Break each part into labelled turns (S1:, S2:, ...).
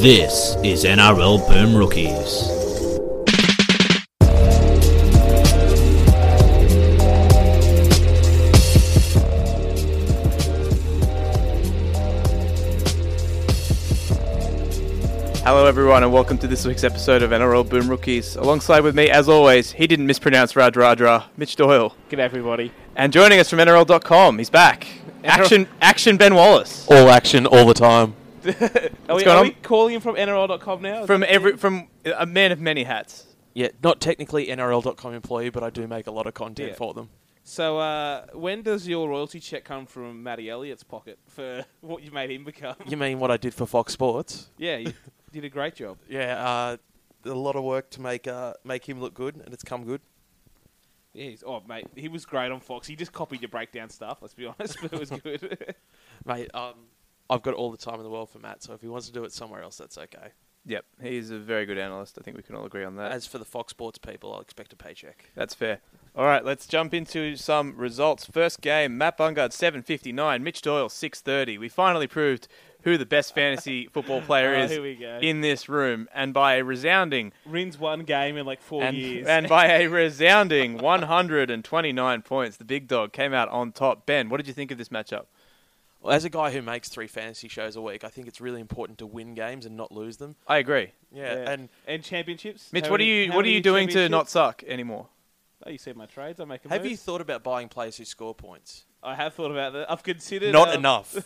S1: This is NRL Boom Rookies.
S2: Hello, everyone, and welcome to this week's episode of NRL Boom Rookies. Alongside with me, as always, he didn't mispronounce Raj Radra, Mitch Doyle.
S3: Good everybody.
S2: And joining us from NRL.com, he's back. Action, action Ben Wallace.
S4: all action all the time.
S3: Are, we,
S2: going
S3: are
S2: on?
S3: we calling him from NRL.com now?
S2: From every, from a man of many hats.
S4: Yeah, not technically NRL.com employee, but I do make a lot of content
S3: Yeah.
S4: for them.
S3: so, uh, when does your royalty check come from Matty Elliott's pocket for what you made him become?
S4: You mean what I did for Fox Sports?
S3: yeah, you did a great job.
S4: Yeah, uh, a lot of work to make uh, make him look good, and it's come good.
S3: Yeah, he's, oh, mate, he was great on Fox. He just copied your breakdown stuff, let's be honest, but it was good.
S4: Mate, um, I've got all the time in the world for Matt, so if he wants to do it somewhere else, that's okay.
S2: Yep, he's a very good analyst. I think we can all agree on that.
S4: As for the Fox Sports people, I'll expect a paycheck.
S2: That's fair. All right, let's jump into some results. First game, Matt Bungard 759, Mitch Doyle 630. We finally proved who the best fantasy football player
S3: Oh,
S2: is
S3: here we go.
S2: in this room, and by a resounding
S3: Rins one game in like four
S2: and,
S3: years.
S2: and by a resounding 129 points, the big dog came out on top. Ben, what did you think of this matchup?
S4: Well, as a guy who makes three fantasy shows a week, I think it's really important to win games and not lose them.
S2: I agree.
S4: Yeah, and
S3: and championships.
S2: Mitch,
S3: How
S2: what are
S3: many-
S2: you
S3: how
S2: what are
S3: many
S2: you doing to
S3: championships?
S2: not suck anymore?
S3: Oh, you see my trades. I make a
S4: have
S3: move.
S4: you thought about buying players who score points?
S3: I have thought about that. I've considered
S4: Not
S3: um,
S4: enough.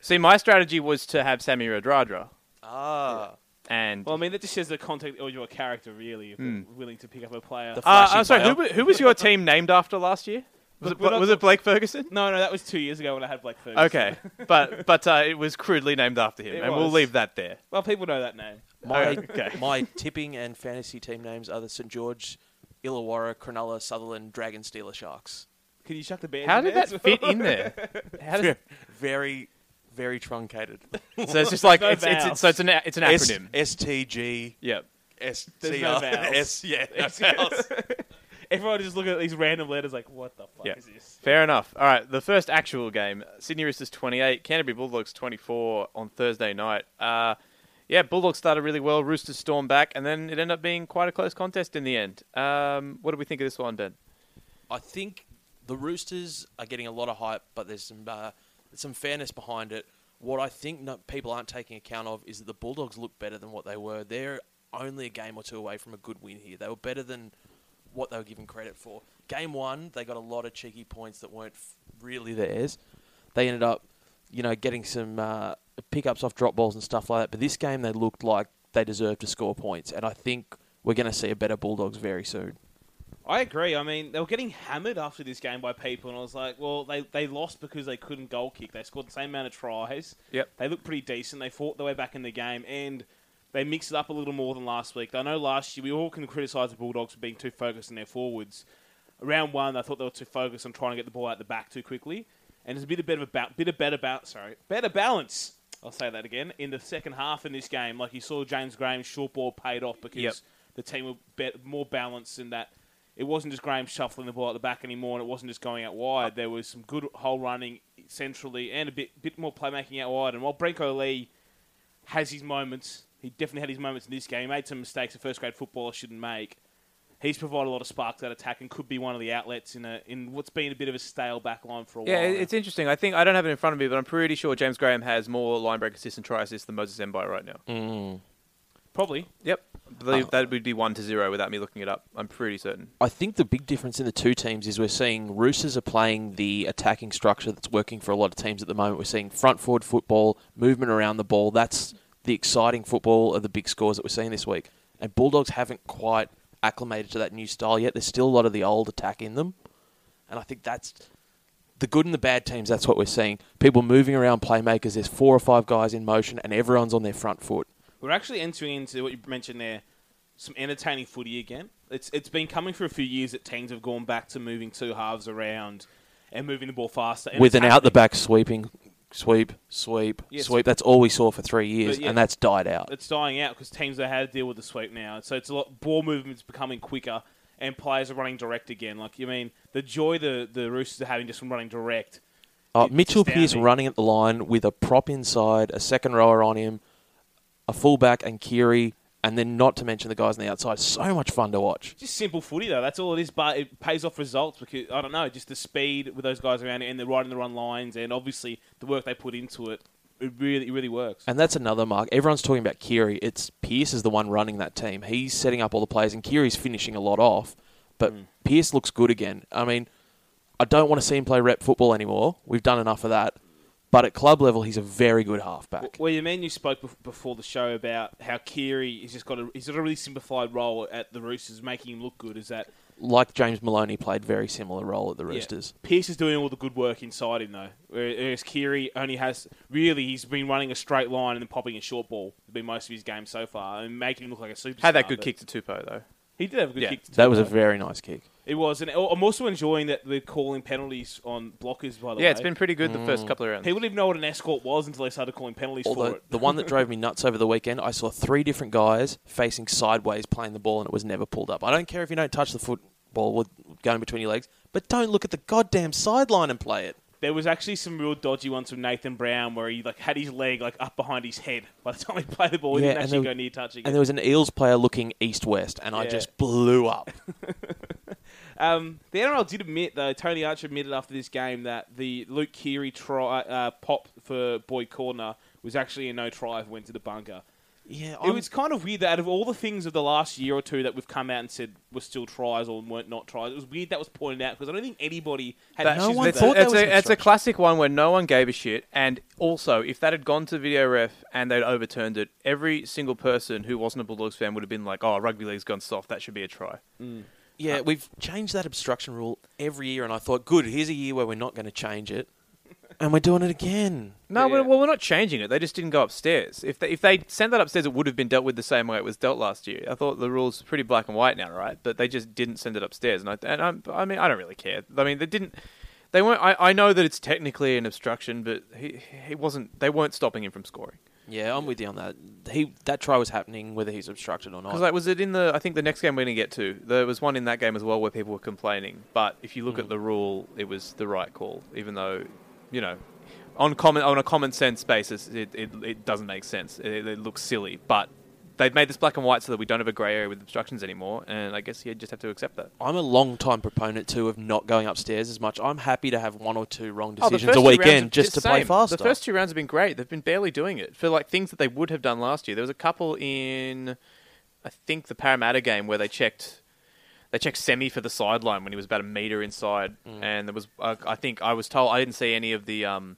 S2: See, my strategy was to have Sammy Radradra,
S4: ah.
S2: and
S3: Well, I mean, that just says the context or your character, really, if you're willing to pick up a player.
S4: The
S2: uh,
S4: flashy
S2: I'm sorry, who,
S4: player.
S2: wa- who was your team named after last year? Was,
S3: Look,
S2: it,
S3: we're not
S2: was it Blake Ferguson?
S3: No, no, that was two years ago when I had Blake Ferguson.
S2: Okay, but but uh, it was crudely named after him,
S3: It
S2: and we'll
S3: was.
S2: leave that there.
S3: Well, people know that name.
S4: My
S2: Okay.
S4: my tipping and fantasy team names are the St George, Illawarra, Cronulla, Sutherland, Dragon, Steeler, Sharks.
S3: Can you shut the band?
S2: How did that fit in there? How does,
S4: Very, very truncated.
S2: so it's just like
S3: No E
S2: it's, it's, it's so it's an a- it's an
S4: S-
S2: acronym.
S4: STG,
S2: Yep.
S4: STR,
S3: no vowels.
S4: S- yeah, no vowels.
S3: Everyone just looking at these random letters like, what the fuck
S2: Yeah.
S3: is this?
S2: Fair enough. All right, the first actual game: Sydney Roosters twenty-eight, Canterbury Bulldogs twenty-four on Thursday night. Uh, yeah, Bulldogs started really well. Roosters stormed back, and then it ended up being quite a close contest in the end. Um, what do we think of this one, Ben?
S4: I think the Roosters are getting a lot of hype, but there's some uh, there's some fairness behind it. What I think no, people aren't taking account of is that the Bulldogs look better than what they were. They're only a game or two away from a good win here. They were better than what they were given credit for. Game one, they got a lot of cheeky points that weren't f- really theirs. They ended up, you know, getting some uh, pickups off drop balls and stuff like that. But this game, they looked like they deserved to score points, and I think we're going to see a better Bulldogs very soon.
S3: I agree. I mean, they were getting hammered after this game by people, and I was like, well, they, they lost because they couldn't goal kick. They scored the same amount of tries.
S2: Yep.
S3: They looked pretty decent. They fought their way back in the game, and they mixed it up a little more than last week. I know last year we all can criticise the Bulldogs for being too focused on their forwards. Round one, I thought they were too focused on trying to get the ball out the back too quickly, and there's a bit of better about, bit of better about, sorry, better balance. I'll say that again in the second half in this game. Like you saw, James Graham's short ball paid off because
S2: Yep.
S3: the team were be- more balanced in that. It wasn't just Graham shuffling the ball at the back anymore, and it wasn't just going out wide. There was some good hole running centrally, and a bit bit more playmaking out wide. And while Brenko Lee has his moments. He definitely had his moments in this game. He made some mistakes a first grade footballer shouldn't make. He's provided a lot of spark to that attack and could be one of the outlets in a in what's been a bit of a stale back line for a
S2: Yeah,
S3: while.
S2: it- it's interesting. I think I don't have it in front of me, but I'm pretty sure James Graham has more line break assists and try assists than Moses Mbai right now.
S3: probably.
S2: Yep, I believe that would be one to zero without me looking it up. I'm pretty certain.
S4: I think the big difference in the two teams is we're seeing Roosters are playing the attacking structure that's working for a lot of teams at the moment. We're seeing front forward football, movement around the ball. That's the exciting football of the big scores that we're seeing this week. And Bulldogs haven't quite acclimated to that new style yet. There's still a lot of the old attack in them. And I think that's the good and the bad teams. That's what we're seeing. People moving around playmakers. There's four or five guys in motion, and everyone's on their front foot.
S3: We're actually entering into what you mentioned there, some entertaining footy again. It's it's been coming for a few years that teams have gone back to moving two halves around and moving the ball faster. And
S4: with
S3: it's
S4: an out the back sweeping sweep, sweep,
S3: Yes.
S4: sweep. That's all we saw for three years,
S3: But, yeah.
S4: and that's died out.
S3: it's dying out because teams know how to deal with the sweep now. So it's a lot ball movement's becoming quicker and players are running direct again. Like you mean the joy the the Roosters are having just from running direct.
S4: Uh,
S3: it's
S4: Mitchell Pearce
S3: astounding.
S4: running at the line with a prop inside, a second rower on him. a fullback, and Kiri, and then not to mention the guys on the outside. So much fun to watch.
S3: Just simple footy though. That's all it is, but it pays off results because I don't know, just the speed with those guys around it, and they're right in the run lines, and obviously the work they put into it, it really, it really works.
S4: And that's another mark. Everyone's talking about Kiri. It's Pierce is the one running that team. He's setting up all the plays, and Kiri's finishing a lot off. But Pierce looks good again. I mean, I don't want to see him play rep football anymore. We've done enough of that. But at club level, he's a very good halfback.
S3: Well, you mean you spoke bef- before the show about how Kiri has just got a he's got a really simplified role at the Roosters, making him look good. Is that
S4: Like James Maloney played very similar role at the Roosters.
S3: Yeah. Pierce is doing all the good work inside him though, where- whereas Kiri only has really he's been running a straight line and then popping a short ball. It's been most of his game so far, and making him look like a superstar.
S2: Had that good
S3: but-
S2: kick to Tupou though.
S3: He did have a good
S2: Yeah.
S3: kick. To
S4: That was a
S3: Tupou.
S4: very nice kick.
S3: It was, and I'm also enjoying that they're calling penalties on blockers. By the way,
S2: Yeah, it's been pretty good the first couple of rounds.
S3: People didn't even know what an escort was until they started calling penalties for
S4: Although
S3: it.
S4: the one that drove me nuts over the weekend, I saw three different guys facing sideways playing the ball, and it was never pulled up. I don't care if you don't touch the football with going between your legs, but don't look at the goddamn sideline and play it.
S3: There was actually some real dodgy ones from Nathan Brown where he like had his leg like up behind his head by the time he played the ball. He
S4: Yeah,
S3: didn't
S4: and
S3: actually
S4: there-
S3: go near touching
S4: And
S3: it.
S4: there was an Eels player looking east west, and I
S3: Yeah.
S4: just blew up.
S3: Um, the NRL did admit though. Tony Archer admitted after this game that the Luke Keary try uh, pop for Boyd Corner was actually a no try if it went to the bunker.
S4: yeah,
S3: It was kind of weird that out of all the things of the last year or two that we've come out and said were still tries or weren't not tries, it was weird that was pointed out because I don't think anybody had
S2: That-
S3: issues
S4: no one
S3: with
S2: that's,
S3: that.
S4: thought that
S2: that's
S4: was
S2: a, that's a
S4: construction.
S2: classic one where no one gave a shit. And also, if that had gone to video ref and they'd overturned it, every single person who wasn't a Bulldogs fan would have been like, "Oh, rugby league's gone soft. That should be a try."
S3: uh,
S4: yeah, we've changed that obstruction rule every year, and I thought, good, here's a year where we're not going to change it, and we're doing it again.
S2: No,
S3: Yeah.
S2: we're, well, we're not changing it. They just didn't go upstairs. If they if they sent that upstairs, it would have been dealt with the same way it was dealt last year. I thought the rules pretty black and white now, right? But they just didn't send it upstairs, and I and I'm, I mean I don't really care. I mean they didn't. They weren't. I, I know that it's technically an obstruction, but he he wasn't. They weren't stopping him from scoring.
S4: Yeah, I'm with you on that. He that try was happening whether he's obstructed or not.
S2: Because like, was it in the? I think the next game we're going to get to. There was one in that game as well where people were complaining. But if you look
S4: Hmm.
S2: at the rule, it was the right call, even though, you know, on common on a common sense basis, it it, it doesn't make sense. It, it looks silly, but. They've made this black and white so that we don't have a grey area with obstructions anymore, and I guess you just have to accept that.
S4: I'm a long time proponent too of not going upstairs as much. I'm happy to have one or two wrong
S2: Oh, the
S4: decisions a
S2: first two rounds
S4: weekend
S2: have-
S4: just to play
S2: same.
S4: faster.
S2: The first two rounds have been great. They've been barely doing it for like things that they would have done last year. There was a couple in, I think the Parramatta game where they checked, they checked semi for the sideline when he was about a meter inside,
S4: Mm.
S2: and there was I I think I was told I didn't see any of the um,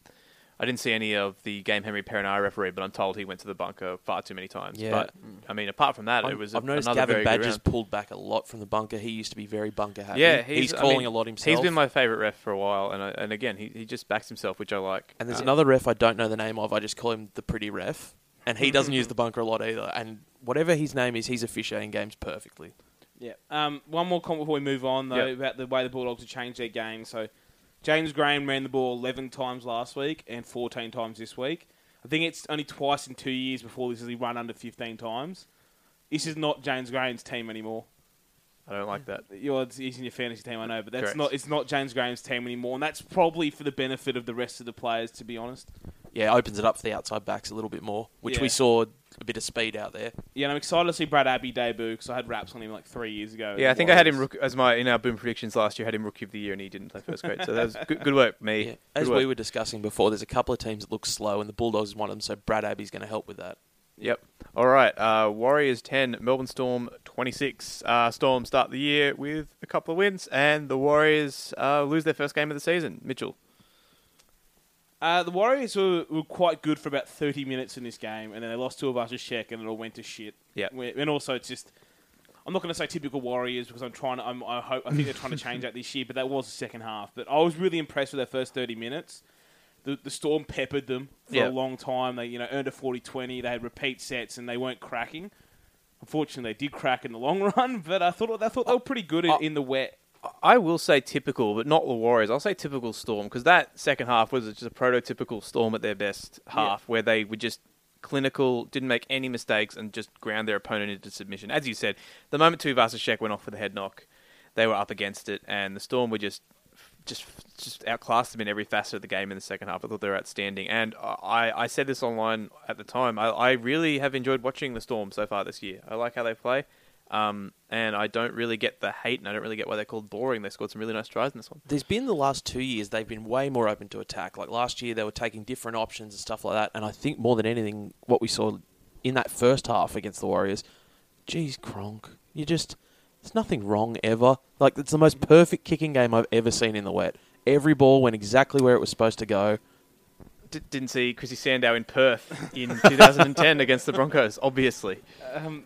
S2: I didn't see any of the game Henry Perinara referee, but I'm told he went to the bunker far too many times.
S4: Yeah.
S2: But I mean, apart from that,
S4: I'm-
S2: it was
S4: I've noticed
S2: another
S4: Gavin
S2: very good
S4: Badger's
S2: round.
S4: pulled back a lot from the bunker. He used to be very bunker happy.
S2: Yeah,
S4: he's,
S2: I
S4: calling
S2: mean,
S4: a lot himself.
S2: He's been my favorite ref for a while, and I, and again, he, he just backs himself, which I like.
S4: and there's
S2: Uh,
S4: another ref I don't know the name of. I just call him the pretty ref, and he doesn't use the bunker a lot either. And whatever his name is, he's officiating games perfectly.
S3: Yeah. Um, one more comment before we move on, though,
S2: Yep.
S3: about the way the Bulldogs have changed their game. So, James Graham ran the ball 11 times last week and 14 times this week. I think it's only twice in two years before this is he run under 15 times. This is not James Graham's team anymore.
S2: I don't like that.
S3: You're, he's in your fantasy team, I know, but that's
S2: Correct.
S3: not. It's not James Graham's team anymore, and that's probably for the benefit of the rest of the players, to be honest.
S4: Yeah, opens it up for the outside backs a little bit more, which
S3: Yeah.
S4: we saw a bit of speed out there.
S3: Yeah, and I'm excited to see Brad Abbey debut because I had raps on him like three years ago.
S2: Yeah, I think I had him
S3: Warriors.
S2: rook- as my in our boom predictions last year. Had him rookie of the year, and he didn't play first grade. So that was good, good work, me.
S4: Yeah.
S2: Good
S4: As
S2: work.
S4: we were discussing before, there's a couple of teams that look slow, and the Bulldogs is one of them. So Brad Abbey's going to help with that.
S2: Yep. All right. Uh, Warriors ten, Melbourne Storm twenty six. Uh, Storm start the year with a couple of wins, and the Warriors uh, lose their first game of the season. Mitchell.
S3: Uh, the Warriors were, were quite good for about 30 minutes in this game, and then they lost to a bunch of Sheck, and it all went to shit.
S2: Yeah.
S3: We- And also, it's just. I'm not going to say typical Warriors because I'm trying to. I'm, I hope. I think they're trying to change that this year, but that was the second half. But I was really impressed with their first 30 minutes. The, the Storm peppered them for
S2: Yeah.
S3: a long time. They you know earned a 40-20. They had repeat sets, and they weren't cracking. Unfortunately, they did crack in the long run, but I thought I thought they were pretty good in,
S2: I-
S3: in the wet.
S2: I will say typical, but not the Warriors. I'll say typical Storm because that second half was just a prototypical Storm at their best half, where they were just clinical, didn't make any mistakes, and just ground their opponent into submission. As you said, the moment Tuivasa-Sheck went off with a head knock, they were up against it, and the Storm were just just just outclassed them in every facet of the game in the second half. I thought they were outstanding, and I, I said this online at the time. I, I really have enjoyed watching the Storm so far this year. I like how they play, um, and I don't really get the hate, and I don't really get why they're called boring. They scored some really nice tries in this one.
S4: There's been the last two years they've been way more open to attack. Like last year they were taking different options and stuff like that. And I think more than anything, what we saw in that first half against the Warriors, geez, Kronk, you just there's nothing wrong ever. Like it's the most perfect kicking game I've ever seen in the wet. Every ball went exactly where it was supposed to go.
S2: D- didn't see Chrissy Sandow in Perth in 2010 against the Broncos, obviously.
S3: Um,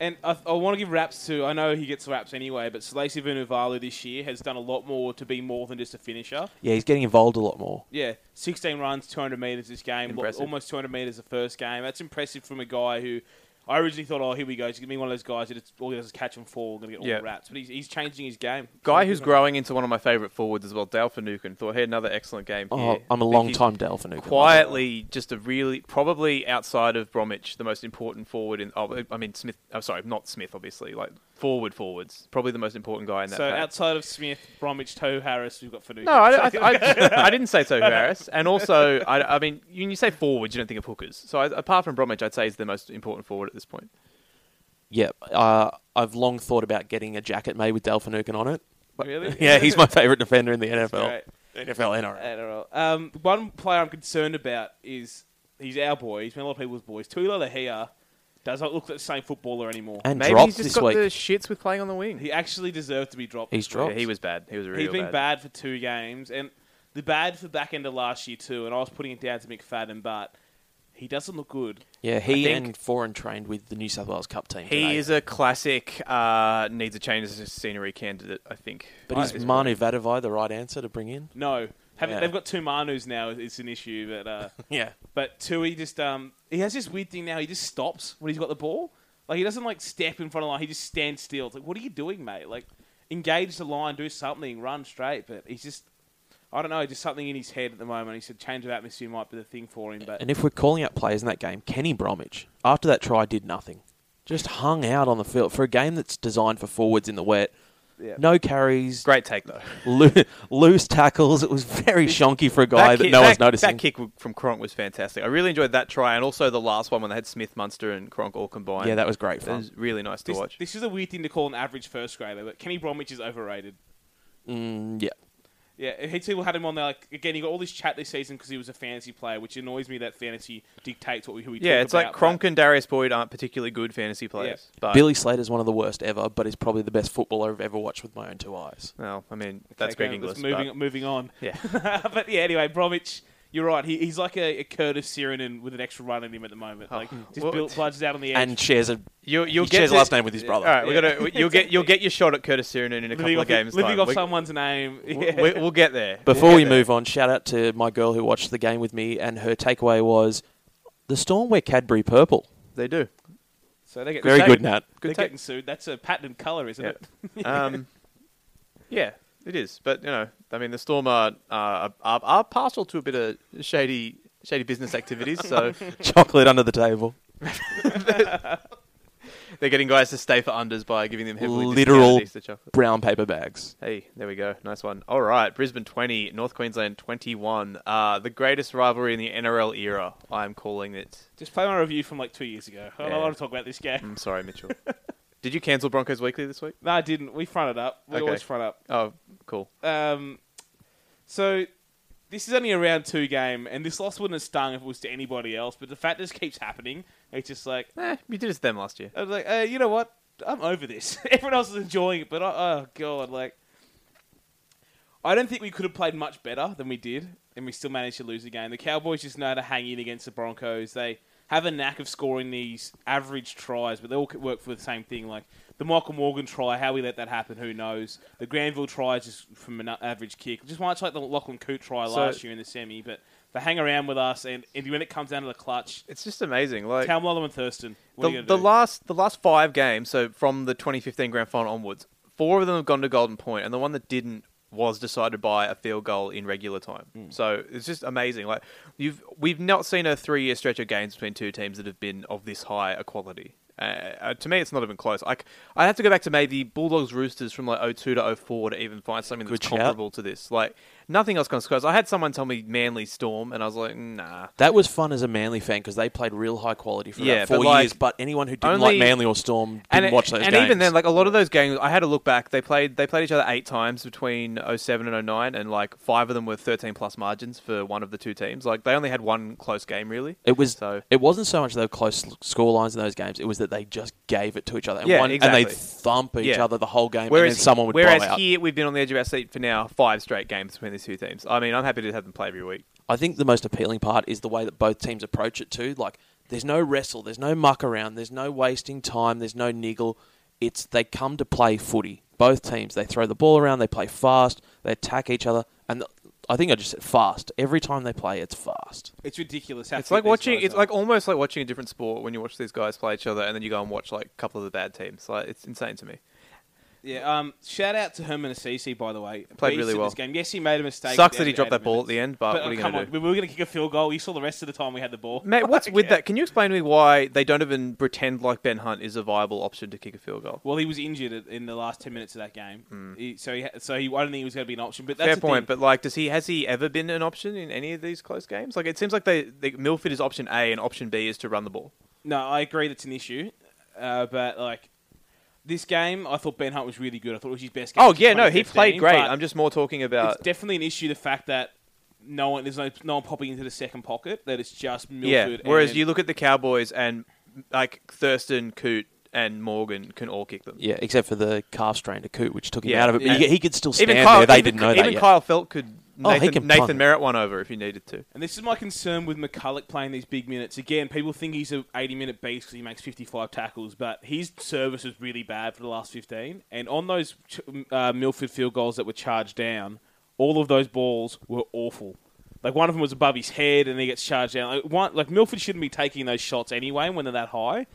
S3: and I, I want to give raps to. I know he gets raps anyway, but Selassie Vunivalu this year has done a lot more to be more than just a finisher.
S4: Yeah, he's getting involved a lot more.
S3: Yeah, 16 runs, 200 meters this game, lo-
S2: Impressive.
S3: almost 200 meters the first game. That's impressive from a guy who I originally thought, oh, here we go, he's gonna be one of those guys that it's, all he does is catch and fall, gonna get all
S2: Yeah.
S3: the raps. But he's, he's changing his game.
S2: Guy who's growing into one of my favourite forwards as well, Dale Finucane. Thought he had another excellent game.
S4: Oh,
S2: here.
S4: I'm a
S2: Think
S4: long
S2: he's
S4: time Dale Finucane.
S2: Quietly, just a really probably outside of Bromwich, the most important forward in. Oh, I mean Smith. I'm sorry, not Smith. Obviously, like forward forwards, probably the most important guy in that.
S3: So
S2: pack.
S3: outside of Smith, Bromwich, Toe Harris, we've got Fanuka.
S2: No, I, I, I, I didn't say so, Harris. And also, I, I mean, when you say forwards, you don't think of hookers. So I, apart from Bromwich, I'd say he's the most important forward at this point.
S4: Yeah, uh, I've long thought about getting a jacket made with Dale Finucane on it.
S3: Really?
S4: yeah, he's my favourite defender in the NFL.
S3: Great.
S4: NFL, NRL.
S3: NRL. Um, one player I'm concerned about is he's our boy. He's been a lot of people's boys. Tuila Lehia does not look like the same footballer anymore.
S4: and
S2: Maybe
S4: dropped
S2: he's just
S4: this
S2: got
S4: week.
S2: the shits with playing on the wing.
S3: he actually deserved to be dropped.
S4: He's
S3: this week.
S4: dropped.
S2: Yeah, he was bad. He was really
S3: He's been
S2: bad.
S3: bad for two games, and the bad for back end of last year too. And I was putting it down to McFadden, but he doesn't look good.
S4: Yeah, he
S2: think-
S4: and Foreign trained with the New South Wales Cup team. today.
S2: He is a classic uh, needs a change of scenery candidate, I think.
S4: but is
S2: At this
S4: Manu Vadavai the right answer to bring in?
S3: No, Having,
S4: Yeah.
S3: they've got two Manus now. It's an issue, but uh,
S4: Yeah.
S3: but Tui just um he has this weird thing now. He just stops when he's got the ball. Like he doesn't like step in front of the line. He just stands still. It's like what are you doing, mate? Like engage the line, do something, run straight. But he's just I don't know, just something in his head at the moment. He said change of atmosphere might be the thing for him. But
S4: And if we're calling out players in that game, Kenny Bromwich, after that try, did nothing. Just hung out on the field for a game that's designed for forwards in the wet.
S3: Yeah.
S4: No carries,
S2: point. Great take, though.
S4: loo- loose tackles. It was very shonky for a guy that,
S2: kick-
S4: no one's
S2: that-
S4: noticing.
S2: That kick w- from Cronk was fantastic. I really enjoyed that try and also the last one when they had Smith, Munster, and Cronk all combined.
S4: yeah, that was great
S2: That
S4: fun.
S2: was really nice to
S3: this,
S2: watch.
S3: this is a weird thing to call an average first grader. But Kenny Bromwich is overrated.
S4: Mm, yeah.
S3: Yeah, he people had him on there. Like again, he got all this chat this season because he was a fantasy player, which annoys me that fantasy dictates what we who we
S2: yeah,
S3: talk
S2: it's like
S3: about, but-
S2: Cronk and Darius Boyd aren't particularly good fantasy players. But,
S4: Billy Slater's one of the worst ever, but he's probably the best footballer I've ever watched with my own two eyes.
S2: well, I mean, that's
S3: Okay,
S2: Greg Inglis.
S3: let's Moving,
S2: but-
S3: moving on.
S2: Yeah.
S3: but yeah, anyway, Bromwich, you're right. He, he's like a, a Curtis Sirenen with an extra run in him at the moment. Like just
S2: Oh. well,
S3: built, bludges out on the edge.
S4: And shares a
S2: You, you'll
S4: He
S2: get
S4: shares
S2: to-
S4: last name with his brother.
S2: All right, we
S3: Yeah.
S2: gotta, we- you'll get you'll get your shot at Curtis Sirian in a
S3: living
S2: couple
S3: off,
S2: of games.
S3: living
S2: time.
S3: off
S2: we,
S3: someone's name.
S2: we,
S3: Yeah.
S2: we- we'll get there
S4: Before
S2: We'll
S4: we
S2: get there.
S4: move on, shout out to my girl who watched the game with me, and her takeaway was the Storm wear Cadbury purple.
S2: They do.
S3: so they get
S4: Very
S3: they're
S4: good, Nat.
S2: Good
S3: they're
S2: take.
S3: getting sued. That's a patented colour, isn't
S2: Yeah.
S3: it?
S2: Um, yeah, it is. But you know, I mean, the Storm are are, are, are partial to a bit of shady shady business activities, so
S4: Chocolate under the table.
S2: they're getting guys to stay for unders by giving them heavily discounted
S4: Literal
S2: Easter chocolate.
S4: brown paper bags.
S2: Hey, there we go. Nice one. All right, Brisbane 20, North Queensland 21. Uh, the greatest rivalry in the NRL era. I'm calling it.
S3: Just play my review from like two years ago. I
S2: Yeah. Mm.
S3: don't want to talk about this game.
S2: I'm sorry, Mitchell. Did you cancel Broncos Weekly this week?
S3: No, I didn't. We fronted up. We
S2: Okay.
S3: always front up.
S2: Oh, cool.
S3: Um, so this is only a round two game, and this loss wouldn't have stung if it was to anybody else. But the fact this keeps happening, it's just like
S2: Eh, you did it to them last year.
S3: I was like, uh, you know what? I'm over this. Everyone else is enjoying it, but I, oh god, like I don't think we could have played much better than we did, and we still managed to lose the game. The Cowboys just know how to hang in against the Broncos. They have a knack of scoring these average tries, but they all could work for the same thing. Like the Michael Morgan try, how we let that happen, who knows? The Granville try is just from an average kick, just much like the Lachlan Coote try
S2: So-
S3: last year in the semi. But they hang around with us, and, and when it comes down to the clutch,
S2: It's just amazing. Like
S3: Cal Mullum and Thurston. What are you
S2: the,
S3: gonna
S2: the
S3: do?
S2: last the last five games, so from the 2015 grand final onwards, four of them have gone to golden point, and the one that didn't was decided by a field goal in regular time.
S3: Hmm.
S2: So it's just amazing. Like you've we've not seen a three year stretch of games between two teams that have been of this high a quality. Uh, uh, to me, it's not even close. I, c- I have to go back to maybe Bulldogs Roosters from like 02 to 04 to even find something that's
S4: Good shout.
S2: comparable to this. Like nothing else comes close. I had someone tell me Manly Storm, and I was like, nah.
S4: That was fun as a Manly fan because they played real high quality for
S2: Yeah,
S4: about four
S2: but, like,
S4: years. But anyone who didn't
S2: only-
S4: like Manly or Storm didn't
S2: And it-
S4: watch those
S2: and
S4: games.
S2: even then, like a lot of those games, I had a look back. They played they played each other eight times between 07 and 09, and like five of them were 13 plus margins for one of the two teams. Like they only had one close game really.
S4: it was
S2: so-
S4: it wasn't so much the close l- score lines in those games. It was that they just gave it to each other and,
S2: Yeah,
S4: one, and
S2: exactly.
S4: they thump each
S2: Yeah.
S4: other the whole game. and
S2: Whereas
S4: then someone would
S2: whereas
S4: blow out.
S2: here we've been on the edge of our seat for now five straight games between these two teams. I mean, I'm happy to have them play every week.
S4: I think the most appealing part is the way that both teams approach it too. Like, there's no wrestle, there's no muck around, there's no wasting time, there's no niggle. It's they come to play footy. Both teams, they throw the ball around, they play fast, they attack each other, and th- I think I just said fast. Every time they play, it's fast.
S3: It's ridiculous. How
S2: It's
S3: fit
S2: like
S3: these
S2: watching.
S3: guys
S2: It's
S3: are.
S2: like almost like watching a different sport when you watch these guys play each other, and then you go and watch like a couple of the bad teams. Like it's insane to me.
S3: yeah. Um, shout out to Herman Assisi, by the way.
S2: Played
S3: Beast
S2: really
S3: in
S2: well.
S3: This game. Yes, he made a mistake.
S2: Sucks
S3: down
S2: that he
S3: to
S2: dropped that
S3: 80
S2: ball at
S3: minutes.
S2: the end, but,
S3: But
S2: what are you
S3: come
S2: going to
S3: on,
S2: do?
S3: we were going to kick a field goal. You saw the rest of the time we had the ball.
S2: Mate, what's
S3: Like,
S2: with
S3: yeah.
S2: that? Can you explain to me why they don't even pretend like Ben Hunt is a viable option to kick a field goal?
S3: Well, he was injured at- in the last ten minutes of that game, he, so he, ha- so he, I don't think he was going to be an option. But that's
S2: Hmm. Fair
S3: the
S2: point,
S3: Thing.
S2: but like, does he has he ever been an option in any of these close games? Like, it seems like they, they Milford is option A and option B is to run the ball.
S3: No, I agree that's an issue, uh, but like this game, I thought Ben Hunt was really good. I thought it was his best game.
S2: Oh
S3: since
S2: yeah, no, he
S3: 2015,
S2: played great.
S3: but
S2: I'm just uh, more talking about
S3: it's definitely an issue the fact that no one there's no no one popping into the second pocket. That it's just
S2: yeah.
S3: Milford.
S2: Whereas
S3: and-
S2: you look at the Cowboys and like Thurston, Coote, and Morgan can all kick them.
S4: Yeah, except for the calf strain to Coot, which took him
S2: Yeah.
S4: out of it. But
S2: Yeah.
S4: he, he could still stand there. They didn't know
S2: even
S4: that yet.
S2: Kyle Felt could
S4: Oh, he
S2: Nathan,
S4: can
S2: Nathan
S4: punt.
S2: Merritt one over if he needed to.
S3: And this is my concern with McCulloch playing these big minutes. Again, people think he's an 80 minute beast because he makes 55 tackles, but his service was really bad for the last 15. And on those ch- uh, Milford field goals that were charged down, all of those balls were awful. Like one of them was above his head, and he gets charged down. Like, one, like Milford shouldn't be taking those shots anyway when they're that high,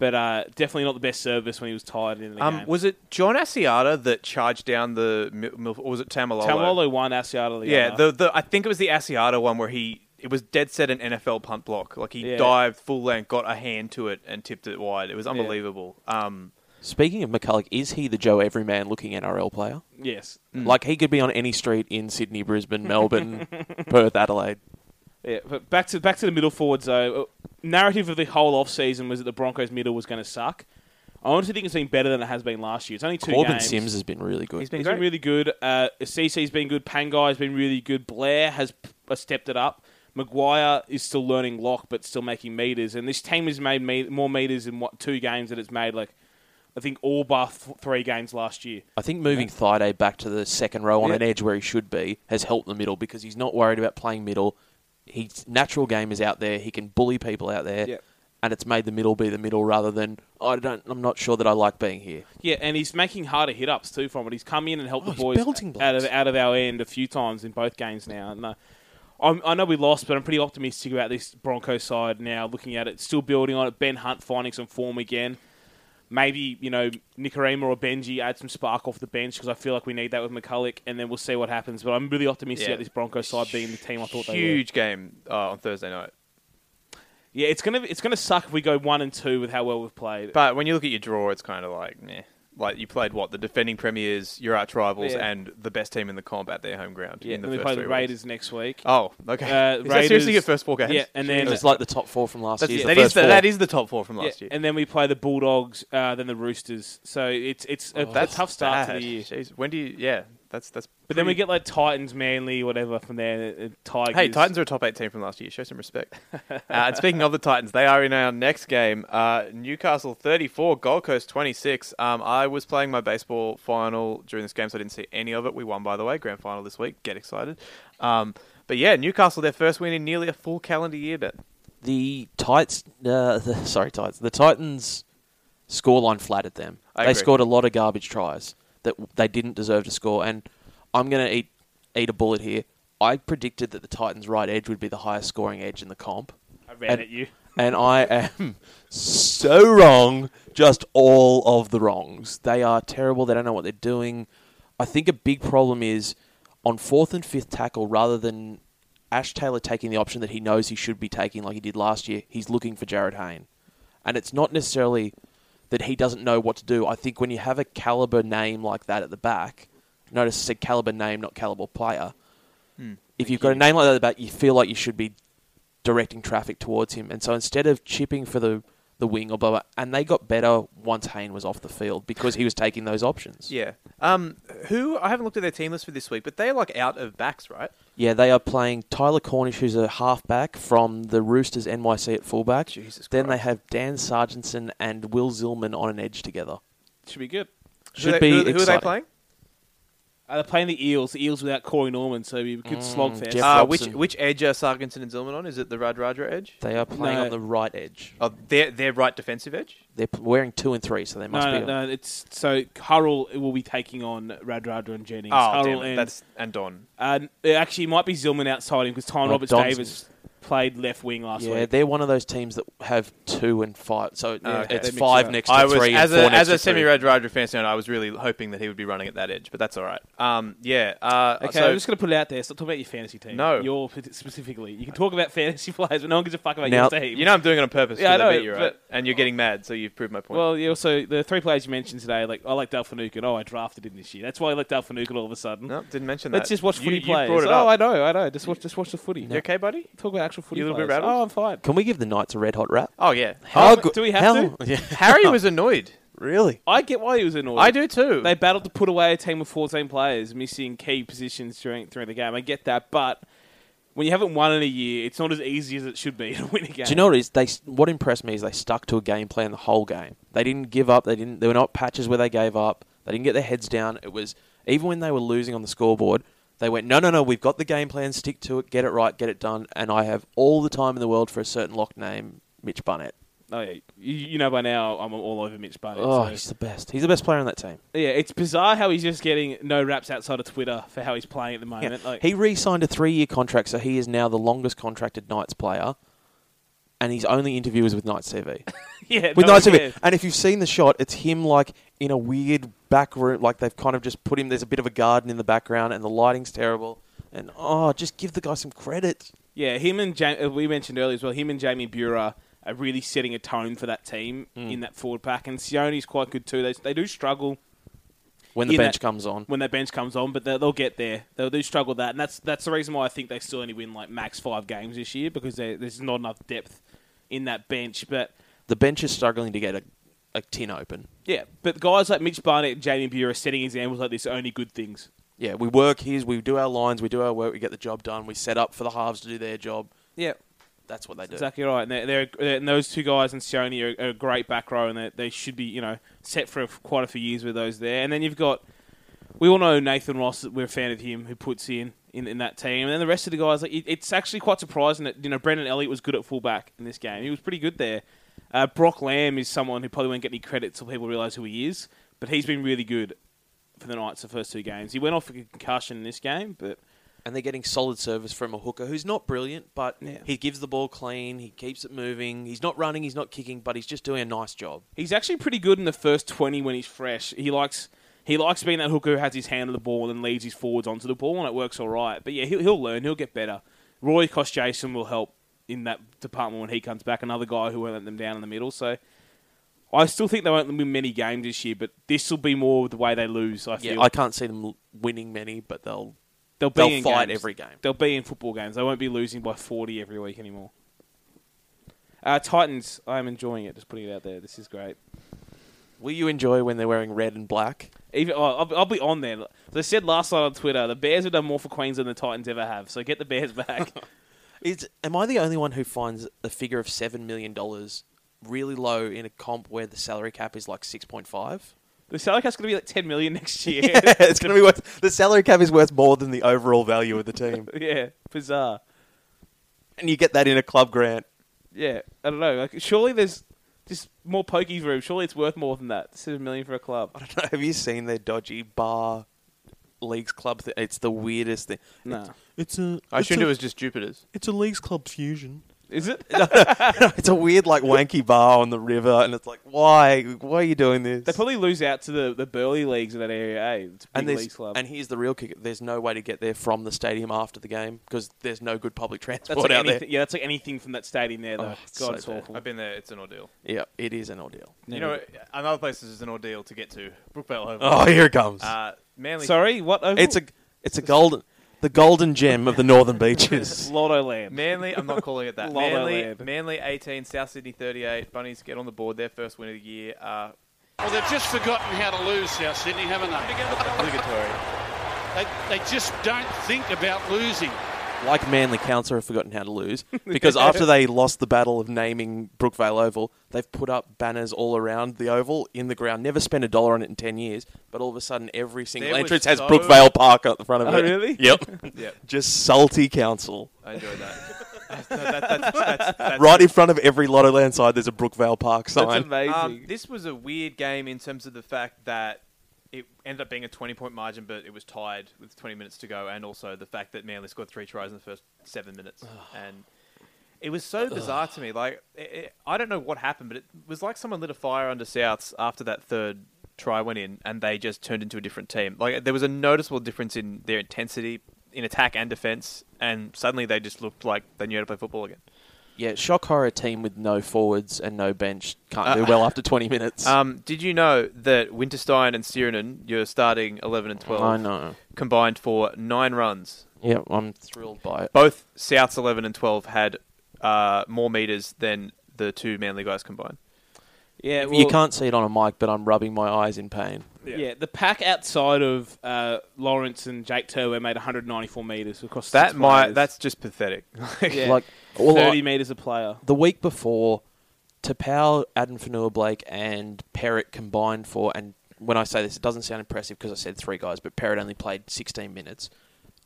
S3: but uh, definitely not the best service when he was tired in the
S2: Um,
S3: game.
S2: was it John Asiata that charged down the Mil- Mil- or was it Tamalolo?
S3: Tamalolo won, Asiata the
S2: Yeah,
S3: other.
S2: the, the I think it was the Asiata one where he it was dead set an NFL punt block. Like he
S3: Yeah.
S2: dived full length, got a hand to it, and tipped it wide. It was unbelievable. Um,
S4: Speaking of McCulloch, is he the Joe Everyman looking NRL player?
S3: yes,
S4: Like, he could be on any street in Sydney, Brisbane, Melbourne, Perth, Adelaide.
S3: Yeah, but back to back to the middle forwards though. Uh, Narrative of the whole off season was that the Broncos middle was going to suck. I honestly think it's been better than it has been last year. It's only two
S4: Corbin
S3: games.
S4: Sims has been really good.
S2: He's
S3: He's
S2: Been
S3: been
S2: great.
S3: really good. Uh, CC's been good. Pangai's been really good. Blair has p- uh, stepped it up. Maguire is still learning lock, but still making meters. And this team has made me- more meters in what two games that it's made. Like I think all bar th- three games last year.
S4: I think moving Thaiday back to the second row on
S2: Yeah.
S4: an edge where he should be has helped the middle because he's not worried about playing middle. His natural game is out there. He can bully people out there,
S3: Yeah.
S4: and it's made the middle be the middle rather than I don't. I'm not sure that I like being here.
S3: Yeah, and he's making harder hit ups too from it. He's come in and helped
S4: Oh,
S3: the
S4: he's
S3: boys
S4: belting
S3: out of
S4: blokes.
S3: out of our end a few times in both games now. And uh, I'm, I know we lost, but I'm pretty optimistic about this Broncos side now. Looking at it, still building on it. Ben Hunt finding some form again. Maybe you know Nicarima or Benji add some spark off the bench because I feel like we need that with McCulloch, and then we'll see what happens. But I'm really optimistic
S2: Yeah.
S3: about this Broncos side being the team I thought they were.
S2: huge game uh, on Thursday night.
S3: Yeah, it's gonna it's gonna suck if we go one and two with how well we've played.
S2: But when you look at your draw, it's kind of like, meh. Like you played what the defending premiers, your arch rivals,
S3: Yeah.
S2: and the best team in the comp at their home ground.
S3: yeah,
S2: in the
S3: and we
S2: first
S3: play
S2: three
S3: the
S2: weeks.
S3: Raiders next week.
S2: Oh, okay.
S3: Uh,
S2: Is that seriously
S3: Raiders-
S2: your first four games?
S3: Yeah, and
S4: It
S3: then
S4: was like the top four from last
S2: That's,
S4: year.
S2: that
S4: the
S2: is
S4: first
S2: the,
S4: four.
S2: that is the top four from last
S3: Yeah,
S2: year.
S3: And then we play the Bulldogs, uh, then the Roosters. So it's it's a,
S2: Oh, That's
S3: tough start to
S2: bad.
S3: the year.
S2: Jeez, when do you? Yeah, that's that's.
S3: But then we
S2: pretty-
S3: get like Titans, Manly, whatever from there. uh, Tigers.
S2: Hey, Titans are a top eight team from last year. Show some respect. uh, and speaking of the Titans, they are in our next game. Uh, Newcastle 34, Gold Coast 26. Um, I was playing my baseball final during this game, so I didn't see any of it. We won, by the way, grand final this week. Get excited. Um, but yeah, Newcastle, their first win in nearly a full calendar year, bet.
S4: the Tights. Uh, the, sorry, Tights. The Titans scoreline flattered them.
S2: I
S4: they
S2: agree.
S4: scored a lot of garbage tries that w- they didn't deserve to score. And I'm going to eat eat a bullet here. I predicted that the Titans' right edge would be the highest scoring edge in the comp,
S3: I ran
S4: and-
S3: at you.
S4: and I am so wrong. Just all of the wrongs. They are terrible. They don't know what they're doing. I think a big problem is on fourth and fifth tackle, rather than Ash Taylor taking the option that he knows he should be taking, like he did last year. He's looking for Jared Hayne, and it's not necessarily that he doesn't know what to do. I think when you have a caliber name like that at the back, notice I said caliber name, not caliber player. If you've got a name like that at the back, you feel like you should be directing traffic towards him. And so instead of chipping for the the wing or blah blah, and they got better once Hayne was off the field because he was taking those options.
S5: Yeah. Um, who I haven't looked at their team list for this week, but they're like out of backs, right?
S4: Yeah, they are playing Tyler Cornish, who's a halfback from the Roosters NYC at fullback.
S5: Jesus
S4: then
S5: Christ.
S4: they have Dan Sargentson and Will Zillman on an edge together.
S3: Should be good.
S4: Should
S5: who
S4: be
S5: Who, who are they
S4: exciting.
S5: playing?
S3: Uh, they're playing the Eels. The Eels without Corey Norman, so it'd be a good slog fest.
S4: Jeff-
S5: Uh, which
S4: Robson.
S5: which edge are Sargenton and Zillman on? Is it the Radradra edge?
S4: They are playing
S3: No.
S4: on the right edge.
S5: Oh, their their right defensive edge.
S4: They're p- wearing two and three, so they must
S3: no,
S4: be.
S3: no, no, it's so Hurrell will be taking on Radradra and Jennings.
S5: Oh,
S3: Hurrell
S5: damn it.
S3: and
S5: that's and Don.
S3: uh, it actually might be Zillman outside him because Tyne
S4: Oh,
S3: Roberts
S4: Don's-
S3: Davis played left wing last
S4: yeah,
S3: week.
S4: they're one of those teams that have two and five. So
S5: Oh, okay.
S4: it's
S5: They mix
S3: it
S4: five
S3: up.
S4: next to
S5: I was
S4: three
S5: as
S4: and
S5: a
S4: four next
S5: as
S4: to
S5: a semi
S4: three.
S5: Radradra fan, stand, I was really hoping that he would be running at that edge, but that's all right. Um, yeah. Uh,
S3: Okay,
S5: so
S3: I'm just going to put it out there. Stop talking about your fantasy team.
S5: No.
S3: Your specifically. You can talk about fantasy players, but no one gives a fuck about
S4: Now-
S3: your team.
S5: you know I'm doing it on purpose.
S3: Yeah, I
S5: 'cause
S3: know,
S5: beat you, right?
S3: but-
S5: and you're getting mad, so you've proved my point.
S3: Well, you also the three players you mentioned today, like I like Delphinukin. Oh, I drafted him this year. That's why I like Delphinukin all of a sudden.
S5: no, didn't mention that.
S3: Let's just watch
S5: You-
S3: footy
S5: you
S3: players.
S5: brought it up.
S3: oh, I know, I know. Just watch, just watch the footy.
S5: You okay, buddy?
S3: Talk about actual footy.
S5: You a little bit
S3: players.
S5: rattled?
S3: Oh, I'm fine.
S4: Can we give the Knights a red hot rap?
S5: Oh yeah.
S3: How do we have
S4: how-
S3: to?
S4: Yeah.
S5: Harry was annoyed.
S4: really?
S3: I get why he was annoyed.
S5: I do too.
S3: They battled to put away a team of 14 players missing key positions during during the game. I get that, but when you haven't won in a year, it's not as easy as it should be to win a game.
S4: Do you know what it is? They s- what impressed me is they stuck to a game plan the whole game. They didn't give up. They didn't. There were not patches where they gave up. They didn't get their heads down. It was even when they were losing on the scoreboard, they went no, no, no. We've got the game plan. Stick to it. Get it right. Get it done. And I have all the time in the world for a certain lock name, Mitch Bunnett.
S3: Oh, yeah. you, you know by now I'm all over Mitch Barnett.
S4: Oh,
S3: so-
S4: he's the best. He's the best player on that team.
S3: Yeah, it's bizarre how he's just getting no raps outside of Twitter for how he's playing at the
S4: Yeah.
S3: moment. Like,
S4: he re-signed a three-year contract, so he is now the longest contracted Knights player, and his only interview is with Knights TV.
S3: yeah,
S4: with
S3: no
S4: Knights
S3: one
S4: TV,
S3: cares.
S4: and if you've seen the shot, it's him like in a weird back room, like they've kind of just put him. There's a bit of a garden in the background, and the lighting's terrible. And oh, just give the guy some credit.
S3: Yeah, him and ja- uh, we mentioned earlier as well. Him and Jamie Bura are really setting a tone for that team
S4: Mm.
S3: in that forward pack, and Sione's quite good too. They they do struggle
S4: When the
S3: In
S4: bench
S3: that-
S4: comes on,
S3: when their bench comes on, but they'll, they'll get there. They'll do struggle with that, and that's that's the reason why I think they still only win like max five games this year because there- there's not enough depth in that bench. But
S4: the bench is struggling to get a, a tin open.
S3: yeah, but guys like Mitch Barnett and Jamie Bura are setting examples like this are only good things.
S4: Yeah, we work his, we do our lines, we do our work, we get the job done. We set up for the halves to do their job.
S3: Yeah,
S4: That's what they do.
S3: Exactly right. And they're, they're, they're- and those two guys and Sione are, are a great back row, and they- they should be you know set for quite a few years with those there. And then you've got we all know Nathan Ross. We're a fan of him who puts in in, in that team, and then the rest of the guys. Like it, it's actually quite surprising that you know Brendan Elliott was good at fullback in this game. He was pretty good there. Uh, Brock Lamb is someone who probably won't get any credit till people realise who he is, but he's been really good for the Knights the first two games. He went off with a concussion in this game, but
S4: and they're getting solid service from a hooker who's not brilliant, but
S3: Yeah.
S4: he gives the ball clean, he keeps it moving, he's not running, he's not kicking, but he's just doing a nice job.
S3: He's actually pretty good in the first twenty when he's fresh. He likes he likes being that hooker who has his hand on the ball and then leads his forwards onto the ball, and it works all right. But yeah, he'll, he'll learn. He'll get better. Roy Cost Jason will help in that department when he comes back. Another guy who won't let them down in the middle. So I still think they won't win many games this year, but this will be more the way they lose. I
S4: Yeah,
S3: feel
S4: I can't see them l- winning many, but they'll
S3: they'll be
S4: they'll
S3: in
S4: fight
S3: games.
S4: every game.
S3: They'll be in football games. They won't be losing by forty every week anymore. Uh, Titans, I am enjoying it. Just putting it out there. This is great.
S4: Will you enjoy when they're wearing red and black?
S3: Even oh, I'll, I'll be on there. As I said last night on Twitter, the Bears have done more for Queens than the Titans ever have. So get the Bears back.
S4: Is am I the only one who finds the figure of seven million dollars really low in a comp where the salary cap is like six point five?
S3: the salary cap's going to be like ten million next year.
S4: it's going to be worth the salary cap is worth more than the overall value of the team,
S3: yeah, bizarre.
S4: and you get that in a club grant.
S3: Yeah, I don't know. Like, surely there's just more pokies room. Surely it's worth more than that. Seven million for a club.
S4: I don't know. Have you seen their dodgy bar leagues club? Th- it's the weirdest thing.
S3: No.
S4: It's, it's a.
S5: I
S4: it's
S5: assumed
S4: a,
S5: it was just Jupiter's.
S4: It's a leagues club fusion.
S3: Is it?
S4: it's a weird like wanky bar on the river, and it's like, why? Why are you doing this?
S3: They probably lose out to the, the Burley leagues in that area. Eh? It's a big
S4: and there's-
S3: leagues club.
S4: and here's the real kicker: there's no way to get there from the stadium after the game because there's no good public
S3: that's
S4: transport
S3: like
S4: out
S3: anything, yeah, that's like anything from that stadium there. Though.
S4: Oh,
S3: God,
S4: it's
S3: it's,
S4: so bad.
S3: awful.
S2: I've been there. It's an ordeal.
S4: there. Yeah, it is an ordeal.
S2: You know, another place is an ordeal to get to Brookvale Oval.
S4: Oh, here it comes.
S2: Uh, Manly.
S3: Sorry, what? Oval?
S4: it's a it's a golden the golden gem of the northern beaches.
S3: Lotto Land.
S2: Manly, I'm not calling it that.
S3: Lotto
S2: Manly,
S3: land.
S2: Manly 18, South Sydney 38. Bunnies get on the board. Their first win of the year. Uh,
S6: Well, they've just forgotten how to lose South Sydney, haven't they?
S2: obligatory.
S6: they? They just don't think about losing.
S4: like Manly Council have forgotten how to lose because after they lost the battle of naming Brookvale Oval, they've put up banners all around the oval in the ground. Never spent a dollar on it in ten years, but all of a sudden every single
S2: There was
S4: entrance has
S2: so-
S4: Brookvale Park at the front of
S3: Oh,
S4: it.
S3: really?
S4: Yep.
S2: Yep.
S4: Just salty council.
S2: I enjoyed that. That's- that- that's- that's- that's-
S4: Right in front of every Lotto Land side, there's a Brookvale Park
S3: That's
S4: sign.
S3: amazing.
S2: Um, this was a weird game in terms of the fact that it ended up being a 20 point margin, but it was tied with 20 minutes to go, and also the fact that Manly scored three tries in the first seven minutes. and it was so bizarre to me. Like, i i I don't know what happened, but it was like someone lit a fire under Souths after that third try went in, and they just turned into a different team. Like, there was a noticeable difference in their intensity in attack and defense, and suddenly they just looked like they knew how to play football again.
S4: Yeah, shock horror team with no forwards and no bench can't
S3: Uh,
S4: do well after 20 minutes.
S2: Um, did you know that Winterstein and Sirinen, your starting 11 and 12,
S4: I know.
S2: combined for nine runs?
S4: Yeah, I'm thrilled by it.
S2: Both South's 11 and 12 had uh, more meters than the two Manly guys combined.
S3: yeah,
S4: you
S3: well-
S4: can't see it on a mic, but I'm rubbing my eyes in pain.
S3: Yeah. the pack outside of uh, Lawrence and Jake Turway made 194 meters across
S2: That
S3: six
S2: might,
S3: players.
S2: that's just pathetic.
S3: Yeah.
S4: Like, all
S3: 30
S4: I-
S3: meters a player.
S4: the week before, Tapau, Adenfanua Blake, and Perrett combined for, and when I say this, it doesn't sound impressive because I said three guys, but Perrett only played 16 minutes.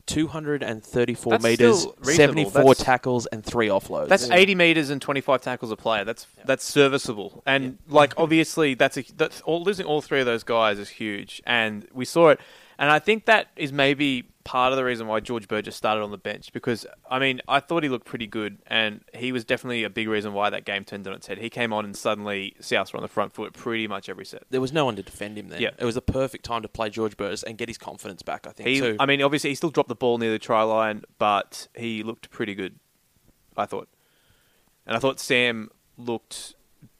S4: 234
S2: That's
S4: metres,
S2: still reasonable.
S4: 74
S2: That's-
S4: tackles, and three offloads.
S2: That's 80 meters and 25 tackles a player. That's that's serviceable. And like obviously that's a that's all, losing all three of those guys is huge. And we saw it. And I think that is maybe part of the reason why George Burgess started on the bench because I mean, I thought he looked pretty good and he was definitely a big reason why that game turned on its head. He came on and suddenly South were on the front foot pretty much every set.
S4: There was no one to defend him then.
S2: Yeah.
S4: It was the perfect time to play George Burgess and get his confidence back, I think,
S2: He
S4: too.
S2: I mean, obviously he still dropped the ball near the try line, but he looked pretty good, I thought. And I thought Sam looked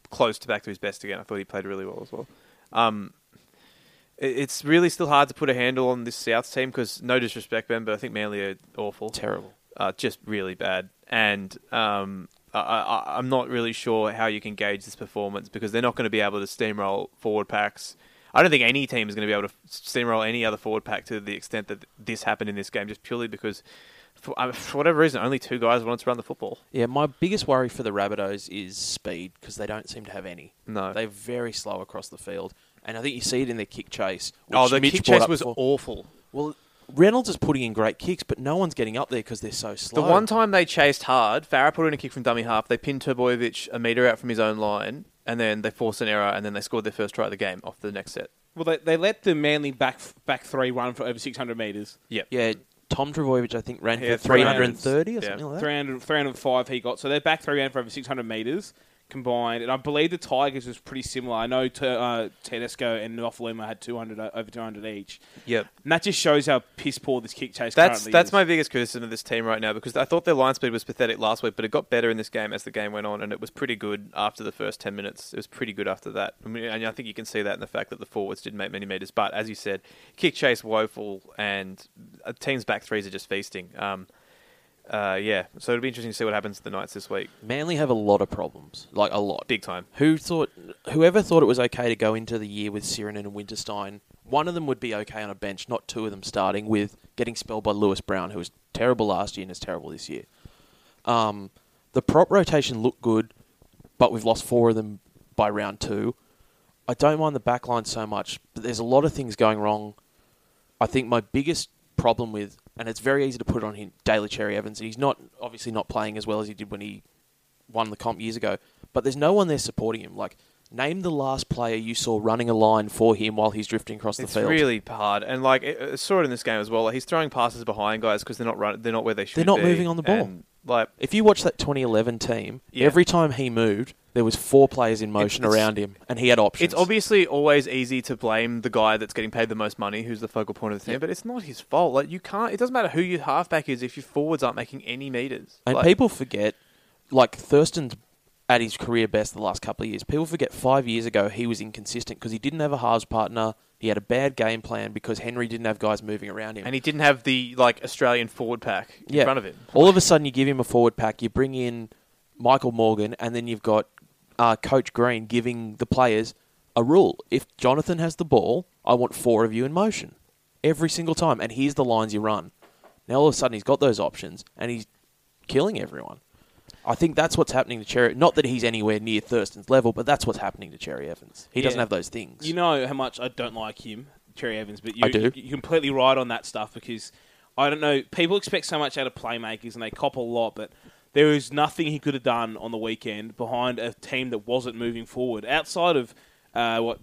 S2: close to back to his best again. I thought he played really well as well. Um, i- it's really still hard to put a handle on this South team because no disrespect, Ben, but I think Manly are awful,
S4: Terrible.
S2: uh, just really bad. And um, I, I, I'm not really sure how you can gauge this performance because they're not going to be able to steamroll forward packs. I don't think any team is going to be able to f- steamroll any other forward pack to the extent that this happened in this game, just purely because, for, I- for whatever reason, only two guys wanted to run the football.
S4: Yeah, my biggest worry for the Rabbitohs is speed because they don't seem to have any.
S2: No.
S4: They're very slow across the field. And I think you see it in their kick chase. Which
S2: Oh, the
S4: Mitch
S2: kick
S4: brought
S2: chase
S4: up
S2: was
S4: before.
S2: awful.
S4: Well, Reynolds is putting in great kicks, but no one's getting up there because they're so
S2: The
S4: slow.
S2: one time they chased hard, Farah put in a kick from dummy half. They pinned Turbojevic a meter out from his own line, and then they forced an error, and then they scored their first try of the game off the next set.
S3: Well, they, they let the Manly back back three run for over 600 meters.
S4: yeah, Tom Travojevic, I think, ran
S2: Yeah,
S4: for 330 or
S2: yeah.
S4: something like that.
S3: 300, 305 he got. So their back three ran for over 600 metres combined. And I believe the Tigers was pretty similar. I know Te- uh, Tedesco and Nofaluma had 200 o- over 200 each.
S2: Yep.
S3: And that just shows how piss poor this kick chase
S2: That's
S3: currently
S2: that's
S3: is.
S2: my biggest criticism of this team right now because I thought their line speed was pathetic last week, but it got better in this game as the game went on, and it was pretty good after the first ten minutes. It was pretty good after that, I mean, and I think you can see that in the fact that the forwards didn't make many meters. But as you said, kick chase woeful, and uh, teams back threes are just feasting. Um, uh, yeah, so it'll be interesting to see what happens to the Knights this week,
S4: Manly have a lot of problems, like a lot.
S2: big time.
S4: Who thought, whoever thought it was okay to go into the year with Siren and Winterstein, one of them would be okay on a bench, not two of them starting with getting spelled by Lewis Brown, who was terrible last year and is terrible this year. Um, the prop rotation looked good, but we've lost four of them by round two. I don't mind the back line so much, but there's a lot of things going wrong. I think my biggest problem with, and it's very easy to put it on him, Daily Cherry Evans, and he's not obviously not playing as well as he did when he won the comp years ago. But there's no one there supporting him. Like, name the last player you saw running a line for him while he's drifting across
S2: It's
S4: the field.
S2: really hard, and like I I saw it in this game as well. Like he's throwing passes behind guys because they're not run, they're not where they should.
S4: They're not
S2: be,
S4: moving on the ball.
S2: and Like,
S4: If you watch that 2011 team,
S2: Yeah.
S4: every time he moved, there was four players in motion
S2: it's-
S4: around him, and he had options.
S2: it's obviously always easy to blame the guy that's getting paid the most money, who's the focal point of the team, but it's not his fault. Like, you can't. It doesn't matter who your halfback is if your forwards aren't making any meters.
S4: And
S2: Like,
S4: people forget, like Thurston's at his career best the last couple of years. People forget five years ago he was inconsistent because he didn't have a halves partner. He had a bad game plan because Henry didn't have guys moving around him.
S2: and he didn't have the like Australian forward pack in front of him.
S4: All of a sudden, you give him a forward pack, you bring in Michael Morgan, and then you've got uh, Coach Green giving the players a rule. If Jonathan has the ball, I want four of you in motion every single time, and here's the lines you run. Now, all of a sudden, he's got those options, and he's killing everyone. I think that's what's happening to Cherry. Not that he's anywhere near Thurston's level, but that's what's happening to Cherry Evans. He doesn't
S3: Yeah.
S4: have those things.
S3: You know how much I don't like him, Terry Evans, but you,
S4: I do.
S3: you're completely right on that stuff because I don't know. People expect so much out of playmakers and they cop a lot, but there is nothing he could have done on the weekend behind a team that wasn't moving forward. Outside of uh, what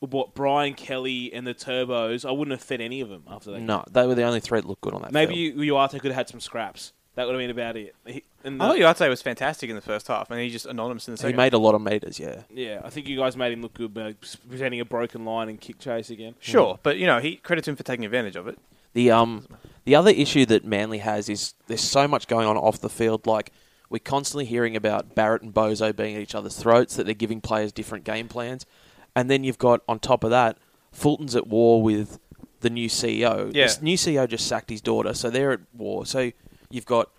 S3: what Brian Kelly and the Turbos, I wouldn't have fed any of them after that.
S4: no, they were the only three that looked good on that.
S3: Maybe
S4: field.
S3: you Uarte could have had some scraps. That would have been about it. He, and
S2: I thought
S3: the-
S2: Uarte was fantastic in the first half, and he just anonymous in the
S4: he
S2: second.
S4: made a lot of meters. Yeah,
S3: yeah, I think you guys made him look good by presenting a broken line and kick chase again.
S2: Sure, but you know, he credits him for taking advantage of it.
S4: The um the other issue that Manly has is there's so much going on off the field. Like we're constantly hearing about Barrett and Bozo being at each other's throats, that they're giving players different game plans, and then you've got on top of that Fulton's at war with the new CEO.
S2: Yeah.
S4: This new CEO just sacked his daughter, so they're at war. So you've got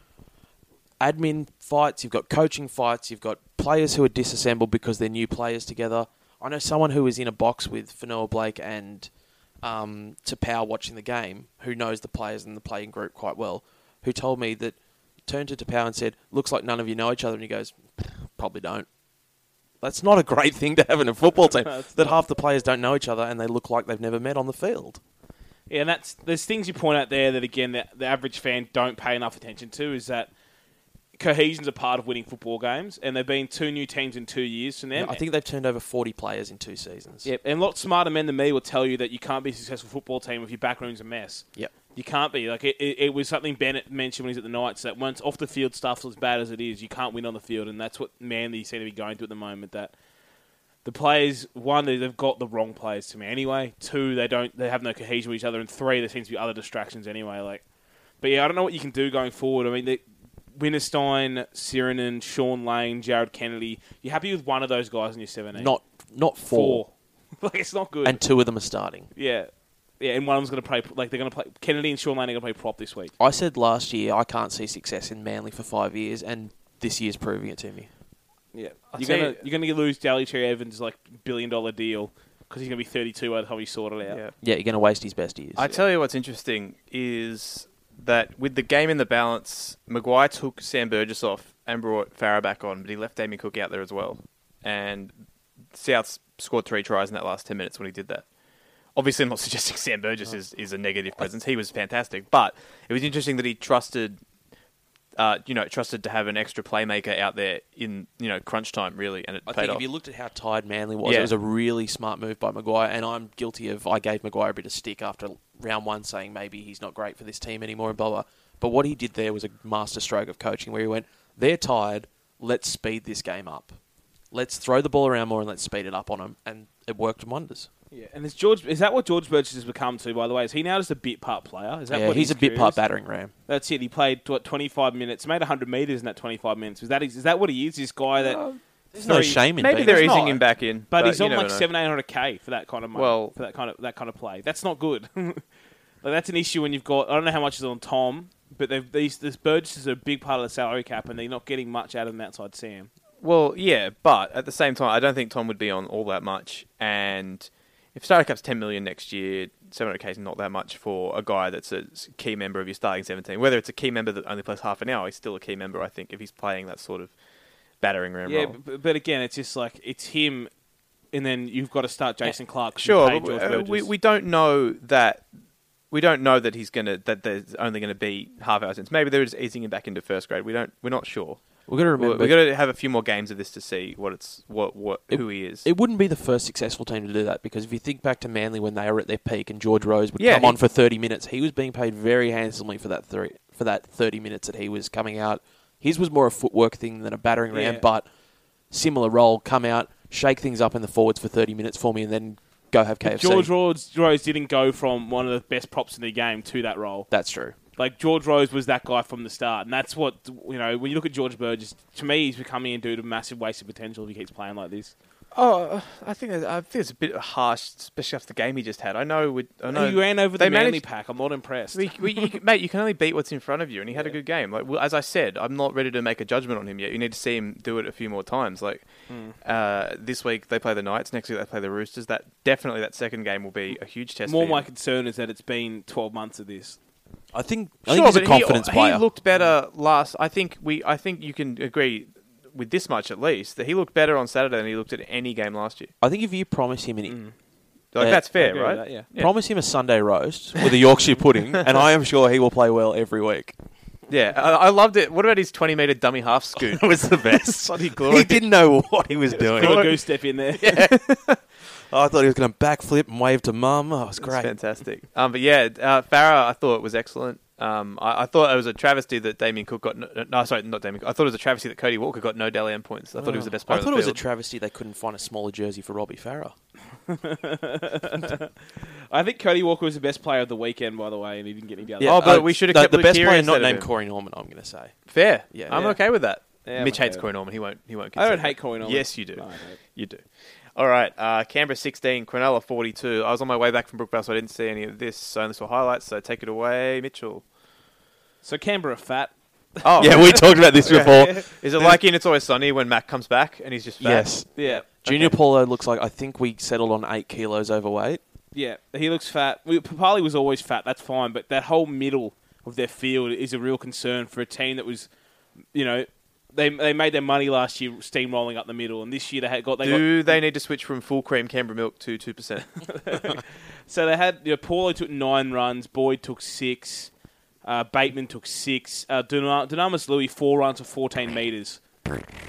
S4: admin fights, you've got coaching fights, you've got players who are disassembled because they're new players together. I know someone who was in a box with Fanoa Blake and um, Tapau watching the game, who knows the players and the playing group quite well, who told me that turned to Tapau and said, "Looks like none of you know each other," and he goes, "Probably don't." That's not a great thing to have in a football team. that half the players don't know each other and they look like they've never met on the field.
S3: Yeah, and that's there's things you point out there that again the, the average fan don't pay enough attention to is that cohesion's a part of winning football games, and they've been two new teams in two years from them.
S4: I think they've turned over forty players in two seasons.
S3: Yep, and lots smarter men than me will tell you that you can't be a successful football team if your backroom's a mess.
S4: Yep.
S3: You can't be. Like it, it, it was something Bennett mentioned when he's at the Knights that once off the field stuff's as bad as it is, you can't win on the field, and that's what Manly seem to be going to at the moment. That the players, one, they- they've got the wrong players to me anyway. Two, they don't, they have no cohesion with each other, and three, there seems to be other distractions anyway. Like, but yeah, I don't know what you can do going forward. I mean, they, Winterstein, Sirenan, Sean Lane, Jared Kennedy. You happy with one of those guys in your seventeen?
S4: Not not
S3: four.
S4: four,
S3: like it's not good.
S4: and two of them are starting.
S3: yeah, yeah, and one of them's going to play. Like they're going to play. Kennedy and Sean Lane are going to play prop this week.
S4: I said last year I can't see success in Manly for five years, and this year's proving it to me.
S3: Yeah,
S2: I'll
S3: you're
S2: tell
S3: going
S2: you-
S3: to you're going to lose Daly Cherry Evans' like billion dollar deal because he's going to be 32 by the time he's sorted out.
S2: Yeah.
S4: Yeah, you're going to waste his best years.
S2: I tell you what's interesting is that with the game in the balance, Maguire took Sam Burgess off and brought Farah back on, but he left Damien Cook out there as well. And South scored three tries in that last 10 minutes when he did that. Obviously, I'm not suggesting Sam Burgess is, is a negative presence. He was fantastic, but it was interesting that he trusted, uh, you know, trusted to have an extra playmaker out there in you know crunch time, really, and it
S4: I
S2: paid
S4: think
S2: off.
S4: if you looked at how tired Manly was,
S2: Yeah.
S4: it was a really smart move by Maguire, and I'm guilty of I gave Maguire a bit of stick after round one, saying maybe he's not great for this team anymore and blah blah. But what he did there was a master stroke of coaching, where he went, "They're tired. Let's speed this game up. Let's throw the ball around more and let's speed it up on them." And it worked wonders.
S3: Yeah, and is George is that what George Burgess has become too? By the way, is he now just a bit part player? Is that
S4: Yeah,
S3: what
S4: he's a bit part
S3: career is?
S4: battering ram.
S3: That's it. He played what 25 minutes, made 100 meters in that 25 minutes. Is that is that what he is? This guy that
S4: There's no
S3: Sorry,
S4: shame in
S2: Maybe
S4: being
S2: they're
S3: It's
S2: easing
S3: not.
S2: him back in,
S3: But, he's
S2: you
S3: on
S2: never
S3: like
S2: know.
S3: seven, eight hundred k for that kind of money.
S2: Well-
S3: for that kind of that kind of play, that's not good. like that's an issue when you've got. I don't know how much is on Tom, but they've, these this Burgess is a big part of the salary cap, and they're not getting much out of an outside Sam.
S2: Well, yeah, but at the same time, I don't think Tom would be on all that much. And if Starter Cup's ten million next year, seven hundred k is not that much for a guy that's a s- key member of your starting seventeen. Whether it's a key member that only plays half an hour, he's still a key member, I think, if he's playing that sort of battering ram
S3: Yeah,
S2: role.
S3: but, but again, it's just like it's him, and then you've got to start Jason Clark. 'cause you
S2: sure,
S3: paid
S2: but,
S3: George
S2: uh, we
S3: Burgess.
S2: we don't know that. We don't know that he's gonna that there's only gonna be half hour since. Maybe they're just easing him back into first grade. We don't. We're not sure.
S4: We've got to
S2: We're,
S4: remember
S2: we're gonna have a few more games of this to see what it's what what who he is.
S4: It wouldn't be the first successful team to do that because if you think back to Manly when they were at their peak and George Rose would
S2: Yeah,
S4: come
S2: he-
S4: on for 30 minutes, he was being paid very handsomely for that three, for that 30 minutes that he was coming out. His was more a footwork thing than a battering ram,
S3: Yeah.
S4: but similar role. Come out, shake things up in the forwards for 30 minutes for me, and then go have KFC.
S3: George Rhodes, Rose didn't go from one of the best props in the game to that role.
S4: That's true.
S3: Like George Rose was that guy from the start, and that's what you know. When you look at George Burgess, to me, he's becoming a dude of massive wasted potential if he keeps playing like this.
S2: Oh, I think that- I think it's a bit harsh, especially after the game he just had. I know. We, I know
S3: he ran over the
S2: they
S3: Manly
S2: managed-
S3: pack. I'm not impressed.
S2: We, we, you, can- mate, you can only beat what's in front of you, and he had a good game. Like well, as I said, I'm not ready to make a judgment on him yet. You need to see him do it a few more times. Like
S3: Hmm.
S2: uh, this week they play the Knights, next week they play the Roosters. That definitely that second game will be a huge test.
S3: More
S2: for him.
S3: my concern is that it's been 12 months of this.
S4: I think,
S2: Sure,
S4: I think he's a
S2: but
S4: confidence
S2: he,
S4: player.
S2: He looked better
S3: Hmm.
S2: last. I think we. I think you can agree with this much at least that he looked better on Saturday than he looked at any game last year.
S4: I think if you promise him an,
S2: Like
S4: Yeah,
S2: that's
S3: I
S2: fair,
S3: agree
S2: right?
S3: with that, yeah.
S4: promise him a Sunday roast with a Yorkshire pudding, and I am sure he will play well every week.
S2: Yeah, I, I loved it. What about his 20 meter dummy half scoot?
S4: It was the best.
S2: Bloody
S4: he
S2: glory.
S4: didn't know what he was
S3: Got a
S4: doing.
S3: goose step in there.
S4: Oh, I thought he was going to backflip and wave to mum. Oh, it was
S2: It's
S4: great.
S2: fantastic. Um, but yeah, uh, Farah, I thought was excellent. Um, I, I thought it was a travesty that Damien Cook got no, no, sorry, not Damien. Cook. I thought it was a travesty that Cody Walker got no Dally M points. I thought he was the best player.
S4: I
S2: on
S4: thought
S2: the
S4: it was a
S2: field.
S4: travesty they couldn't find a smaller jersey for Robbie Farah.
S3: I think Cody Walker was the best player of the weekend, by the way, and he didn't get any other.
S2: Yeah. Oh, but we should've
S4: the,
S2: kept
S4: the best
S2: Luke
S4: player
S2: Keary instead
S4: not
S2: of
S4: named
S2: him.
S4: Corey Norman. I'm going to say
S2: fair.
S4: Yeah.
S2: I'm
S3: Yeah.
S2: okay with that.
S3: Yeah, I'm
S2: Mitch
S3: okay
S2: hates
S3: with
S2: Coy Norman. He won't. He won't.
S3: I don't
S2: consider
S3: hate
S2: that.
S3: Coy Norman.
S2: Oh, Yes, you do.
S3: No, I don't.
S2: You do. All right, uh, Canberra 16, Cronulla 42. I was on my way back from Brookvale, so I didn't see any of this. So only saw highlights. So take it away, Mitchell.
S3: So Canberra fat.
S2: Oh,
S4: we talked about this before.
S2: Is it like in It's Always Sunny when Mac comes back and he's just fat?
S4: yes,
S3: Yeah,
S4: Junior Paulo looks like I think we settled on eight kilos overweight.
S3: yeah. He looks fat. We, Papali was always fat. That's fine, but that whole middle of their field is a real concern for a team that was, you know, they they made their money last year steamrolling up the middle, and this year they had got they got
S2: Do they need to switch from full cream Canberra milk to two percent?
S3: So they had you know, Paulo took nine runs, Boyd took six, uh, Bateman took six, uh, Duna- Dunamis Louis four runs for fourteen meters.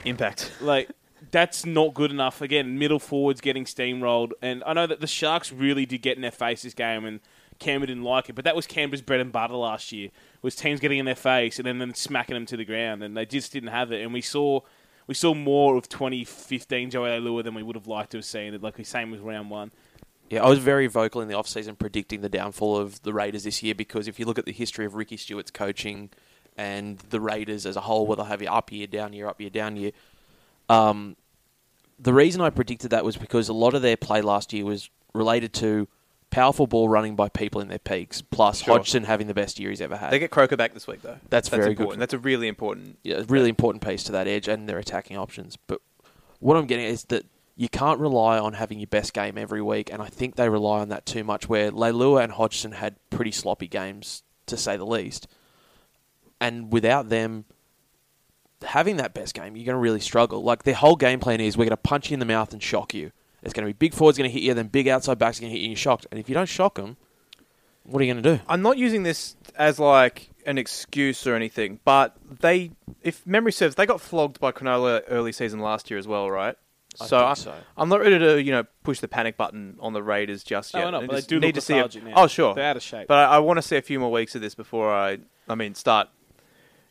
S2: Impact.
S3: Like that's not good enough. Again, middle forwards getting steamrolled, and I know that the Sharks really did get in their face this game, and Canberra didn't like it. But that was Canberra's bread and butter last year was teams getting in their face and then them smacking them to the ground, and they just didn't have it. And we saw. We saw more of 2015 Joey Lua than we would have liked to have seen. Like the same with round one.
S4: Yeah, I was very vocal in the offseason predicting the downfall of the Raiders this year because if you look at the history of Ricky Stewart's coaching and the Raiders as a whole, whether they have you up year, down year, up year, down year, um, the reason I predicted that was because a lot of their play last year was related to powerful ball running by people in their peaks, plus
S2: Sure.
S4: Hodgson having the best year he's ever had.
S2: They get Croker back this week though.
S4: That's very good.
S2: important. That's a really important.
S4: yeah, a really important piece to that edge and their attacking options. But what I'm getting at is that you can't rely on having your best game every week, and I think they rely on that too much. Where Leilua and Hodgson had pretty sloppy games, to say the least, and without them having that best game, you're going to really struggle. Like their whole game plan is, we're going to punch you in the mouth and shock you. It's going to be big forwards going to hit you, then big outside backs going to hit you, and you're shocked. And if you don't shock them, what are you going to do?
S2: I'm not using this as like an excuse or anything, but they, if memory serves, they got flogged by Cronulla early season last year as well, right?
S4: I
S2: so,
S4: think
S2: I,
S4: so.
S2: am not ready to you know push the panic button on the Raiders just
S3: No,
S2: yet.
S3: we're not,
S2: I
S3: but they
S2: just
S3: do
S2: need
S3: look
S2: to see. A,
S3: lethargic now.
S2: oh, sure,
S3: They're out of shape.
S2: But I, I want to see a few more weeks of this before I, I mean, start,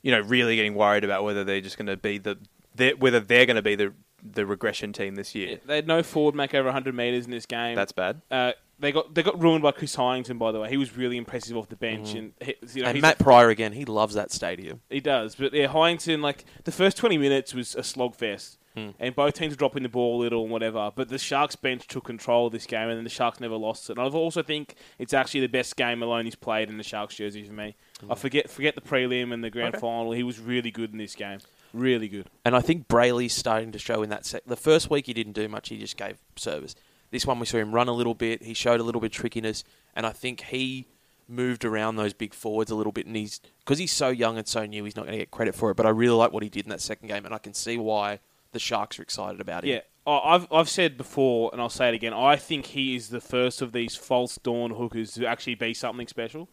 S2: you know, really getting worried about whether they're just going to be the, they whether they're going to be the the regression team this year.
S3: They had no forward make over 100 metres in this game.
S2: That's bad.
S3: Uh, they got they got ruined by Chris Hyington, by the way. He was really impressive off the bench, and he, you know,
S4: Mm. and
S3: he's-
S4: Matt Pryor again, he loves that stadium.
S3: he does. But yeah, Hyington, like the first twenty minutes was a slogfest,
S4: Mm.
S3: and both teams dropping the ball a little and whatever. But the Sharks bench took control of this game, and the Sharks never lost it. And I also think it's actually the best game Maloney's played in the Sharks jersey for me.
S4: Mm.
S3: I forget forget the prelim and the grand final. He was really good in this game. Really good.
S4: And I think Brayley's starting to show in that sec. The first week he didn't do much; he just gave service. This one we saw him run a little bit. He showed a little bit of trickiness, and I think he moved around those big forwards a little bit. And he's because he's so young and so new, he's not going to get credit for it. But I really like what he did in that second game, and I can see why the Sharks are excited about him.
S3: Yeah, I- I've I've said before, and I'll say it again. I think he is the first of these false dawn hookers to actually be something special.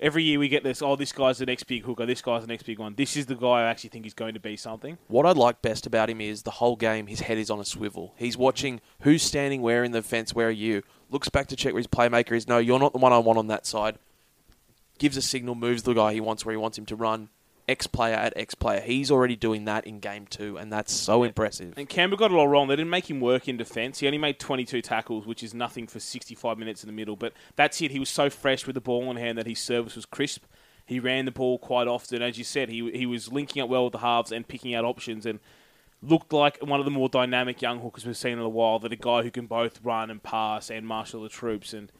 S3: Every year we get this. Oh, this guy's the next big hooker. This guy's the next big one. This is the guy I actually think is going to be something.
S4: What I like best about him is the whole game, his head is on a swivel. He's watching who's standing where in the fence, where are you? Looks back to check where his playmaker is. No, you're not the one I want on that side. Gives a signal, moves the guy he wants where he wants him to run, X player at X player. He's already doing that in game two, and that's so impressive.
S3: And Canberra got it all wrong. They didn't make him work in defence. He only made 22 tackles, which is nothing for 65 minutes in the middle. But that's it. He was so fresh with the ball in hand that his service was crisp. He ran the ball quite often. As you said, he, he was linking up well with the halves and picking out options and looked like one of the more dynamic young hookers we've seen in a while, that a guy who can both run and pass and marshal the troops. And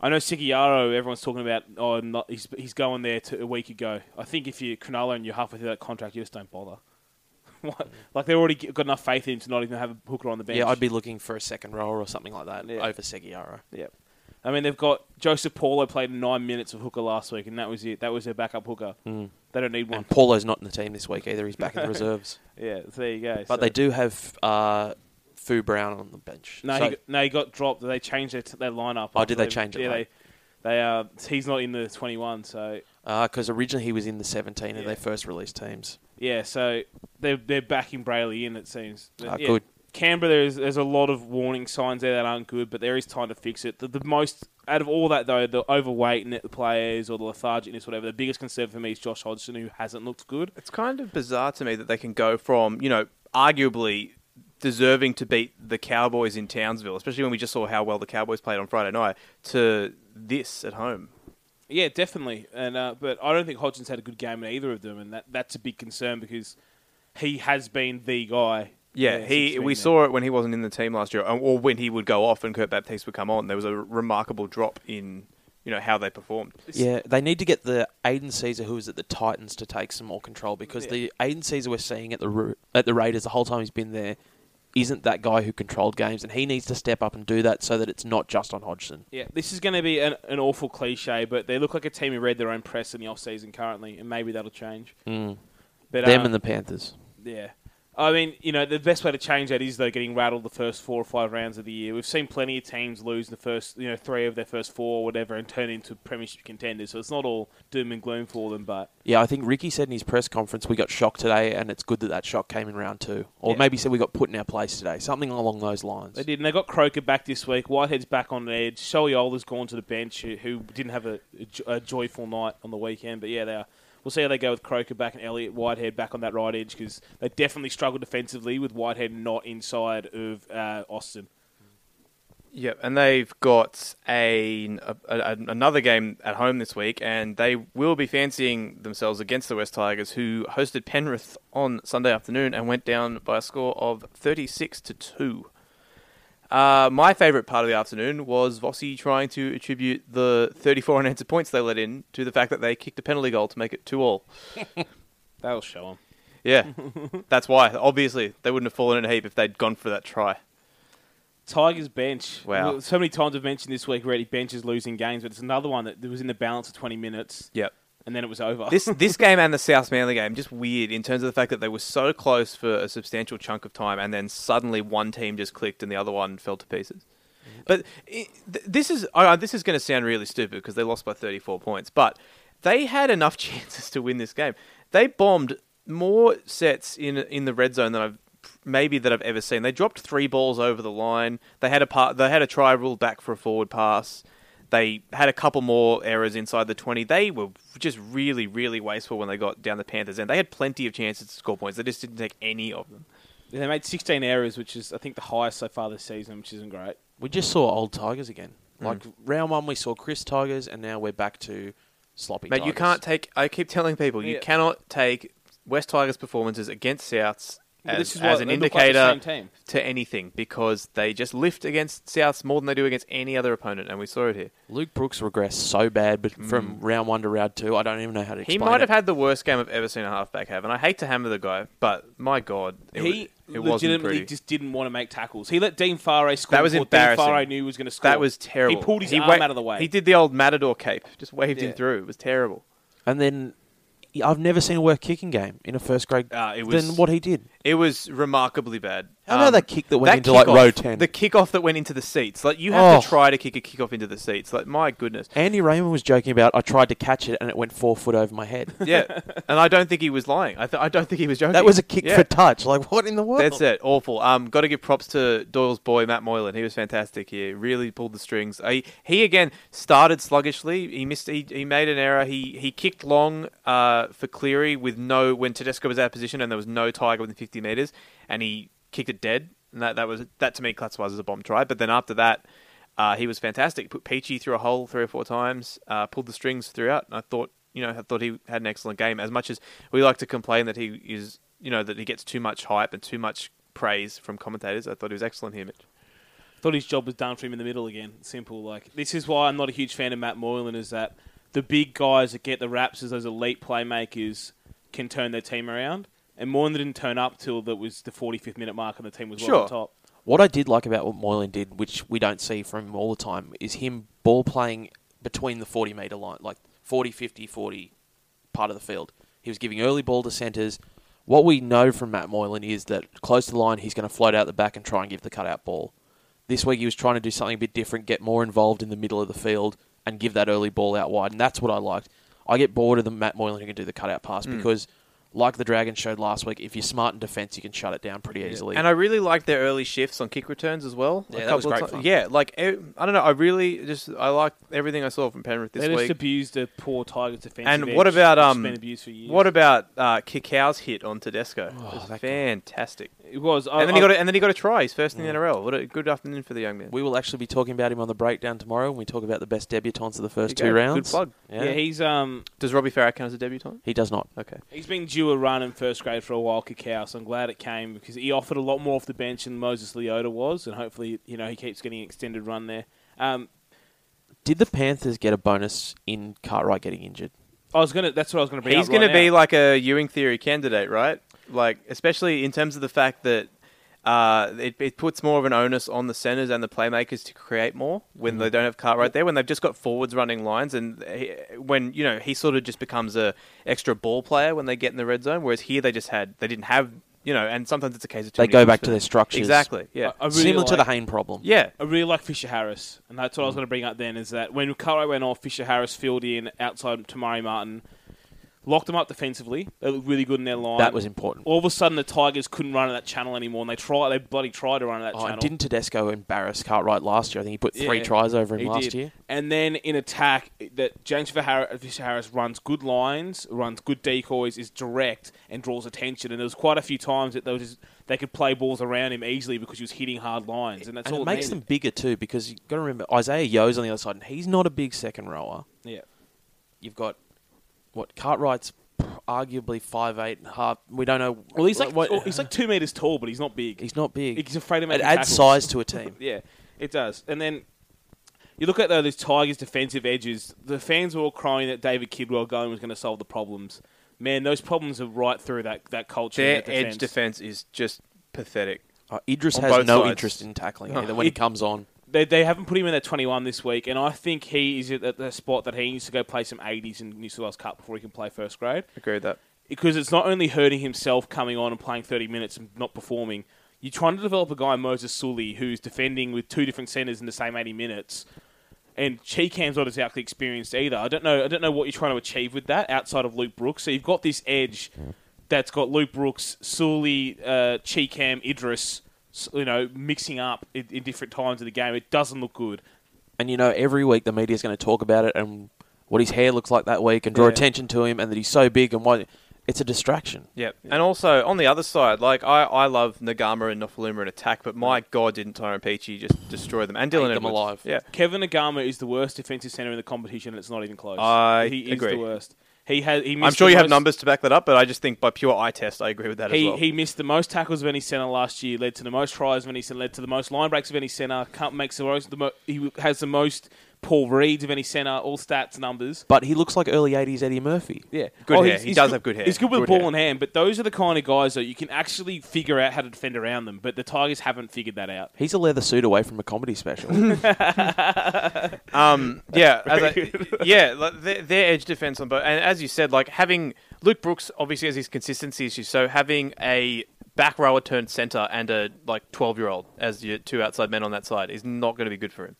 S3: I know Sigiaro, everyone's talking about, oh, not, he's, he's going there to, a week ago. I think if you're Cronulla and you're halfway through that contract, you just don't bother. What? Like they've already g- got enough faith in him to not even have a hooker on the bench.
S4: Yeah, I'd be looking for a second row or something like that
S3: Yeah.
S4: over Seguiaro.
S3: Yep. I mean, they've got Joseph Paulo played nine minutes of hooker last week, and that was it. That was their backup hooker.
S4: Hmm.
S3: Mm. They don't need one.
S4: And Paulo's not in the team this week either. He's back in the reserves.
S3: Yeah, so there you go.
S4: But
S3: So-
S4: they do have uh, Fu Brown on the bench.
S3: No,
S4: So-
S3: he, got- no, he got dropped. They changed their, t- their lineup.
S4: Oh,
S3: after
S4: did they
S3: they-
S4: change it,
S3: Yeah,
S4: right?
S3: they. They uh, he's not in the twenty-one. So
S4: because uh, originally he was in the 17 of
S3: Yeah.
S4: their first release teams.
S3: yeah, so they're they're backing Brayley in. It seems. But,
S4: Ah,
S3: yeah,
S4: good.
S3: Canberra, there's there's a lot of warning signs there that aren't good, but there is time to fix it. The, the most out of all that though, the overweight net players or the lethargicness, whatever. The biggest concern for me is Josh Hodgson, who hasn't looked good.
S2: It's kind of bizarre to me that they can go from, you know, arguably deserving to beat the Cowboys in Townsville, especially when we just saw how well the Cowboys played on Friday night, to this at home.
S3: Yeah, definitely. And uh, but I don't think Hodgson's had a good game in either of them, and that, that's a big concern because he has been the guy.
S2: Yeah,
S3: since
S2: he.
S3: he's
S2: We
S3: been there.
S2: saw it when he wasn't in the team last year, or- or when he would go off and Kurt Baptiste would come on. There was a remarkable drop in, you know, how they performed.
S4: Yeah, they need to get the Aiden Caesar, who was at the Titans, to take some more control because the Aiden Caesar we're seeing at the Ru- at the Raiders the whole time he's been there isn't that guy who controlled games, and he needs to step up and do that so that it's not just on Hodgson.
S3: Yeah, this is going to be an, an awful cliche, but they look like a team who read their own press in the off season currently, and maybe that'll change. But
S4: Mm. Them
S3: uh,
S4: and the Panthers.
S3: Yeah. I mean, you know, the best way to change that is though getting rattled the first four or five rounds of the year. We've seen plenty of teams lose the first, you know, three of their first four or whatever, and turn into premiership contenders. So it's not all doom and gloom for them. But
S4: Yeah, I think Ricky said in his press conference we got shocked today, and it's good that that shock came in round two, or
S3: Yeah.
S4: maybe he said we got put in our place today, something along those lines.
S3: they did, and they got Croker back this week. Whitehead's back on the edge. Soliola's gone to the bench, who, who didn't have a, a jo- a joyful night on the weekend. But yeah, they are. We'll see how they go with Croker back and Elliot Whitehead back on that right edge because they definitely struggled defensively with Whitehead not inside of uh, Austin.
S2: Yeah, and they've got a, a, a- another game at home this week, and they will be fancying themselves against the West Tigers, who hosted Penrith on Sunday afternoon and went down by a score of thirty-six to two. Uh, my favourite part of the afternoon was Vossi trying to attribute the thirty-four unanswered points they let in to the fact that they kicked a penalty goal to make it two all.
S3: That'll show them.
S2: Yeah, that's why. Obviously, they wouldn't have fallen in a heap if they'd gone for that try.
S3: Tigers bench.
S2: Wow.
S3: So many times I've mentioned this week already benches losing games, but it's another one that was in the balance of 20 minutes
S2: Yep.
S3: and then it was over.
S2: this this game and the South Manly game just weird in terms of the fact that they were so close for a substantial chunk of time, and then suddenly one team just clicked and the other one fell to pieces. But i th- this is uh, this is going to sound really stupid because they lost by 34 points, but they had enough chances to win this game. They bombed more sets in in the red zone than I've maybe that I've ever seen. They dropped three balls over the line. They had a part, they had a try ruled back for a forward pass. They had a couple more errors inside the 20. They were just really, really wasteful when they got down the Panthers' end. They had plenty of chances to score points. They just didn't take any of them.
S3: they made 16 errors, which is, I think, the highest so far this season, which isn't great.
S4: We just saw old Tigers again. Like round one, we saw Chris Tigers, and now we're back to sloppy.
S2: Mate, you
S4: Tigers.
S2: can't take. I keep telling people you
S3: Yeah.
S2: cannot take West Tigers' performances against Souths
S3: Well,
S2: as,
S3: this is why
S2: as an
S3: they look like the
S2: indicator
S3: same team.
S2: to anything because they just lift against Souths more than they do against any other opponent, and we saw it here.
S4: Luke Brooks regressed so bad, but
S2: Mm.
S4: from round one to round two, I don't even know how to.
S2: He
S4: Explain
S2: might have
S4: it.
S2: had the worst game I've ever seen a halfback have, and I hate to hammer the guy, but my god, it,
S3: he
S2: was, it wasn't
S3: legitimately
S2: pretty.
S3: just didn't want to make tackles. He let Dean Farre score.
S2: That was
S3: before
S2: embarrassing.
S3: Dean Farre knew he was going to score.
S2: that was terrible.
S3: He pulled his arm
S2: wa-
S3: out of the way.
S2: He did the old matador cape, just waved
S3: Yeah.
S2: him through. It was terrible.
S4: And then I've never seen a worse kicking game in a first grade
S2: Ah, it was-
S4: than what he did.
S2: It was remarkably bad.
S4: How about
S2: Um,
S4: that kick that went into like
S2: kickoff-
S4: row ten?
S2: The kickoff that went into the seats. Like you have to
S4: Oh.
S2: try to kick a kickoff into the seats. Like my goodness.
S4: Andy Raymond was joking about. I tried to catch it and it went four foot over my head.
S2: Yeah. and I don't think he was lying. I, th- I don't think he was joking.
S4: that was a kick
S2: Yeah.
S4: for touch. Like what in the world?
S2: That's it. Awful. Um, got to give props to Doyle's boy Matt Moylan. He was fantastic here. Really pulled the strings. He, he again started sluggishly. He missed. He, he made an error. He he kicked long uh, for Cleary with no when Tedesco was out of position and there was no Tiger within 50 meters, and he kicked it dead. And that that was that to me classifies as a bomb try. But then after that. Uh, he was fantastic. Put Peachy through a hole three or four times. Uh, pulled the strings throughout. And I thought, you know, I thought he had an excellent game. As much as we like to complain that he is, you know, that he gets too much hype and too much praise from commentators, I thought he was excellent here, Mitch.
S3: Thought his job was done for him in the middle again. Simple. Like this is why I'm not a huge fan of Matt Moylan. Is that the big guys that get the raps as those elite playmakers can turn their team around, and Moylan didn't turn up till that was the 45th minute mark, and the team was well
S2: Sure.
S3: on top.
S4: What I did like about what Moylan did, which we don't see from him all the time, is him ball playing between the 40 metre line, like 40, 50, 40 part of the field. He was giving early ball to centres. What we know from Matt Moylan is that close to the line, he's going to float out the back and try and give the cutout ball. This week, he was trying to do something a bit different, get more involved in the middle of the field, and give that early ball out wide. And that's what I liked. I get bored of the Matt Moylan who can do the cutout pass because, like the Dragons showed last week, if you're smart in defence, you can shut it down pretty easily.
S2: And I really liked their early shifts on kick returns as well.
S7: Yeah, that was
S2: couple of
S7: great
S2: ti-
S7: fun.
S2: Yeah, like eh, I don't know. I really just I liked everything I saw from Penrith this
S3: they
S2: week.
S3: just abused the poor Tigers defensive
S2: and what
S3: edge,
S2: about
S3: which has
S2: um?
S3: been abused for years.
S2: What about uh, Kikau's hit on Tedesco?
S7: Oh,
S2: it was
S4: that guy.
S2: fantastic.
S3: it was? I,
S2: And then he
S3: I-
S2: got a, and then he got a try, his first in the NRL. What a good afternoon for the young man.
S4: We will actually be talking about him on the breakdown tomorrow when we talk about the best debutants of the first
S2: Okay,
S4: two
S2: Good
S4: rounds.
S2: plug.
S4: Yeah.
S3: Yeah,
S4: he,
S3: he's um
S2: Does Robbie Farah count as a debutant?
S4: does not.
S2: Okay.
S3: he's been due a run in first grade for a while, Kakao. So I'm glad it came because he offered a lot more off the bench than Moses Leota was, and hopefully you know he keeps getting an extended run there. Um,
S4: Did the Panthers get a bonus in Cartwright getting injured?
S3: I was gonna. That's what I was gonna bring.
S2: He's
S3: going
S2: going to be like a Ewing theory candidate, right? Like, especially in terms of the fact that uh, it, it puts more of an onus on the centers and the playmakers to create more when they don't have Cartwright there, when they've just got forwards running lines, and he, when you know he sort of just becomes a extra ball player when they get in the red zone. Whereas here they just had they didn't have you know, and sometimes it's a case of too
S4: They
S2: many
S4: go
S2: balls
S4: back
S2: for
S4: to
S2: them.
S4: their structures.
S2: Exactly. Yeah.
S3: I- I really
S4: Similar to the
S3: like-
S4: Hayne problem.
S2: yeah.
S3: I really like Fisher Harris, and that's what I was going to bring up. Then is that when Cartwright went off, Fisher Harris filled in outside to Murray Martin, locked them up defensively. They looked really good in their line.
S4: That was important.
S3: All of a sudden, the Tigers couldn't run that channel anymore, and they tried. They bloody tried to run that
S4: Oh,
S3: channel.
S4: and didn't Tedesco embarrass Cartwright last year? I think he put three
S3: Yeah,
S4: tries over him
S3: he
S4: last
S3: did.
S4: year.
S3: And then in attack, that James Verhar- Fisher Harris runs good lines, runs good decoys, is direct, and draws attention. And there was quite a few times that they were just they could play balls around him easily because he was hitting hard lines, and that's
S4: And
S3: all
S4: it makes
S3: needed.
S4: them bigger too because you've got to remember Isaiah Yo's on the other side and he's not a big second rower.
S3: Yeah.
S4: You've got, what, Cartwright's arguably five eight and a half. We don't know.
S3: Well, he's like
S4: what,
S3: he's like two meters tall, but he's not big.
S4: he's not big.
S3: He's afraid of
S4: it
S3: making
S4: adds
S3: tackles.
S4: size to a team.
S3: yeah, it does. And then you look at though those Tigers' defensive edges. The fans were all crying that David Kidwell going was going to solve the problems. Man, those problems are right through that that culture.
S2: Their
S3: and that
S2: edge defense is just pathetic.
S4: Uh, Idris
S2: On
S4: has
S2: both
S4: no
S2: sides.
S4: interest in tackling either when he comes on.
S3: They, they haven't put him in at 21 this week, and I think he is at the- the spot that he needs to go play some 80s in New South Wales Cup before he can play first grade.
S2: Agree with that.
S3: Because it's not only hurting himself coming on and playing 30 minutes and not performing, you're trying to develop a guy, Moses Sully, who's defending with two different centres in the same 80 minutes. And Cheekham's not exactly experienced either. I don't know. I don't know what you're trying to achieve with that outside of Luke Brooks. So you've got this edge that's got Luke Brooks, Sully, uh, Cheekham, Idris, s- you know, mixing up in, in different times of the game. It doesn't look good.
S4: And you know, every week the media's going to talk about it and what his hair looks like that week and draw attention to him and that he's so big and why it's a distraction.
S2: Yeah. And also on the other side, like I, I love Nagama and Nofaluma in attack, but my god didn't Tyrone Peachy just destroy them and Dylan
S4: Ate them
S2: Edwards.
S4: alive.
S2: Yeah.
S3: Kevin Nagama is the worst defensive center in the competition, and it's not even close.
S2: I
S3: he is
S2: agree.
S3: the worst. He has. He
S2: I'm
S3: missed
S2: sure
S3: the
S2: you have
S3: most-
S2: numbers to back that up, but I just think by pure eye test I agree with that
S3: He,
S2: as well.
S3: he missed the most tackles of any center last year, led to the most tries of any center, led to the most line breaks of any center. Can't make the most. The mo- he has the most Paul reads of any center. All stats numbers.
S4: But he looks like early 80s Eddie Murphy.
S3: Yeah,
S2: Good hair.
S3: he's-
S2: He
S3: he's
S2: does have good hair.
S3: He's good with
S2: Good
S3: ball
S2: hair.
S3: in hand, but those are the kind of guys that you can actually figure out how to defend around them. But the Tigers haven't figured that out.
S4: He's a leather suit away from a comedy special.
S2: Um, yeah, as I, yeah, like their, their edge defense on both, and as you said, like having Luke Brooks obviously has his consistency issues, so having a back rower turned centre and a like twelve year old as your two outside men on that side is not going to be good for him.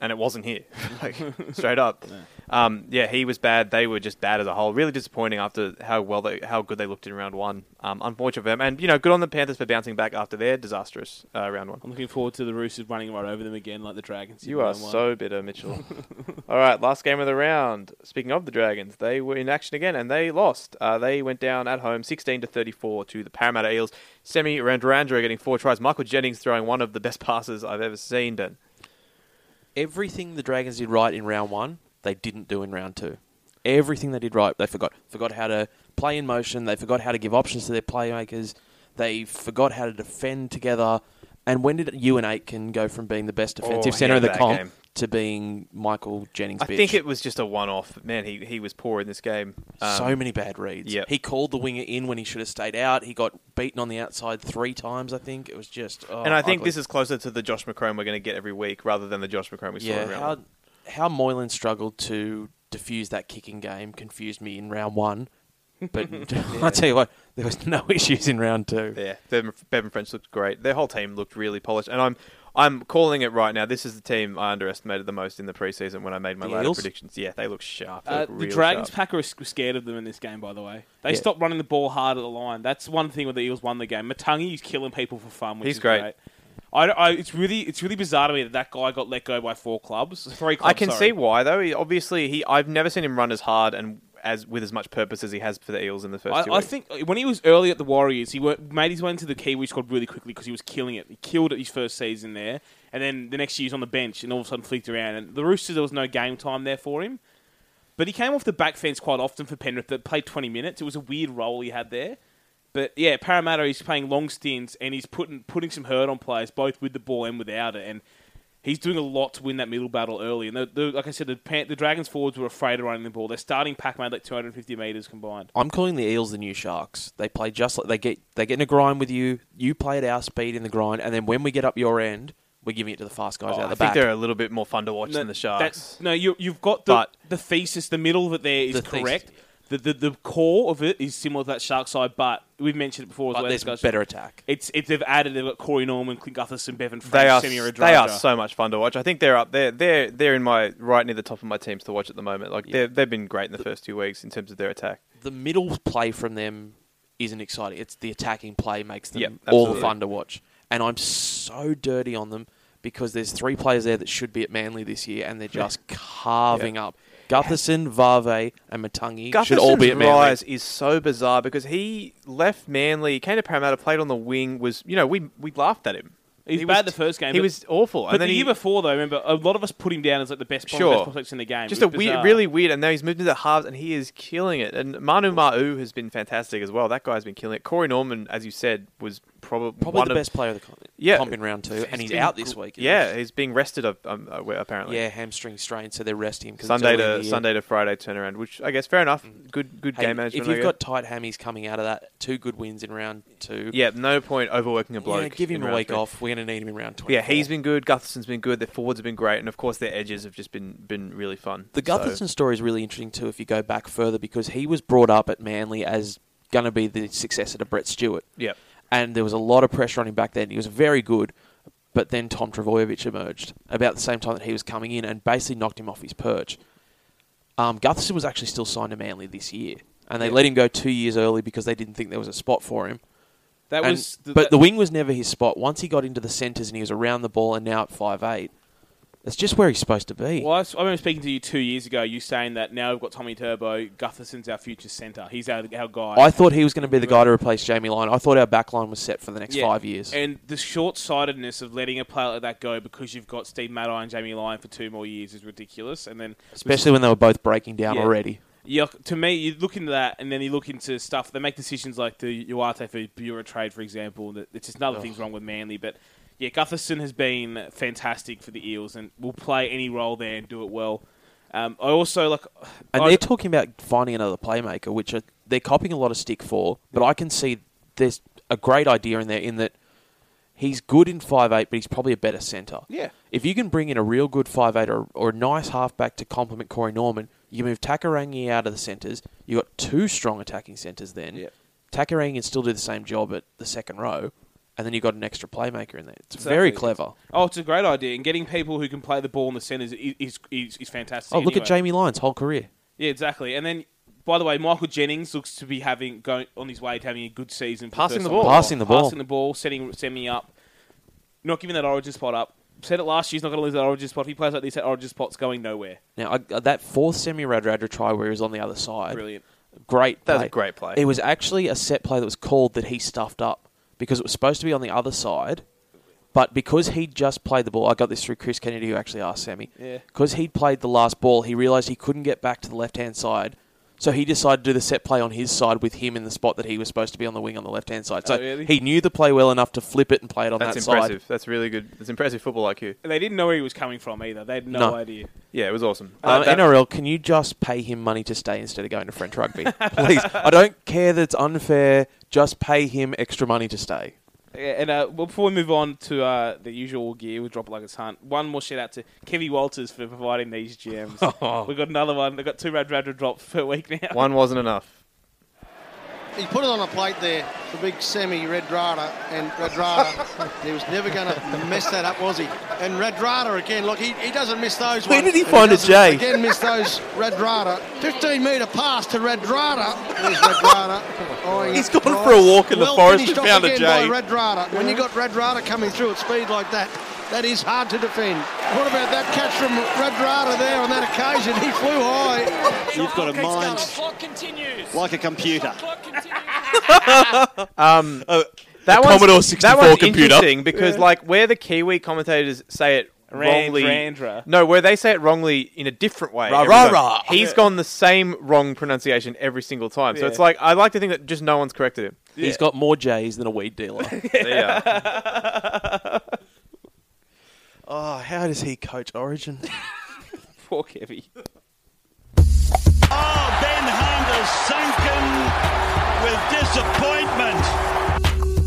S2: And it wasn't here, like straight up. Um, yeah, he was bad. They were just bad as a whole. Really disappointing after how well they, how good they looked in round one. Um, unfortunate for them, and you know, good on the Panthers for bouncing back after their disastrous uh, round one.
S3: I'm looking forward to the Roosters running right over them again, like the Dragons. did
S5: You are
S3: round one.
S5: so bitter, Mitchell. All right, last game of the round. Speaking of the Dragons, they were in action again and they lost. Uh, they went down at home, sixteen to thirty-four, to the Parramatta Eels. Semi Randarandra getting four tries. Michael Jennings throwing one of the best passes I've ever seen. Dan.
S4: everything the Dragons did right in round one, they didn't do in round two. Everything they did right, they forgot. Forgot how to play in motion. They forgot how to give options to their playmakers. They forgot how to defend together. And when did Ewan Aitken go from being the best defensive
S2: I
S4: centre of
S2: hate
S4: the
S2: Oh, that
S4: comp
S2: game.
S4: to being Michael Jennings?
S2: I
S4: bitch?
S2: think it was just a one off. Man, he he was poor in this game. Um,
S4: so many bad reads.
S2: yep.
S4: He called the winger in when he should have stayed out. He got beaten on the outside three times, I think. It was just. Oh,
S2: and I think
S4: ugly.
S2: this is closer to the Josh McCrone we're going to get every week rather than the Josh McCrone we saw in
S4: Yeah,
S2: round
S4: how
S2: one.
S4: how Moylan struggled to defuse that kicking game confused me in round one, but I tell you what, there was no issues in round two.
S2: Yeah, Bevan, Bevan French looked great. Their whole team looked really polished, and I'm I'm calling it right now. This is the team I underestimated the most in the preseason when I made my
S4: The
S2: ladder
S4: Eels?
S2: predictions. Yeah, they look sharp. They
S3: Uh,
S2: look
S3: the
S2: real
S3: Dragons
S2: sharp.
S3: pack are sc- scared of them in this game, by the way. They
S4: Yeah.
S3: stopped running the ball hard at the line. That's one thing where the Eels won the game. Matangi is killing people for fun, which
S2: He's
S3: is
S2: great.
S3: great. I, don't- I, it's really it's really bizarre to me that that guy got let go by four clubs, three clubs.
S2: I can
S3: Oh, sorry.
S2: see why though. He, obviously, he I've never seen him run as hard and as with as much purpose as he has for the Eels in the first. two
S3: I, I
S2: weeks.
S3: think when he was early at the Warriors, he went, made his way into the Kiwi squad really quickly because he was killing it. He killed it his first season there, and then the next year he's on the bench and all of a sudden flicked around. And the Roosters, there was no game time there for him, but he came off the back fence quite often for Penrith. That played twenty minutes. It was a weird role he had there, but yeah, Parramatta he's playing long stints and he's putting putting some hurt on players both with the ball and without it, and. He's doing a lot to win that middle battle early, and the, the, like I said, the, Pan- the Dragons forwards were afraid of running the ball. They're starting pack made like 250 meters combined.
S4: I'm calling the Eels the new Sharks. They play just like they get they get in a grind with you. You play at our speed in the grind, and then when we get up your end, we're giving it to the fast guys
S2: Oh,
S4: out
S2: I
S4: the
S2: think
S4: back.
S2: they're a little bit more fun to watch than the
S3: that's-
S2: Sharks.
S3: no, you, you've got the,
S2: But-
S3: the thesis, the middle of it there is
S4: The thesis.
S3: correct. The, the the core of it is similar to that shark side, but we've mentioned it before as
S4: but
S3: well.
S4: there's
S3: discussion.
S4: better attack.
S3: It's, it's they've added they've got Corey Norman, Clint Gutherson, Bevan
S2: They are,
S3: French, Semi
S2: they are so much fun to watch. I think they're up there. They're they're in my right near the top of my teams to watch at the moment. Like they're they've been great in the first two weeks in terms of their attack.
S4: The middle play from them isn't exciting. It's the attacking play makes them
S2: Yep,
S4: all the
S2: absolutely.
S4: fun to watch. And I'm so dirty on them because there's three players there that should be at Manly this year, and they're just carving up. Gutherson, Vave, and Matangi should all be at
S2: Gutherson's
S4: Manly.
S2: rise is so bizarre because he left Manly, came to Parramatta, played on the wing. Was you know we we laughed at him.
S3: He's
S2: He
S3: bad
S2: was-
S3: the first game,
S2: He
S3: but-
S2: was awful.
S3: But
S2: and then
S3: the
S2: he,
S3: year before, though, remember a lot of us put him down as like the best, one of the
S2: Sure.
S3: best prospects in the game.
S2: just
S3: It
S2: a
S3: was
S2: weird,
S3: bizarre.
S2: really weird. And now he's moved into the halves, and he is killing it. And Manu Ma'u has been fantastic as well. That guy's been killing it. Corey Norman, as you said, was probably
S4: Probably
S2: one
S4: the
S2: of-
S4: best player of the comp,
S2: Yeah.
S4: comp in round two, and he's
S2: been
S4: out this
S2: gr-
S4: week.
S2: Yeah, he's being rested up, um, uh, apparently.
S4: yeah, hamstring strain, so they're resting him. 'cause it's
S2: Sunday
S4: early in
S2: to
S4: the year. Mm.
S2: Sunday to Friday turnaround, which I guess fair enough. Good good
S4: Hey,
S2: game management.
S4: if
S2: I
S4: you've
S2: guess.
S4: got tight hammies coming out of that, two good wins in round two.
S2: yeah, no point overworking a
S4: Yeah,
S2: bloke.
S4: give him
S2: in
S4: a
S2: round
S4: week
S2: three.
S4: off. We're going to need him in round twenty.
S2: Yeah, he's been good. Gutherson's been good. Their forwards have been great, and of course their edges have just been been really fun.
S4: The
S2: So-
S4: Gutherson story is really interesting too if you go back further because he was brought up at Manly as going to be the successor to Brett Stewart.
S2: Yep.
S4: And there was a lot of pressure on him back then. He was very good, but then Tom Travojevic emerged about the same time that he was coming in and basically knocked him off his perch. Um, Gutherson was actually still signed to Manly this year, and they let him go two years early because they didn't think there was a spot for him.
S3: That
S4: And-
S3: was, the,
S4: but the wing was never his spot. Once he got into the centres and he was around the ball, and now at five eight, that's just where he's supposed to be.
S3: Well, I, s- I remember speaking to you two years ago. You saying that now we've got Tommy Turbo, Gutherson's our future centre. He's our, our guy.
S4: I thought he was going to be the guy to replace Jamie Lyon. I thought our back line was set for the next
S3: Yeah.
S4: five years.
S3: And the short sightedness of letting a player like that go because you've got Steve Maddie and Jamie Lyon for two more years is ridiculous. And then,
S4: Especially when they were both breaking down
S3: Yeah.
S4: already.
S3: yeah, to me, you look into that, and then you look into stuff. They make decisions like the Uarte for Bureau Trade, for example. That it's just another thing's wrong with Manly, but. Yeah, Gutherson has been fantastic for the Eels and will play any role there and do it well. Um, I also like,
S4: And
S3: I-
S4: they're talking about finding another playmaker, which are, they're copying a lot of stick for. But I can see there's a great idea in there in that he's good in five eight, but he's probably a better centre.
S2: Yeah.
S4: If you can bring in a real good five eight or, or a nice halfback to complement Corey Norman, you move Takarangi out of the centres. You've got two strong attacking centres then.
S2: Yeah.
S4: Takarang can still do the same job at the second row, and then you've got an extra playmaker in there. It's very clever.
S3: Oh, it's a great idea, and getting people who can play the ball in the centres is is, is, is fantastic.
S4: Oh, look at
S3: anyway.
S4: Jamie Lyons' whole career.
S3: Yeah, exactly. And then, by the way, Michael Jennings looks to be having going on his way to having a good season. For
S5: Passing
S3: first
S5: the
S3: time.
S5: ball.
S4: Passing the ball.
S3: passing the ball, setting semi up, not giving that Origin spot up. Said it last year, he's not going to lose that Origin spot. If he plays like this, that Origin spot's going nowhere.
S4: Now, I, uh, that fourth semi Radradra try where he was on the other side.
S3: Brilliant.
S4: Great play.
S2: That was a great play.
S4: It was actually a set play that was called that he stuffed up because it was supposed to be on the other side, but because he just played the ball, I got this through Chris Kennedy who actually asked Sammy.
S3: Yeah.
S4: Because he played the last ball, he realised he couldn't get back to the left hand side. So he decided to do the set play on his side with him in the spot that he was supposed to be on the wing on the left hand side. So
S3: Oh, really?
S4: he knew the play well enough to flip it and play it on
S2: That's
S4: that
S2: impressive.
S4: side.
S2: That's really good. That's impressive football IQ.
S3: And they didn't know where he was coming from either. They had no,
S4: No.
S3: idea.
S2: Yeah, it was awesome.
S4: Um,
S2: Uh, That- that-
S4: NRL, can you just pay him money to stay instead of going to French rugby? Please. I don't care that it's unfair. Just pay him extra money to stay.
S3: Yeah, and uh, well, before we move on to uh, the usual gear, we drop it like it's hunt. One more shout out to Kevy Walters for providing these gems. We've got another one. We've got two Rad Radra drops per week now.
S2: one wasn't enough.
S8: He put it on a plate there, the big semi Redrada, and Redrada, he was never going to mess that up, was he? And Redrada again, look, he, he doesn't miss those.
S4: Where
S8: ones.
S4: did he find a
S8: doesn't
S4: J?
S8: Again, miss those Redrada. 15 metre pass to Redrada. There's Redrada. eyeing
S4: He's
S8: it
S4: gone
S8: twice.
S4: for a walk in the
S8: well
S4: forest
S8: finished
S4: and
S8: off
S4: found a
S8: again
S4: J.
S8: By Redrada. When you got Redrada coming through at speed like that, that is hard to defend. What about that catch from Redrada there on that occasion? He flew high.
S9: You've got a mind
S1: Clock continues.
S9: like a computer.
S1: Clock continues.
S2: That
S4: The
S2: one's-
S4: Commodore 64
S2: that one's
S4: computer.
S2: interesting because like where the Kiwi commentators say it
S3: Rand-
S2: wrongly,
S3: Randra.
S2: no, where they say it wrongly in a different way.
S4: Rah,
S2: every
S4: rah,
S2: time.
S4: rah.
S2: He's gone the same wrong pronunciation every single time. So
S3: Yeah.
S2: it's like I like to think that just no one's corrected him.
S4: He's got more J's than a weed dealer.
S2: There you are.
S4: oh, how does he coach Origin?
S3: Poor Kevy.
S9: Oh, Ben Hunt is sunken with disappointment.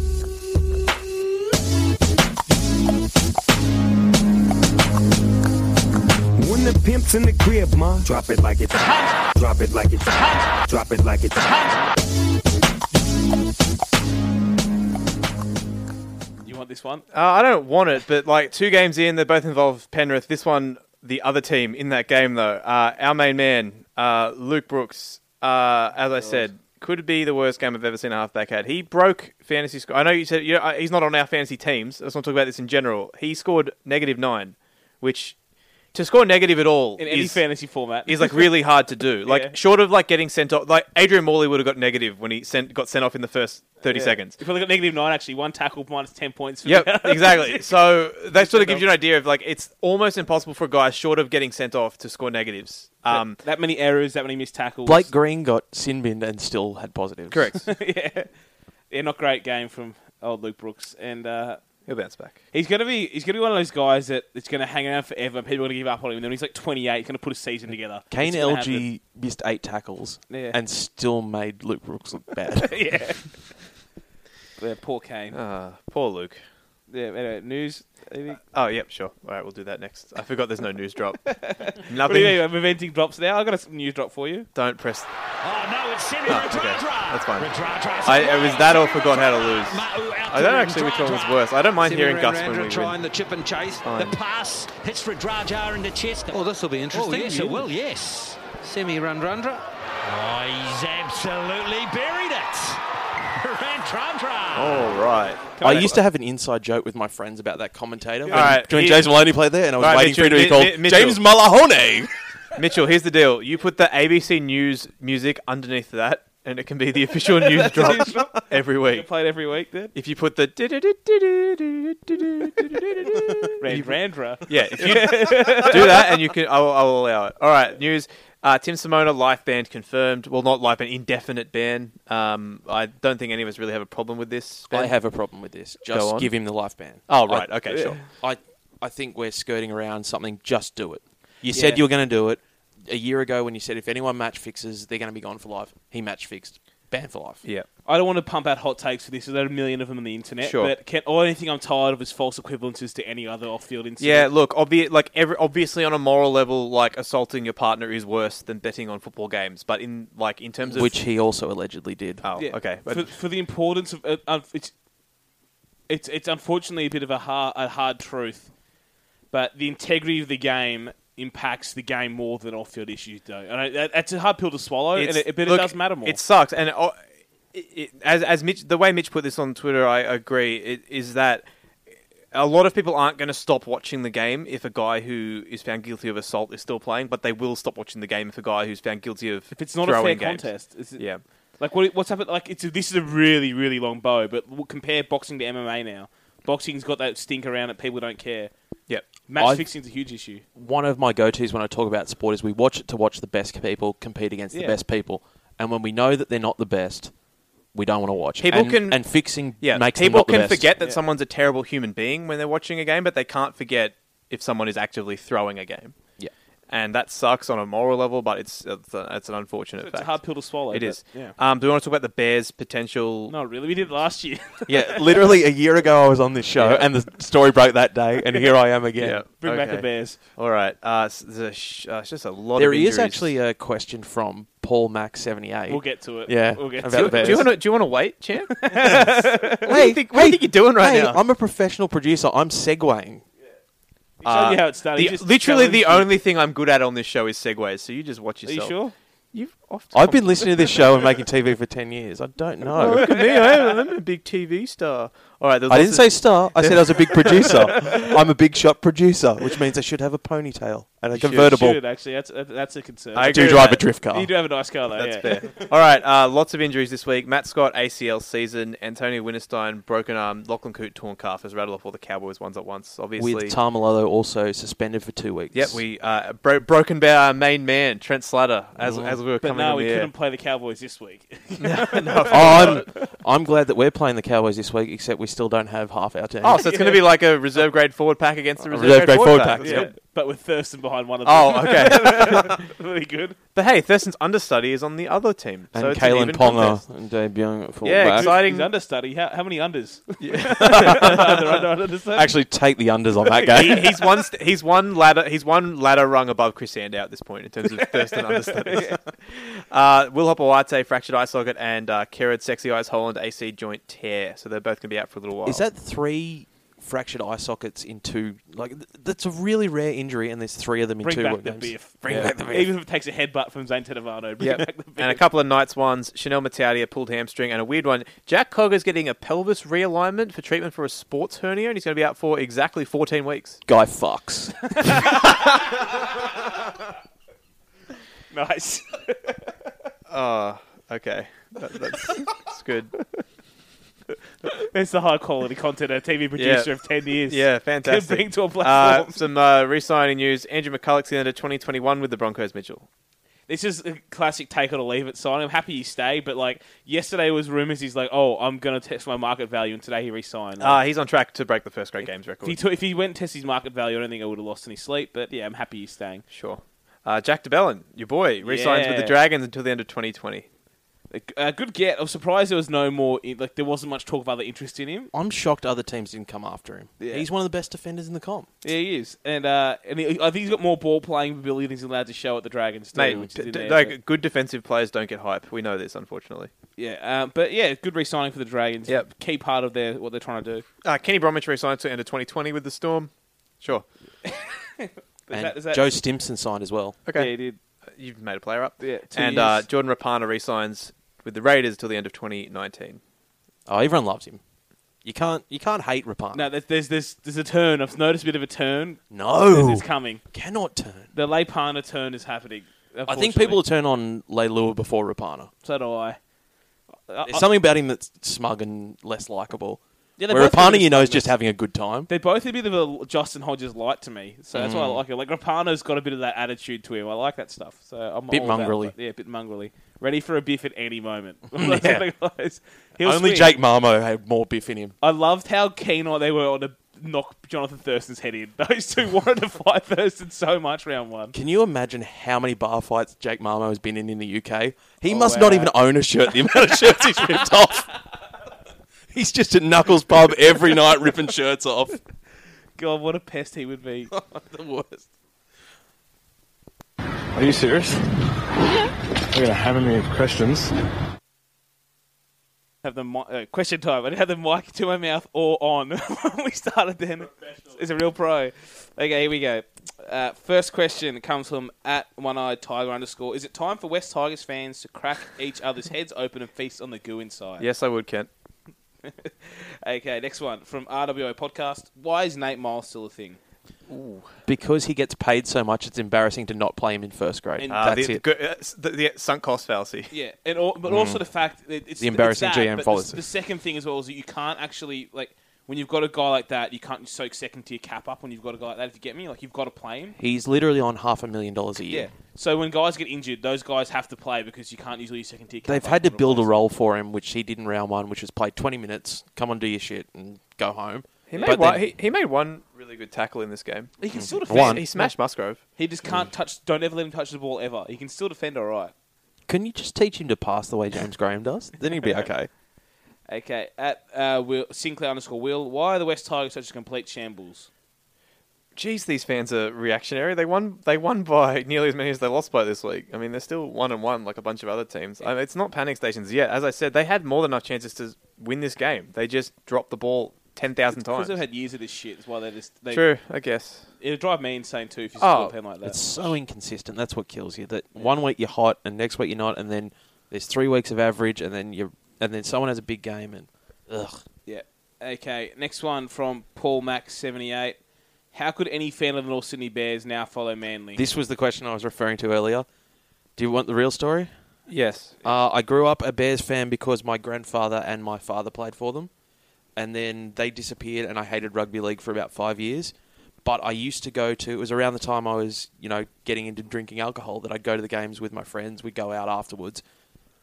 S10: When the pimp's in the crib, ma, drop it like it's hot. Drop it like it's hot. Drop it like it's hot.
S3: You want this one?
S2: Uh, I don't want it, but like two games in, they both involve Penrith. This one, the other team in that game though, uh, our main man uh, Luke Brooks. Uh, as I said, could be the worst game I've ever seen a halfback had. He broke fantasy score. I know you said you know, uh, he's not on our fantasy teams. I just want to talk about this in general. He scored negative nine, which to score negative at all
S3: In any
S2: is,
S3: fantasy format.
S2: is like really hard to do. Like
S3: Yeah.
S2: short of like getting sent off. Like Adrian Morley would have got negative when he sent got sent off in the first thirty
S3: Yeah.
S2: seconds.
S3: If we look at negative nine, actually, one tackle minus ten points. For
S2: Yep,
S3: the-
S2: exactly. So that sort of gives you an idea of like it's almost impossible for a guy short of getting sent off to score negatives. Um,
S3: that many errors, that many missed tackles.
S4: Blake Green got sin binned and still had positives.
S2: correct.
S3: yeah. yeah, not great game from old Luke Brooks, and uh,
S2: He'll bounce back.
S3: he's gonna be he's gonna be one of those guys that it's gonna hang around forever. People are gonna give up on him, and then when he's like twenty eight, he's gonna put a season together.
S4: Kane
S3: It's gonna happen.
S4: LG missed eight tackles
S3: Yeah.
S4: and still made Luke Brooks look bad.
S3: yeah. yeah, poor Kane.
S2: Uh, poor Luke.
S3: Yeah, anyway, news. anything?
S2: Oh, yep, sure. All right, we'll do that next. I forgot there's no news drop.
S3: What do you mean?
S2: Nothing.
S3: I'm inventing drops now. I got a s- news drop for you.
S2: Don't press.
S9: Oh, no, it's Simi
S2: Oh, okay.
S9: Radradra.
S2: That's fine.
S9: Radradra.
S2: I, it was that or forgot how to lose.
S9: Ma'u out
S2: I don't
S9: to
S2: actually which one was
S9: Radradra.
S2: worse. I don't mind
S1: Timmy
S2: hearing Gus
S1: Randrand
S2: when we
S1: trying
S2: win.
S1: the chip and chase.
S2: Fine.
S1: The pass hits Radrajar into Chester. Oh, this will be interesting. Oh, yes, it will, yes. Semi Randrandra. Oh, he's absolutely buried it. Randrandra.
S2: All right.
S4: I used to have an inside joke with my friends about that commentator. When,
S2: right,
S4: when
S2: he-
S4: James Maloney played there, and I was
S2: All right,
S4: waiting for him to be
S2: Mitchell,
S4: called
S2: Mi- Mi- Mitchell.
S4: James Malahone.
S2: Mitchell, here's the deal. You put the ABC News music underneath that, and it can be the official news drop every
S3: You
S2: week.
S3: played every week, then.
S2: If you put the
S3: Rand Randra.
S2: yeah, if you do that, and you can, I will, I will allow it. All right, news. Uh, Tim Simona life ban confirmed. Well, not life ban, indefinite ban. Um, I don't think any of us really have a problem with this. Ben.
S4: I have a problem with this.
S2: Go
S4: Just
S2: on.
S4: give him the life ban.
S2: Oh, right.
S4: I-
S2: okay, sure.
S4: I, I think we're skirting around something. Just do it. You said you were going to do it a year ago when you said if anyone match fixes, they're going to be gone for life. He match fixed. Banned for life.
S2: Yeah.
S3: I don't want to pump out hot takes for this. 'cause There are a million of them on the internet.
S2: Sure.
S3: But can, all anything I'm tired of is false equivalences to any other off-field incident.
S2: Yeah, look, obvi- like every obviously on a moral level, like assaulting your partner is worse than betting on football games. But in like in terms of
S4: Which he also allegedly did.
S2: oh
S3: Yeah.
S2: okay,
S3: For, for the importance of uh, uh, it's, it's it's unfortunately a bit of a hard, a hard truth, but the integrity of the game impacts the game more than off-field issues do. And I, that, that's a hard pill to swallow, and
S2: It's-
S3: it, but
S2: look,
S3: it does matter more.
S2: It sucks, and uh, it, it, as as Mitch, the way Mitch put this on Twitter, I agree. It, is that a lot of people aren't going to stop watching the game if a guy who is found guilty of assault is still playing, but they will stop watching the game if a guy who's found guilty of
S3: if it's not a fair
S2: throwing games.
S3: contest. It's,
S2: Yeah,
S3: Like what, what's happened? Like it's a, this is a really really long bow, but w- compare boxing to MMA now. Boxing's got that stink around that people don't care.
S2: Yep.
S3: Match
S4: I've-
S3: fixing's a huge issue.
S4: one of my go-tos when I talk about sport is we watch it to watch the best people compete against
S3: Yeah.
S4: the best people, and when we know that they're not the best, we don't want to watch.
S2: People
S4: and,
S2: can-
S4: and fixing
S2: yeah.
S4: makes them
S2: people
S4: not the
S2: can
S4: best.
S2: forget that someone's a terrible human being when they're watching a game, but they can't forget if someone is actively throwing a game.
S4: Yeah.
S2: And that sucks on a moral level, but it's it's, a, it's an unfortunate
S3: It's
S2: fact.
S3: a hard pill to swallow.
S2: It
S3: but,
S2: is.
S3: Yeah.
S2: Um, do we want to talk about the Bears' potential?
S3: No, really, we did last year.
S4: Yeah, literally a year ago I was on this show,
S2: Yeah.
S4: and the story broke that day, and here I am again.
S3: Bring back the Bears.
S2: All right. Uh, s- there's a sh- uh, it's just a lot
S4: There
S2: of
S4: is
S2: injuries.
S4: actually a question from Paul Mac seventy eight.
S3: We'll get to it.
S4: Yeah,
S3: We'll get
S4: about
S3: to
S4: the
S3: it.
S2: Do you
S4: Bears.
S2: want to? Do you want to wait, champ? what do you think, what do you think you're doing right
S4: hey,
S2: now?
S4: I'm a professional producer. I'm segueing.
S3: He showed you how it
S2: Uh, The-
S3: started. He just
S2: literally, the
S3: challenged
S2: only thing I'm good at on this show is segues. So you just watch
S3: you. Are you
S2: yourself.
S3: sure?
S2: You've off.
S4: I've been listening to this show and making TV for ten years. I don't
S2: Oh,
S4: know.
S2: look at me! I'm I'm a big TV star. All right. there's
S4: I
S2: lots
S4: didn't
S2: of-
S4: say star. I said I was a big producer. I'm a big shot producer, which means I should have a ponytail and a
S3: Should-
S4: convertible.
S3: should, actually, that's that- that's a concern.
S2: I
S4: I
S2: agree
S4: do
S2: with
S4: drive a
S2: that.
S4: drift car.
S3: You do have a nice car though.
S2: That's
S3: yeah.
S2: fair. All right, uh, lots of injuries this week. Matt Scott ACL season. Antonio Winterstein broken arm. Lachlan Coote torn calf. Has rattled off all the Cowboys ones at once. Obviously,
S4: With Tamalolo also suspended for two weeks.
S2: Yep, we uh, bro- broken by our main man Trent Slater as as we were
S3: But
S2: coming.
S3: no,
S2: on
S3: we
S2: the air.
S3: couldn't play the Cowboys this week.
S4: Oh, I'm, I'm glad that we're playing the Cowboys this week, except we still don't have half our team.
S2: Oh, so it's going to be like a reserve grade forward pack against the reserve,
S4: reserve grade forward
S2: pack.
S4: pack,
S2: That's
S3: yeah.
S2: good.
S3: But with Thurston behind one of them.
S2: Oh, okay.
S3: really good.
S2: but hey, Thurston's understudy is on the other team,
S4: and
S2: so it's an
S4: Kalen
S2: even
S4: Ponga
S2: contest.
S4: and debuting at fullback.
S2: Yeah, exciting.
S3: He's understudy. How, how many unders?
S4: Actually, take the unders on that game.
S2: He- he's one. St- he's one ladder. He's one ladder rung above Chris Sandow at this point in terms of Thurston understudies. Uh, Will Hopawate fractured eye socket and uh, Kerrod sexy eyes Holland AC joint tear. So they're both going to be out for a little while.
S4: Is that three fractured eye sockets in two? Like th- that's a really rare injury, and there's three of them in
S3: Bring
S4: two
S3: back
S4: work
S3: the
S4: games.
S3: biff.
S4: Bring back the biff.
S3: Even if it takes a headbutt from Zane Tedovado, bring
S2: Yep.
S3: back the biff.
S2: and a couple of Knights ones. Chanel Mataudia pulled hamstring and a weird one. Jack Cogger's getting a pelvis realignment for treatment for a sports hernia, and he's going to be out for exactly 14 weeks.
S4: Guy Fox.
S3: nice.
S2: Okay, that, that's, that's good.
S3: That's the high quality content a TV producer of 10 years
S2: Yeah,
S3: can
S2: fantastic.
S3: bring to a
S2: Uh,
S3: platform.
S2: some uh, re-signing news: Andrew McCulloch's in under 2021 with the Broncos. Mitchell.
S3: This is a classic take it or leave it sign. I'm happy he stayed, but like yesterday was rumors he's like, oh, I'm going to test my market value, and today he resigned. Like,
S2: Uh, he's on track to break the first grade games
S3: Ah. if, he
S2: record.
S3: took if he went and tested his market value, I don't think I would have lost any sleep, but yeah, I'm happy he's staying.
S2: Sure. Uh, Jack DeBellin, your boy, re-signs with
S3: Yeah.
S2: the Dragons until the end of 2020.
S3: A good get. I'm surprised there was no more, like, there wasn't much talk of other interest in him.
S4: I'm shocked other teams didn't come after him.
S3: Yeah.
S4: He's one of the best defenders in the comp.
S3: Yeah, he is, and uh, and he, I think he's got more ball playing ability than he's allowed to show at the Dragons. Too,
S2: Mate,
S3: which is
S2: d-
S3: in
S2: d-
S3: there,
S2: like
S3: but-
S2: good defensive players don't get hype. We know this, unfortunately.
S3: yeah, um, but yeah, good re-signing for the Dragons.
S2: Yep.
S3: key part of their what they're trying to do.
S2: Uh, Kenny Bromwich re-signed to end of 2020 with the Storm. Sure.
S4: and
S3: that- is that-
S4: Joe Stimson signed as well.
S3: Okay, yeah, he did.
S2: You've made a player up.
S3: Yeah, two
S2: and uh,
S3: years.
S2: Jordan Rapana re-signs with the Raiders till the end of 2019.
S4: Oh, everyone loves him. You can't you can't hate Rapana.
S3: No, there's, there's there's there's a turn. I've noticed a bit of a turn.
S4: No.
S3: It's coming.
S4: cannot turn.
S3: The Leipana turn is happening.
S4: I think people will turn on Leilua before Rapana.
S3: unfortunately. So do I. I-
S4: There's
S3: I-
S4: something about him that's smug and less likable.
S3: Yeah, they're
S4: Where
S3: both gonna
S4: Rapana,
S3: be
S4: you know, is just
S3: smugness.
S4: having a good time.
S3: They're both a bit of a Justin Hodges light to me, so that's why I
S4: Mm.
S3: like it. Like Rapano's got a bit of that attitude to him. I like that stuff. So I'm
S4: Bit
S3: all about
S4: mongrelly.
S3: it. yeah, a bit mongrelly. Ready for a biff at any moment. That's what it was. He'll swing.
S4: Only Jake Marmo had more biff in him.
S3: I loved how keen all they were on a knock Jonathan Thurston's head in. Those two wanted to fight Thurston so much round one.
S4: Can you imagine how many bar fights Jake Marmo has been in in the UK? He
S3: Oh,
S4: must not even own a shirt. The amount of shirts he's ripped off. He's just at Knuckles Pub every night ripping shirts off.
S3: God, what a pest he would be.
S4: the worst.
S11: Are you serious? Yeah. We're gonna hammer me with questions.
S3: Have the mi- uh, question time. I didn't have the mic to my mouth or on when we started. Then it's a real pro. Okay, here we go. Uh, first question comes from at one eyed tiger underscore. Is it time for West Tigers fans to crack each other's heads open and feast on the goo inside?
S2: Yes, I would, Kent.
S3: Okay, next one from RWO podcast. Why is Nate Miles still a thing? Ooh.
S4: Because he gets paid so much, it's embarrassing to not play him in first grade.
S3: And-
S2: Ah,
S4: That's
S2: the,
S4: it.
S2: The, uh, s- the, the sunk cost fallacy.
S3: Yeah, and al- but also
S4: Mm.
S3: the fact that it's
S4: The embarrassing
S3: it's that,
S4: GM
S3: but the-
S4: follows
S3: The,
S4: it.
S3: second thing as well is that you can't actually like when you've got a guy like that, you can't soak second tier cap up when you've got a guy like that. If you get me, like you've got to play him.
S4: He's literally on half a million dollars a year.
S3: Yeah. So when guys get injured, those guys have to play because you can't usually use second tier. cap
S4: They've
S3: up.
S4: had to build a role for him, which he did in round one, which was play 20 minutes, come on, do your shit, and go home.
S2: He made,
S4: But then-
S2: one, he, he made one really good tackle in this game.
S3: He can still defend.
S4: One. Mm.
S2: He smashed Musgrove.
S3: He just can't touch. Don't ever let him touch the ball ever. He can still defend all right.
S4: Can you just teach him to pass the way James Graham does? Then he'd be okay.
S3: Okay, at uh, Will, Sinclair underscore Will, why are the West Tigers such a complete shambles?
S2: Jeez, these fans are reactionary. They won. They won by nearly as many as they lost by this week. I mean, they're still one and one, like a bunch of other teams. I mean, it's not panic stations yet. As I said, they had more than enough chances to win this game. They just dropped the ball ten thousand
S3: Because
S2: times.
S3: they've had years of this shit. That's why they just they,
S2: True, Oh, I guess.
S3: It'd drive me insane too if you score a pen like that.
S4: It's so inconsistent. That's what kills you. That one week you're hot, and next week you're not, and then there's three weeks of average, and then you and then someone has a big game, and ugh.
S3: Yeah. Okay. Next one from Paul Max seventy eight. How could any fan of the North Sydney Bears now follow Manly?
S4: This was the question I was referring to earlier. Do you want the real story?
S2: Yes.
S4: Uh, I grew up a Bears fan because my grandfather and my father played for them. And then they disappeared, and I hated rugby league for about five years. But I used to go to, it was around the time I was, you know, getting into drinking alcohol that I'd go to the games with my friends. We'd go out afterwards.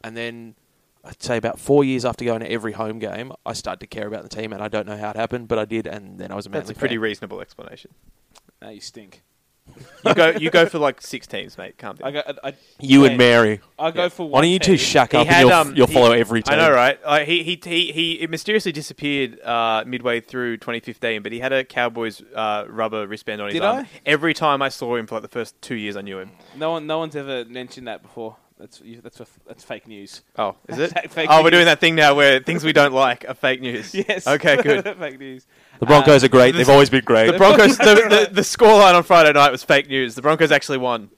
S4: And then I'd say about four years after going to every home game, I started to care about the team, and I don't know how it happened, but I did, and then I was a
S2: That's
S4: Manly
S2: a pretty
S4: fan.
S2: reasonable explanation.
S3: No, you stink.
S2: You go. You go for like six teams, mate. Calm down.
S3: I go, I, I-
S4: You
S3: yeah,
S4: and Mary.
S3: I go
S4: Yeah.
S3: for one.
S4: Why don't you two
S3: team.
S4: shack
S2: He
S4: up and
S2: had,
S4: you'll,
S2: um,
S4: you'll
S2: he-
S4: follow every team?
S2: I know, right? Like, he, he he he it mysteriously disappeared uh, midway through 2015, but he had a Cowboys uh, rubber wristband on his
S3: Did
S2: arm.
S3: I?
S2: Every time I saw him for like the first two years, I knew him.
S3: No one, no one's ever mentioned that before. That's you, that's a, that's fake news.
S2: Oh, is it?
S3: Hashtag fake
S2: oh, we're
S3: news.
S2: doing that thing now where things we don't like are fake news.
S3: Yes.
S2: Okay, good.
S3: fake news.
S4: The Broncos are great.
S2: The-
S4: They've always been great.
S2: Uh, The Broncos. the, the, the scoreline on Friday night was fake news. The Broncos actually won.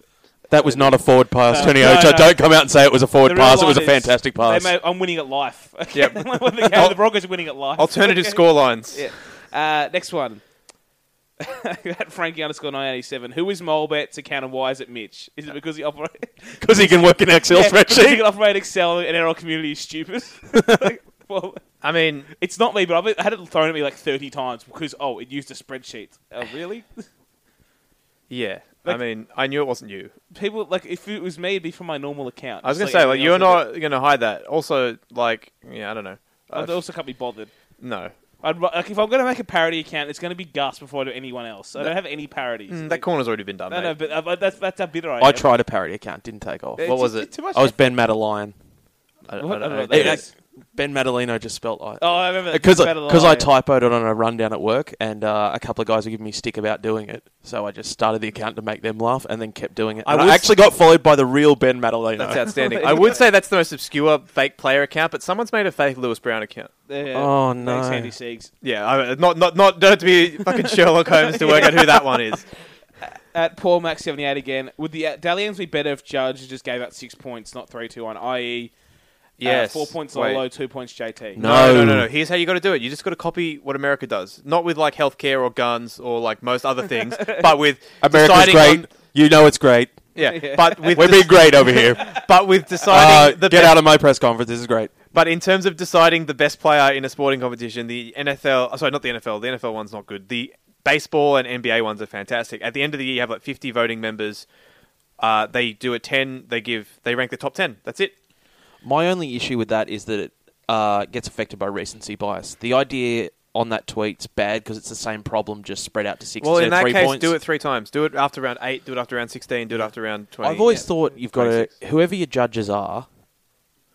S4: That was not a forward pass,
S2: No,
S4: Tony
S2: no,
S4: Ocho.
S2: no.
S4: Don't come out and say it was a
S2: The
S4: forward
S2: real
S4: pass. It was a
S2: line is
S4: fantastic pass.
S3: They may, I'm winning at life. Okay.
S2: Yep.
S3: the, game, the Broncos are winning at life.
S2: Alternative
S3: Okay.
S2: score lines.
S3: Yeah. Uh, next one. At Frankie underscore 987. Who is Molbet's account and why is it Mitch?
S4: Uh,
S3: Is it because he operates.
S4: Because he can work in Excel
S3: He
S4: spreadsheet.
S3: can operate Excel and our community is stupid. Like, well,
S2: I mean,
S3: it's not me, but I've, I had it thrown at me like 30 times because, oh, it used a spreadsheet. Oh, really?
S2: Yeah. I
S3: Like-
S2: mean, I knew it wasn't you.
S3: People, like, if it was me, it'd be from my normal account.
S2: I was gonna
S3: Just
S2: say like
S3: everything
S2: you're
S3: else
S2: not gonna hide that. Also, like yeah, I don't know.
S3: I do.
S2: Uh,
S3: I also can't be bothered.
S2: no.
S3: I'd, ru- like, if I'm going to make a parody account, it's going to be Gus before I do anyone else. I
S2: No.
S3: don't have any parodies.
S2: Mm,
S3: Like-
S2: that corner's already been done.
S3: No,
S2: mate.
S3: no, but uh, but that's that's how bitter I am.
S4: I tried a parody account, didn't take off.
S3: It's- What was it's it? too much
S4: I was
S3: effort.
S4: Ben Madelion.
S2: I,
S3: What? I don't know what
S4: It-
S3: that is.
S4: Ben Madalino just spelt I.
S3: Oh,
S2: Uh,
S3: I remember that.
S4: Because I,
S3: Madalino.
S4: Uh, 'cause I typoed it on a rundown at work, and uh, a couple of guys were giving me stick about doing it. So I just started the account to make them laugh, and then kept doing it.
S2: I
S4: And I,
S2: was-
S4: actually got followed by the real Ben Madalino.
S2: That's outstanding. I would say that's the most obscure fake player account, but someone's made a fake Lewis Brown account.
S3: Yeah.
S4: Oh,
S3: Thanks,
S4: no.
S3: Andy Siegs.
S2: Yeah, I, not not not don't have to be fucking Sherlock Holmes to work out who that one is.
S3: At Paul Max seventy eight again. Would the uh, Dalians be better if Judge just gave out six points, not three, two, one? I.e.,
S2: Yes.
S3: uh, four points
S2: Wait.
S3: Lolo, two points JT.
S2: No, no, no, no. Here's how you got to do it. You just got to copy what America does, not with like healthcare or guns or like most other things, but with
S4: America's
S2: deciding
S4: great.
S2: on-
S4: you know it's great.
S2: yeah, but with
S4: We're
S2: dec-
S4: being great over here.
S2: But with deciding
S4: Uh,
S2: the
S4: get
S2: best-
S4: out of my press conference. This is great.
S2: But in terms of deciding the best player in a sporting competition, the NFL, oh, sorry, not the NFL, the NFL one's not good. The baseball and NBA ones are fantastic. At the end of the year, you have like 50 voting members. Uh, they do a 10, they give, they rank the top 10. That's it.
S4: My only issue with that is that it uh, gets affected by recency bias. The idea on that tweet's bad because it's the same problem just spread out to six.
S2: Well, in
S4: instead of
S2: that
S4: three
S2: case,
S4: points.
S2: do it three times. Do it after round eight. Do it after round sixteen. Do it after round twenty.
S4: I've always
S2: Yeah.
S4: thought you've got to whoever your judges are,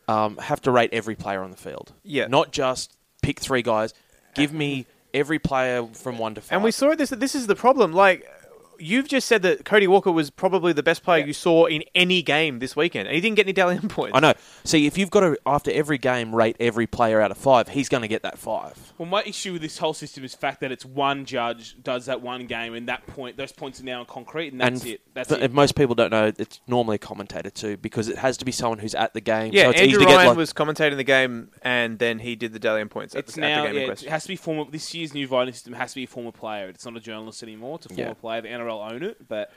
S4: um, have to rate every player on the field.
S2: Yeah.
S4: not just pick three guys. Give me every player from one to five.
S2: And we saw this. This is the problem. Like you've just said that Cody Walker was probably the best player you saw in any game this weekend, and he didn't get any Dalian points.
S4: I know. See, if you've got to after every game rate every player out of five, he's going to get that five.
S3: Well, my issue with this whole system is the fact that it's one judge does that one game, and that point, those points are now concrete, and that's
S4: and
S3: it. That's
S4: th-
S3: it.
S4: if most people don't know, it's normally a commentator too because it has to be someone who's at the game.
S2: Yeah,
S4: so it's
S2: Andrew
S4: easy to
S2: Ryan
S4: get like,
S2: was commentating the game, and then he did the Dalian points at,
S3: It's
S2: the, at the
S3: now,
S2: game in
S3: yeah, it
S2: question.
S3: has to be former. This year's new voting system has to be a former player. It's not a journalist anymore. It's a former
S2: Yeah.
S3: player. The NRL own it, but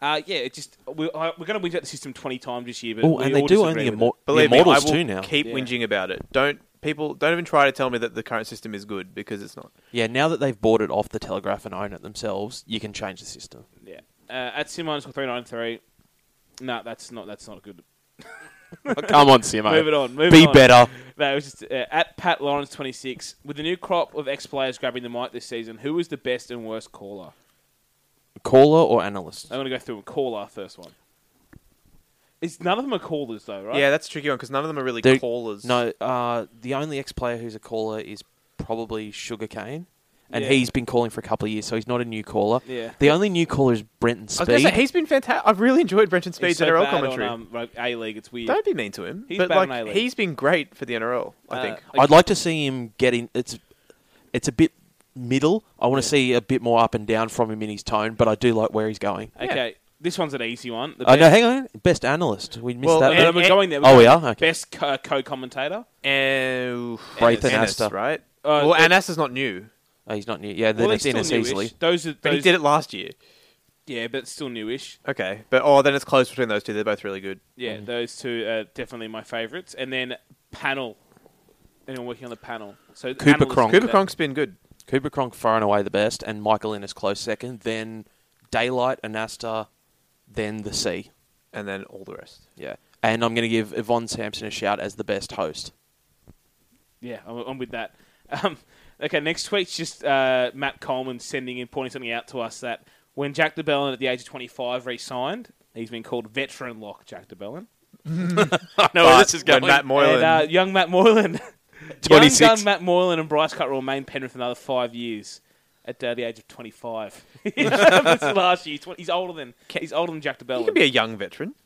S3: uh, yeah, it just we're, uh, we're going to whinge about the system twenty times this year. But
S4: Ooh,
S3: we
S4: Oh, and they
S3: all
S4: do
S3: disagree
S4: own the
S3: with
S4: immor-
S3: it.
S4: Believe
S2: Believe me, I
S4: Immortals
S2: will
S4: too now.
S2: keep
S4: Yeah.
S2: whinging about it. Don't people don't even try to tell me that the current system is good because it's not.
S4: yeah, now that they've bought it off the Telegraph and own it themselves, you can change the system.
S3: Yeah, uh, at Sim underscore three nine three. No, that's not. That's not a good.
S4: Come on, Simo.
S3: Move it on. Move
S4: Be
S3: it on.
S4: better.
S3: No, it was just uh, at Pat Lawrence twenty six. With the new crop of ex players grabbing the mic this season, who was the best and worst caller?
S4: Caller or analyst?
S3: I'm going to go through and call our first one. It's none of them are callers though, right?
S2: Yeah, that's a tricky one because none of them are really
S4: They're-
S2: callers.
S4: No, uh, the only ex-player who's a caller is probably Sugarcane, and
S2: Yeah.
S4: he's been calling for a couple of years, so he's not a new caller.
S2: Yeah.
S4: The only new caller is Brenton
S2: I was gonna
S4: Speed.
S2: say, he's been fantastic. I've really enjoyed Brenton Speed's
S3: He's so
S2: NRL
S3: bad
S2: commentary.
S3: on um, A League. It's weird.
S2: Don't be mean to him.
S3: He's
S2: but
S3: bad
S2: like,
S3: on A-League.
S2: he's been great for the NRL. I
S3: Uh,
S2: think.
S4: I'd like to see him getting. It's it's a bit middle. I want to see a bit more up and down from him in his tone, but I do like where he's going.
S3: Okay, this one's an easy one. The
S4: Oh no,
S3: best-
S4: hang on. Best analyst. We missed
S3: Well,
S4: that.
S3: no, no,
S2: Eh,
S3: we're going there. We're
S4: Oh, we
S3: going
S4: are. Okay.
S3: Best co- co-commentator.
S2: And
S4: Brayton
S2: Ennis,
S4: Astor.
S2: right?
S3: Uh,
S2: well,
S3: the-
S2: Anas is not new.
S4: Oh, he's not new. Yeah, then
S3: Well,
S4: it's
S3: he's
S4: Ennis
S3: still newish.
S4: easily.
S3: Those are-
S2: But he
S3: those-
S2: did it last year.
S3: Yeah, but still newish.
S2: Okay, but oh, then it's close between those two. They're both really good.
S3: Yeah, those two are definitely my favourites. And then panel. Anyone working on the panel? So
S4: Cooper
S3: analysts-
S4: Cronk.
S2: been good.
S4: Cooper Cronk far and away the best, and Michael Innes close second. Then Daylight, Anasta, then the Sea,
S2: and then all the rest.
S4: Yeah, and I'm going to give Yvonne Sampson a shout as the best host.
S3: Yeah, I'm, I'm with that. Um, okay, next tweet's just uh, Matt Coleman sending in, pointing something out to us that when Jack DeBellin at the age of 25 re-signed, he's been called veteran lock Jack DeBellin. I know where
S2: But
S3: this is
S2: when
S3: going.
S2: Matt Moylan-
S3: And, uh, young Matt Moylan.
S2: 26.
S3: Young gun Matt Moylan and Bryce Cutter will remain Penrith another five years at uh, the age of 25. That's last year. He's twen- He's older than he's older than Jack DeBellin.
S2: He could be a young veteran.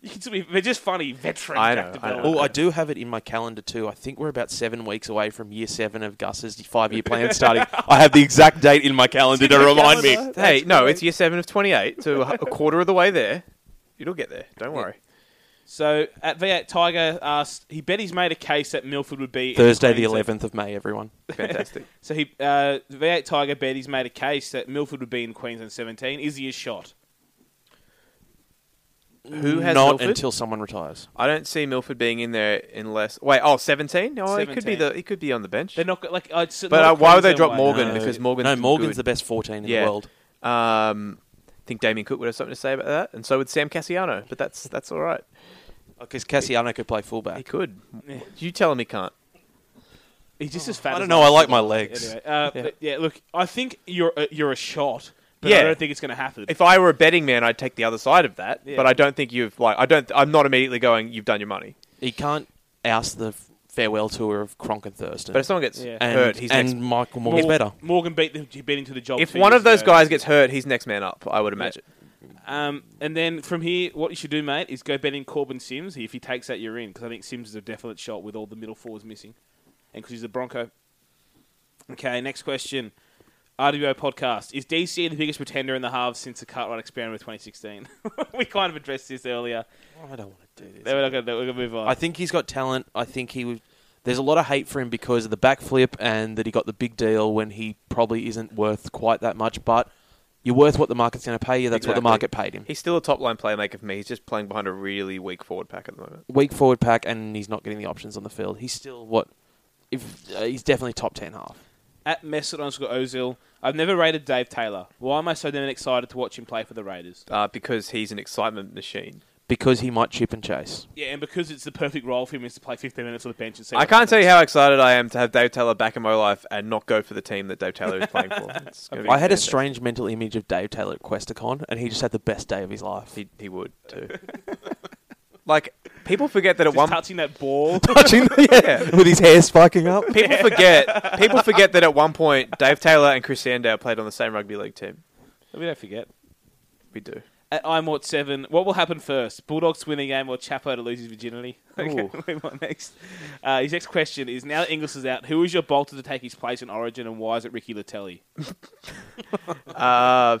S3: You can still be, they're just funny veteran Jack DeBellin.
S4: Oh, I do have it in my calendar too. I think we're about seven weeks away from year seven of Gus's five-year plan starting. I have the exact date in my calendar to remind me.
S2: Hey, no, it's year seven of twenty-eight, so a a quarter of the way there. You'll get there. Don't worry.
S3: So at V8 Tiger asked, he bet he's made a case that Milford would be in
S4: Thursday, the
S3: Queensland.
S4: 11th of May. Everyone,
S3: so he uh, V8 Tiger bet he's made a case that Milford would be in Queensland 17. Is he a shot?
S2: Who has
S4: not
S2: Milford?
S4: until someone retires.
S2: I don't see Milford being in there unless wait. Oh, 17? Oh, it could be
S3: 17.
S2: the. It could be on the bench.
S3: They're not go- like. Uh, it's
S2: But
S3: not
S2: uh,
S3: a
S2: why would they
S3: Queensland
S2: drop
S3: way.
S2: Morgan? Because Morgan's
S4: no, Morgan's
S2: good.
S4: the best 14 in the
S2: Yeah.
S4: world.
S2: Um, I think Damien Cook would have something to say about that, and so would Sam Cassiano. But that's that's all right. Oh,
S4: Because Cassiano could play fullback.
S2: He could. You tell him he can't.
S3: He's just as fat.
S4: I
S3: as
S4: don't know, I
S3: last
S4: like
S3: year.
S4: my legs.
S3: Anyway, uh,
S2: Yeah.
S3: but yeah. Look, I think you're uh, you're a shot, but I don't think it's going to happen.
S2: If I were a betting man, I'd take the other side of that.
S3: Yeah.
S2: But I don't think you've like I don't. I'm not immediately going. You've done your money.
S4: He can't oust the f- farewell tour of Cronk and Thurston.
S2: But if someone gets
S4: and,
S2: hurt, he's
S4: and
S2: next.
S4: Michael Morgan's
S3: Mor-
S4: better.
S3: Morgan beat them. He beat him to the job.
S2: If
S3: two
S2: one
S3: years
S2: of those
S3: ago.
S2: guys gets hurt, he's next man up. I would imagine.
S3: Um, and then from here, what you should do, mate, is go betting Corbin Sims. If he takes that, you're in because I think Sims is a definite shot with all the middle fours missing, and because he's a Bronco. Okay, next question. RWO podcast is DC the biggest pretender in the halves since the Cartwright experiment of 2016. we kind of addressed this earlier.
S4: I don't want to do this.
S3: No, we're not going to. We're going to move on.
S4: I think he's got talent. I think he was. There's a lot of hate for him because of the backflip and that he got the big deal when he probably isn't worth quite that much. But you're worth what the market's going to pay you. That's what the market
S2: Exactly.
S4: paid him.
S2: He's still a top line playmaker for me. He's just playing behind a really weak forward pack at the moment.
S4: Weak forward pack, and he's not getting the options on the field. He's still what? If uh, he's definitely top ten half.
S3: At Messert underscore Ozil, I've never rated Dave Taylor. Why am I so damn excited to watch him play for the Raiders?
S2: Uh, because he's an excitement machine.
S4: because he might chip and chase.
S3: Yeah, and because it's the perfect role for him is to play 15 minutes on the bench and see
S2: I
S3: what
S2: can't tell you
S3: happens.
S2: how excited I am to have Dave Taylor back in my life and not go for the team that Dave Taylor is playing for. It's gonna be
S4: I had a
S2: fantastic.
S4: strange mental image of Dave Taylor at Questacon, and he just had the best day of his life.
S2: He, he would too. like people forget that at
S3: Just
S2: one
S3: touching that ball.
S2: Touching the- yeah.
S4: with his hair spiking up.
S2: people forget people forget that at one point Dave Taylor and Chris Sandow played on the same rugby league team.
S3: We don't forget.
S2: We do.
S3: At IMOT 7, what will happen first? Bulldogs win a game or Chapo to lose his virginity? Okay,
S2: Ooh.
S3: we want next. Uh, his next question is, now that Inglis is out, who is your bolter to take his place in Origin and why is it Ricky Latelli?
S2: Uh,
S4: I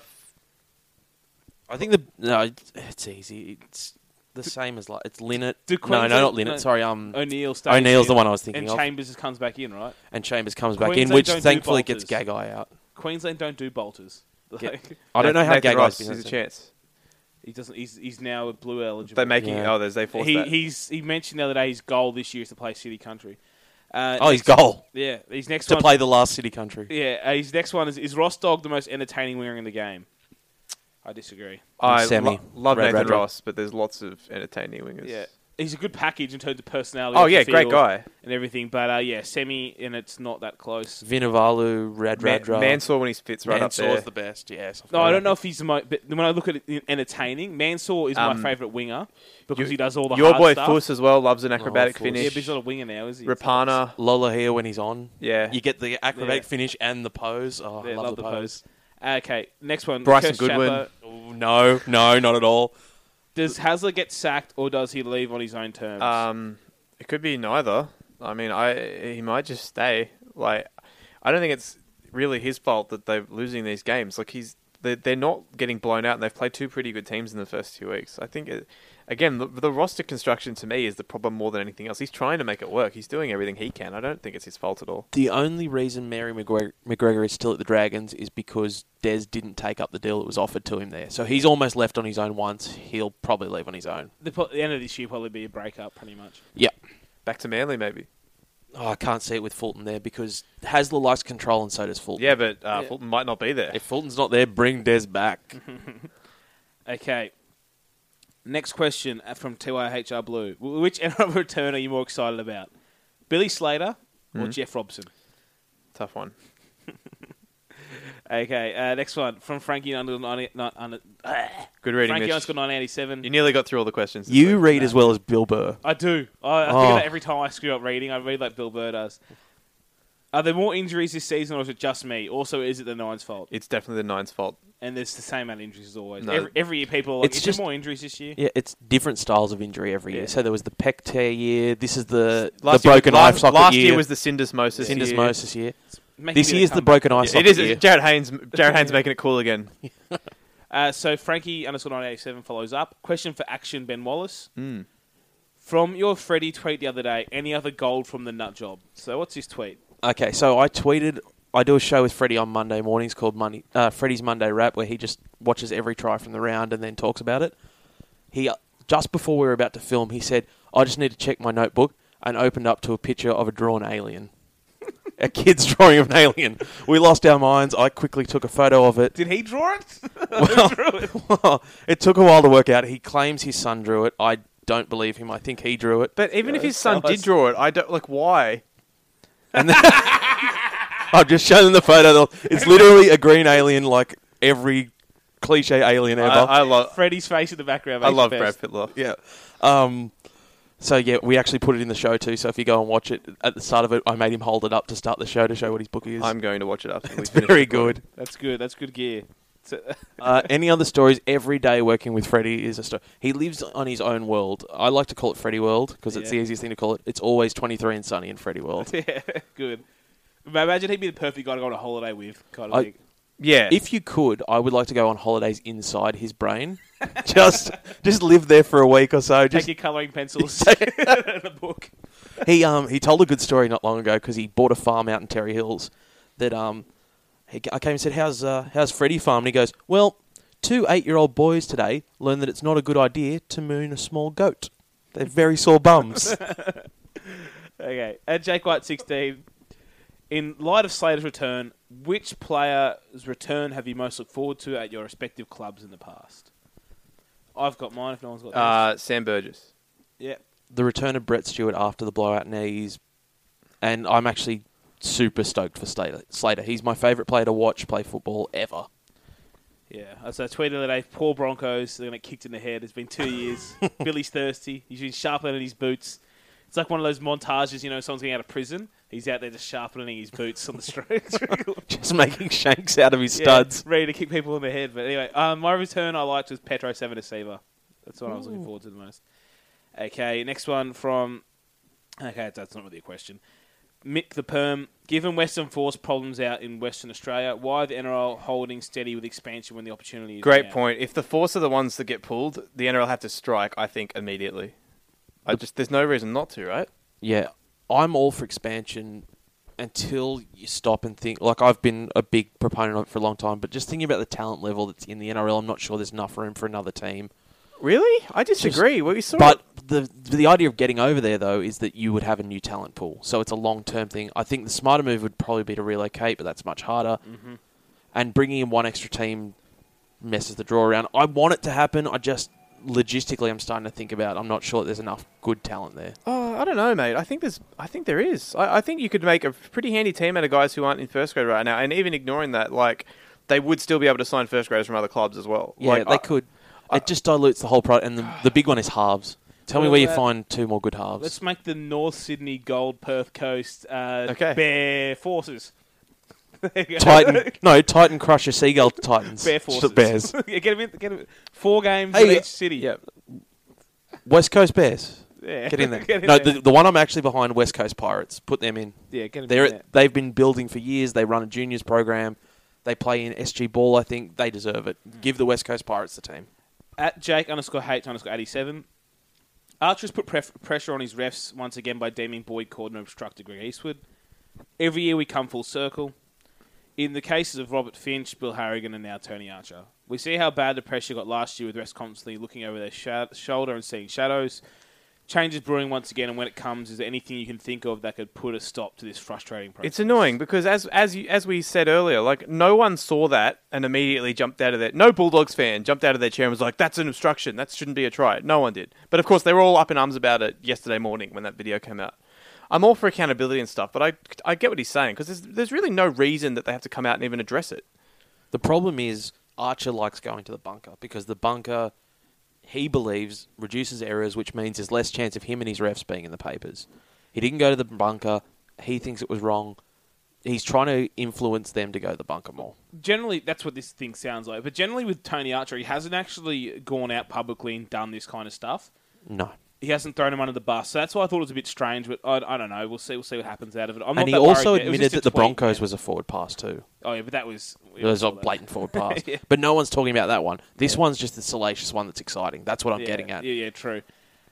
S4: think the no, it's- it's easy. It's the same as like it's Linnet.
S3: Do
S4: no,
S3: Queensland-
S4: no, not Linnet.
S3: no,
S4: Sorry, um,
S3: O'Neill stays
S4: O'Neill's the
S3: in
S4: one I was thinking
S3: and
S4: of,
S3: Chambers just comes back in, right?
S4: and Chambers comes back in,
S3: Queensland
S4: which
S3: don't do
S4: thankfully gets
S3: bolters.
S4: Gagai out.
S3: Queensland don't do bolters.
S4: Yeah.
S3: Like,
S4: I don't know how
S2: Nathan
S4: Gagai's
S2: Ross
S4: been
S2: is a
S4: since-
S2: chance.
S3: He doesn't. He's, he's now a blue eligible.
S2: They're making- Yeah. oh, there's- they forced
S3: he,
S2: that.
S3: He's he mentioned the other day his goal this year is to play City Country. Uh,
S4: Oh, his
S3: next-
S4: goal.
S3: Yeah, his next
S4: to
S3: one,
S4: play the last City Country.
S3: Yeah, uh, his next one is is Ross Dog the most entertaining winger in the game? I disagree.
S2: I
S4: Sammy.
S2: lo- love
S4: Red
S2: Nathan
S4: Radra.
S2: Ross, but there's lots of entertaining wingers.
S3: Yeah, he's a good package in terms of personality.
S2: Oh,
S3: off the
S2: yeah, great
S3: field
S2: guy.
S3: and everything. But uh, yeah, semi and it's not that close.
S4: Vinavalu, Radradra.
S2: Ma- Mansour when he fits right up
S4: Mansour's
S2: there.
S4: the best. Yes.
S3: No, I don't know if he's the most. But when I look at it, in- entertaining, Mansour is
S2: Um,
S3: my favourite winger because he does all the
S2: Your
S3: hard
S2: boy
S3: stuff.
S2: Fuss as well loves an acrobatic
S4: Fuss.
S2: finish.
S3: Yeah, but he's not a winger now, is he?
S2: Rapana.
S4: Lola here when he's on.
S2: Yeah.
S4: You get the acrobatic
S3: Yeah.
S4: finish and the pose. Oh, I
S3: Yeah,
S4: love, the, pose.
S3: Okay, next one.
S2: Bryson
S3: Curtis
S2: Goodwin.
S3: Chapa.
S4: Oh, no, no, not at all.
S3: Does Hazler get sacked or does he leave on his own terms?
S2: Um, it could be neither. I mean, I he might just stay. Like, I don't think it's really his fault that they're losing these games. Like he's they're, they're not getting blown out, and they've played two pretty good teams in the first two weeks. I think it, again the, the roster construction to me is the problem more than anything else. He's trying to make it work. He's doing everything he can. I don't think it's his fault at all.
S4: The only reason Mary McGregor, McGregor is still at the Dragons is because Des didn't take up the deal that was offered to him there. So he's almost left on his own once. He'll probably leave on his own.
S3: the, po- the end of this year probably be a breakup, pretty much.
S4: Yeah.
S2: Back to Manly maybe.
S4: Oh, I can't see it with Fulton there because Hasler likes control and so does Fulton.
S2: Yeah, but uh,
S3: Yeah.
S2: Fulton might not be there.
S4: If Fulton's not there, bring Des back.
S3: Okay. Next question uh, from TYHR Blue. Wh- Which NRL return are you more excited about? Billy Slater or
S4: Hmm?
S3: Jeff Robson?
S2: Tough one.
S3: Okay, uh, next one from Frankie under ninety not under
S2: Good reading,
S3: Frankie
S2: Mitch.
S3: underscore nine eighty seven.
S2: You nearly got through all the questions. this
S4: You
S2: week.
S4: read as well as Bill Burr.
S3: I do. I, I
S4: Oh.
S3: do that every time I screw up reading. I read like Bill Burr does. Are there more injuries this season, or is it just me? Also, is it the Nines' fault?
S2: It's definitely the Nines' fault.
S3: And there's the same amount of injuries as always.
S2: No.
S3: Every, every year, people are like,
S4: It's
S3: is there
S4: just-
S3: more injuries this year?
S4: Yeah, it's different styles of injury every year. So there was the pec tear year. This is the,
S2: Last
S4: the
S2: year-
S4: broken
S2: last,
S4: eye socket
S2: last
S4: year.
S2: year. was the syndesmosis. year.
S4: syndesmosis year.
S3: Making
S4: This
S3: a bit of
S4: year's the
S3: comeback.
S4: broken eye socket
S2: It is.
S4: year.
S2: Jared Haynes. Jared Haynes making it cool again.
S3: Uh, so Frankie underscore nine eighty seven follows up. Question for Action Ben Wallace.
S2: Hmm.
S3: From your Freddie tweet the other day, any other gold from the nut job? So what's his tweet?
S4: Okay, so I tweeted. I do a show with Freddie on Monday mornings called Money, uh, Freddie's Monday Wrap, where he just watches every try from the round and then talks about it. He just before we were about to film, he said, "I just need to check my notebook," and opened up to a picture of a drawn alien, a kid's drawing of an alien. We lost our minds. I quickly took a photo of it.
S3: Did he draw it?
S4: Well, it took a while to work out. He claims his son drew it. I don't believe him. I think he drew it.
S2: But even if his son
S3: tell
S2: did
S3: us.
S2: draw it, I don't like why.
S4: I've just shown them the photo. It's literally a green alien, like every cliche alien ever.
S2: I, I love.
S3: Freddie's face in the background.
S2: I
S3: makes
S2: love
S3: the
S2: Brad
S3: best.
S2: Pitlock.
S4: yeah. Um, so yeah, we actually put it in the show too. So if you go and watch it at the start of it, I made him hold it up to start the show to show what his book is.
S2: I'm going to watch it after.
S4: it's very good.
S3: That's good. That's good gear. So,
S4: Uh, any other stories? Every day working with Freddy is a story. He lives on his own world. I like to call it Freddy World because it's
S3: Yeah.
S4: the easiest thing to call it. It's always 23 and sunny in Freddy World.
S3: yeah, good. Imagine he'd be the perfect guy to go on a holiday with. Kind of
S4: I-
S3: thing.
S2: Yeah.
S4: If you could, I would like to go on holidays inside his brain. just just live there for a week or so.
S3: Take
S4: Just
S3: your colouring pencils
S4: Take-
S3: and a book.
S4: he um he told a good story not long ago because he bought a farm out in Terry Hills that um he, I came and said how's uh, how's Freddie farm and he goes well two eight year old boys today learned that it's not a good idea to moon a small goat. They're very sore bums.
S3: Okay. At Jake White sixteen, in light of Slater's return, which player's return have you most looked forward to at your respective clubs in the past? I've got mine. If no one's got.
S2: Uh, Sam Burgess.
S3: theirs. yeah.
S4: the return of Brett Stewart after the blowout knees, and I'm actually super stoked for Slater. Slater, he's my favourite player to watch play football ever.
S3: Yeah, so I tweeted the other day, poor Broncos, they're going to get kicked in the head. It's been two years. Billy's thirsty. He's been sharpening his boots. It's like one of those montages, you know, someone's getting out of prison. He's out there just sharpening his boots on the street.
S4: Just making shanks out of his
S3: Yeah,
S4: studs.
S3: ready to kick people in the head. But anyway, um, my return I liked was Petro Sevenaceva. That's what I was looking forward to the most. Okay, next one from. Okay, that's not really a question. Mick the Perm. Given Western Force problems out in Western Australia, why are the NRL holding steady with expansion when the opportunity is
S2: Great
S3: now?
S2: point. If the Force are the ones that get pulled, the NRL have to strike. I think immediately. I just there's no reason not to, right?
S4: Yeah, I'm all for expansion until you stop and think. Like I've been a big proponent of it for a long time, but just thinking about the talent level that's in the NRL, I'm not sure there's enough room for another team.
S2: Really? I disagree. Well, you saw
S4: but the the idea of getting over there though is that you would have a new talent pool, so it's a long term thing. I think the smarter move would probably be to relocate, but that's much harder.
S3: Mhm.
S4: And bringing in one extra team messes the draw around. I want it to happen. I just logistically, I'm starting to think about. I'm not sure that there's enough good talent there.
S2: Oh, I don't know, mate. I think there's. I think there is. I, I think you could make a pretty handy team out of guys who aren't in first grade right now, and even ignoring that, like they would still be able to sign first graders from other clubs as well.
S4: Yeah,
S2: like, uh,
S4: they
S2: I-
S4: could. it just dilutes the whole product, and the, the big one is halves. Tell me
S3: What
S4: where you
S3: about-
S4: find two more good halves.
S3: Let's make the North Sydney Gold Perth Coast uh,
S2: Okay.
S3: Bear Forces. There you go.
S4: Titan, no, Titan Crusher, Seagull Titans,
S3: Bear
S4: Just
S3: Forces.
S4: Bears,
S3: yeah, get 'em in. Get 'em in. Four games
S4: Hey,
S3: in
S4: uh,
S3: each city. Yeah.
S4: West Coast Bears.
S3: Yeah.
S4: Get in there.
S3: Get in
S4: no,
S3: there.
S4: The, the one I'm actually behind, West Coast Pirates. Put them in.
S3: Yeah, get 'em in
S4: They're,
S3: there.
S4: They've been building for years. They run a juniors program. They play in SG ball. I think they deserve it. Give the West Coast Pirates the team.
S3: At Jake underscore H underscore 87. Archer's put pref- pressure on his refs once again by deeming Boyd Corden an obstructor Greg Eastwood. Every year we come full circle. In the cases of Robert Finch, Bill Harrigan, and now Tony Archer, we see how bad the pressure got last year with refs constantly looking over their sha- shoulder and seeing shadows. Changes brewing once again, and when it comes, is there anything you can think of that could put a stop to this frustrating process?
S2: It's annoying because as as you, as we said earlier, like no one saw that and immediately jumped out of their no Bulldogs fan jumped out of their chair and was like, "That's an obstruction. That shouldn't be a try." No one did, but of course they were all up in arms about it yesterday morning when that video came out. I'm all for accountability and stuff, but I I get what he's saying because there's there's really no reason that they have to come out and even address it.
S4: The problem is Archer likes going to the bunker because the bunker, he believes, reduces errors, which means there's less chance of him and his refs being in the papers. He didn't go to the bunker. He thinks it was wrong. He's trying to influence them to go to the bunker more.
S3: generally that's what this thing sounds like. But generally with Tony Archer, he hasn't actually gone out publicly and done this kind of stuff.
S4: No.
S3: He hasn't thrown him under the bus, so that's why I thought it was a bit strange. But I, I don't know. We'll see. We'll see what happens out of it. I'm
S4: and
S3: not
S4: he
S3: that
S4: also
S3: worried yet. It was
S4: admitted
S3: just a
S4: that the
S3: tweet.
S4: Broncos was a forward pass too.
S3: Oh yeah, but that was
S4: It was a blatant forward pass. But no one's talking about that one. This one's just the salacious one that's exciting. That's what I'm
S3: yeah,
S4: getting at.
S3: Yeah, yeah, true.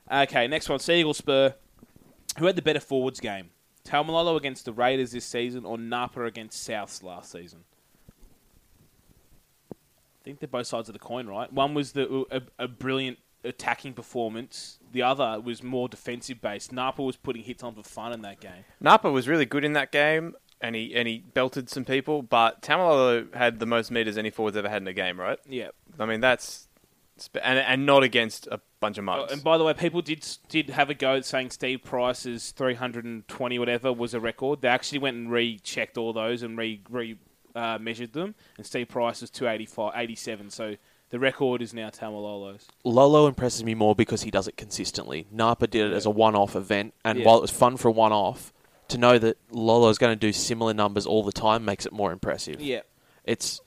S3: Okay, next one. Seagull Spur. Who had the better forwards game? Talmalolo against the Raiders this season or Napa against Souths last season? I think they're both sides of the coin, right? One was the uh, a, a brilliant attacking performance. The other was more defensive based. Napa was putting hits on for fun in that game.
S2: Napa was really good in that game, and he and he belted some people. But Tamalolo had the most meters any forwards ever had in a game, right?
S3: Yeah.
S2: I mean that's sp- and and not against a bunch of
S3: Oh,
S2: mugs.
S3: and by the way, people did did have a go at saying Steve Price's 320 whatever was a record. They actually went and rechecked all those and re, re uh, measured them, and Steve Price was 285, 87. So the record is now Tamalolo's.
S4: Lolo impresses me more because he does it consistently. Napa did it as a one-off event, and
S3: Yeah.
S4: while it was fun for a one-off, to know that Lolo's going to do similar numbers all the time makes it more impressive.
S3: Yeah.
S4: It's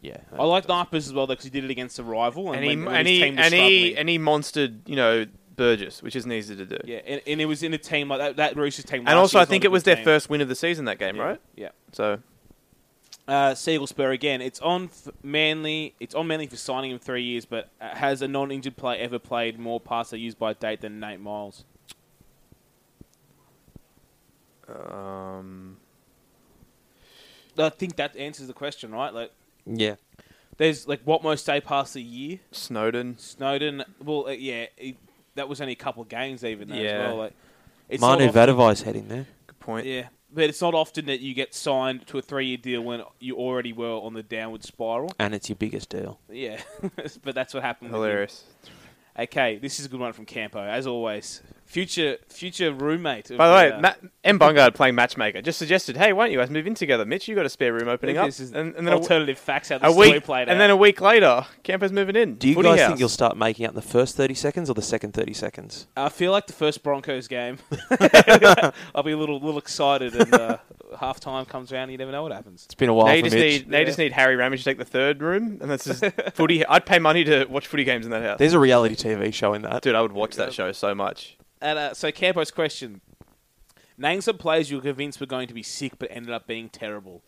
S4: yeah.
S3: I like Napa's as well because he did it against a rival, and,
S2: and he
S3: when, when
S2: and
S3: his
S2: he
S3: team was
S2: and he
S3: struggling.
S2: and he monstered, you know, Burgess, which isn't easy to do.
S3: yeah, and, and it was in a team like that. That Roosters team,
S2: And also, I think it was their
S3: first.
S2: first win of the season that game, right?
S3: Yeah.
S2: So
S3: uh, Siegel Spur again. It's on f- Manly. It's on Manly for signing him three years, but uh, has a non-injured player ever played more passes used by date than Nate Miles?
S2: Um,
S3: I think that answers the question, right? Like,
S4: Yeah.
S3: there's like what most day pass a year.
S2: Snowden.
S3: Snowden. Well, uh, yeah, he- that was only a couple of games even. Though,
S2: Yeah.
S3: as well. Like,
S4: Manu
S3: not often-
S4: Vadavai's heading there.
S2: Good point.
S3: Yeah, But it's not often that you get signed to a three-year deal when you already were on the downward spiral.
S4: And it's your biggest deal.
S3: Yeah, but that's what happened. with him.
S2: Hilarious.
S3: Okay, this is a good one from Campo, as always. Future future roommate. of
S2: By the way,
S3: uh,
S2: Ma- M Bungard playing matchmaker just suggested, "Hey, why don't you guys move in together, Mitch? You got a spare room opening up."
S3: This is
S2: and, a-
S3: alternative facts how the
S2: a
S3: story
S2: week,
S3: played
S2: and
S3: out.
S2: then a week later, Camper's moving in.
S4: Do you
S2: Footy
S4: guys
S2: house.
S4: think you'll start making out in the first 30 seconds or the second 30 seconds?
S3: I feel like the first Broncos game. I'll be a little little excited, and uh, half time comes around, you never know what happens.
S4: It's been a while
S2: Now
S4: for
S2: you just
S4: Mitch.
S2: need, now you just need Harry Ramage to take the third room, and that's just footy. I'd pay money to watch footy games in that house.
S4: There's a reality TV show in that.
S2: Dude, I would watch that show so much.
S3: And uh, so Campo's question: Name some players you were convinced were going to be sick but ended up being terrible.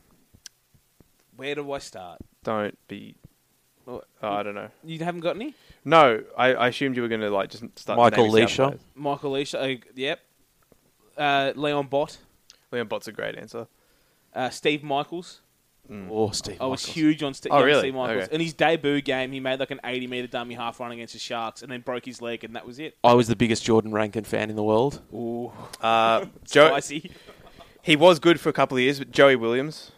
S3: Where do I start?
S2: Don't be. Oh, I don't know.
S3: You haven't got any?
S2: No, I, I assumed you were going to like just start.
S4: Michael
S2: naming
S4: Leisha.
S2: sound players.
S3: Michael Leisha. Uh, yep. Uh, Leon Bott.
S2: Liam Bott's a great answer.
S3: Uh, Steve Michaels.
S4: Oh, Steve.
S3: I was
S4: Michaels.
S3: huge on Ste
S2: Oh,
S3: young
S2: really?
S3: Steve Michaels.
S2: Okay.
S3: In his debut game, he made like an 80 meter dummy half run against the Sharks and then broke his leg, and that was it.
S4: I was the biggest Jordan Rankin fan in the world.
S3: Ooh,
S2: Uh, Joe,
S3: spicy.
S2: he was good for a couple of years, but Joey Williams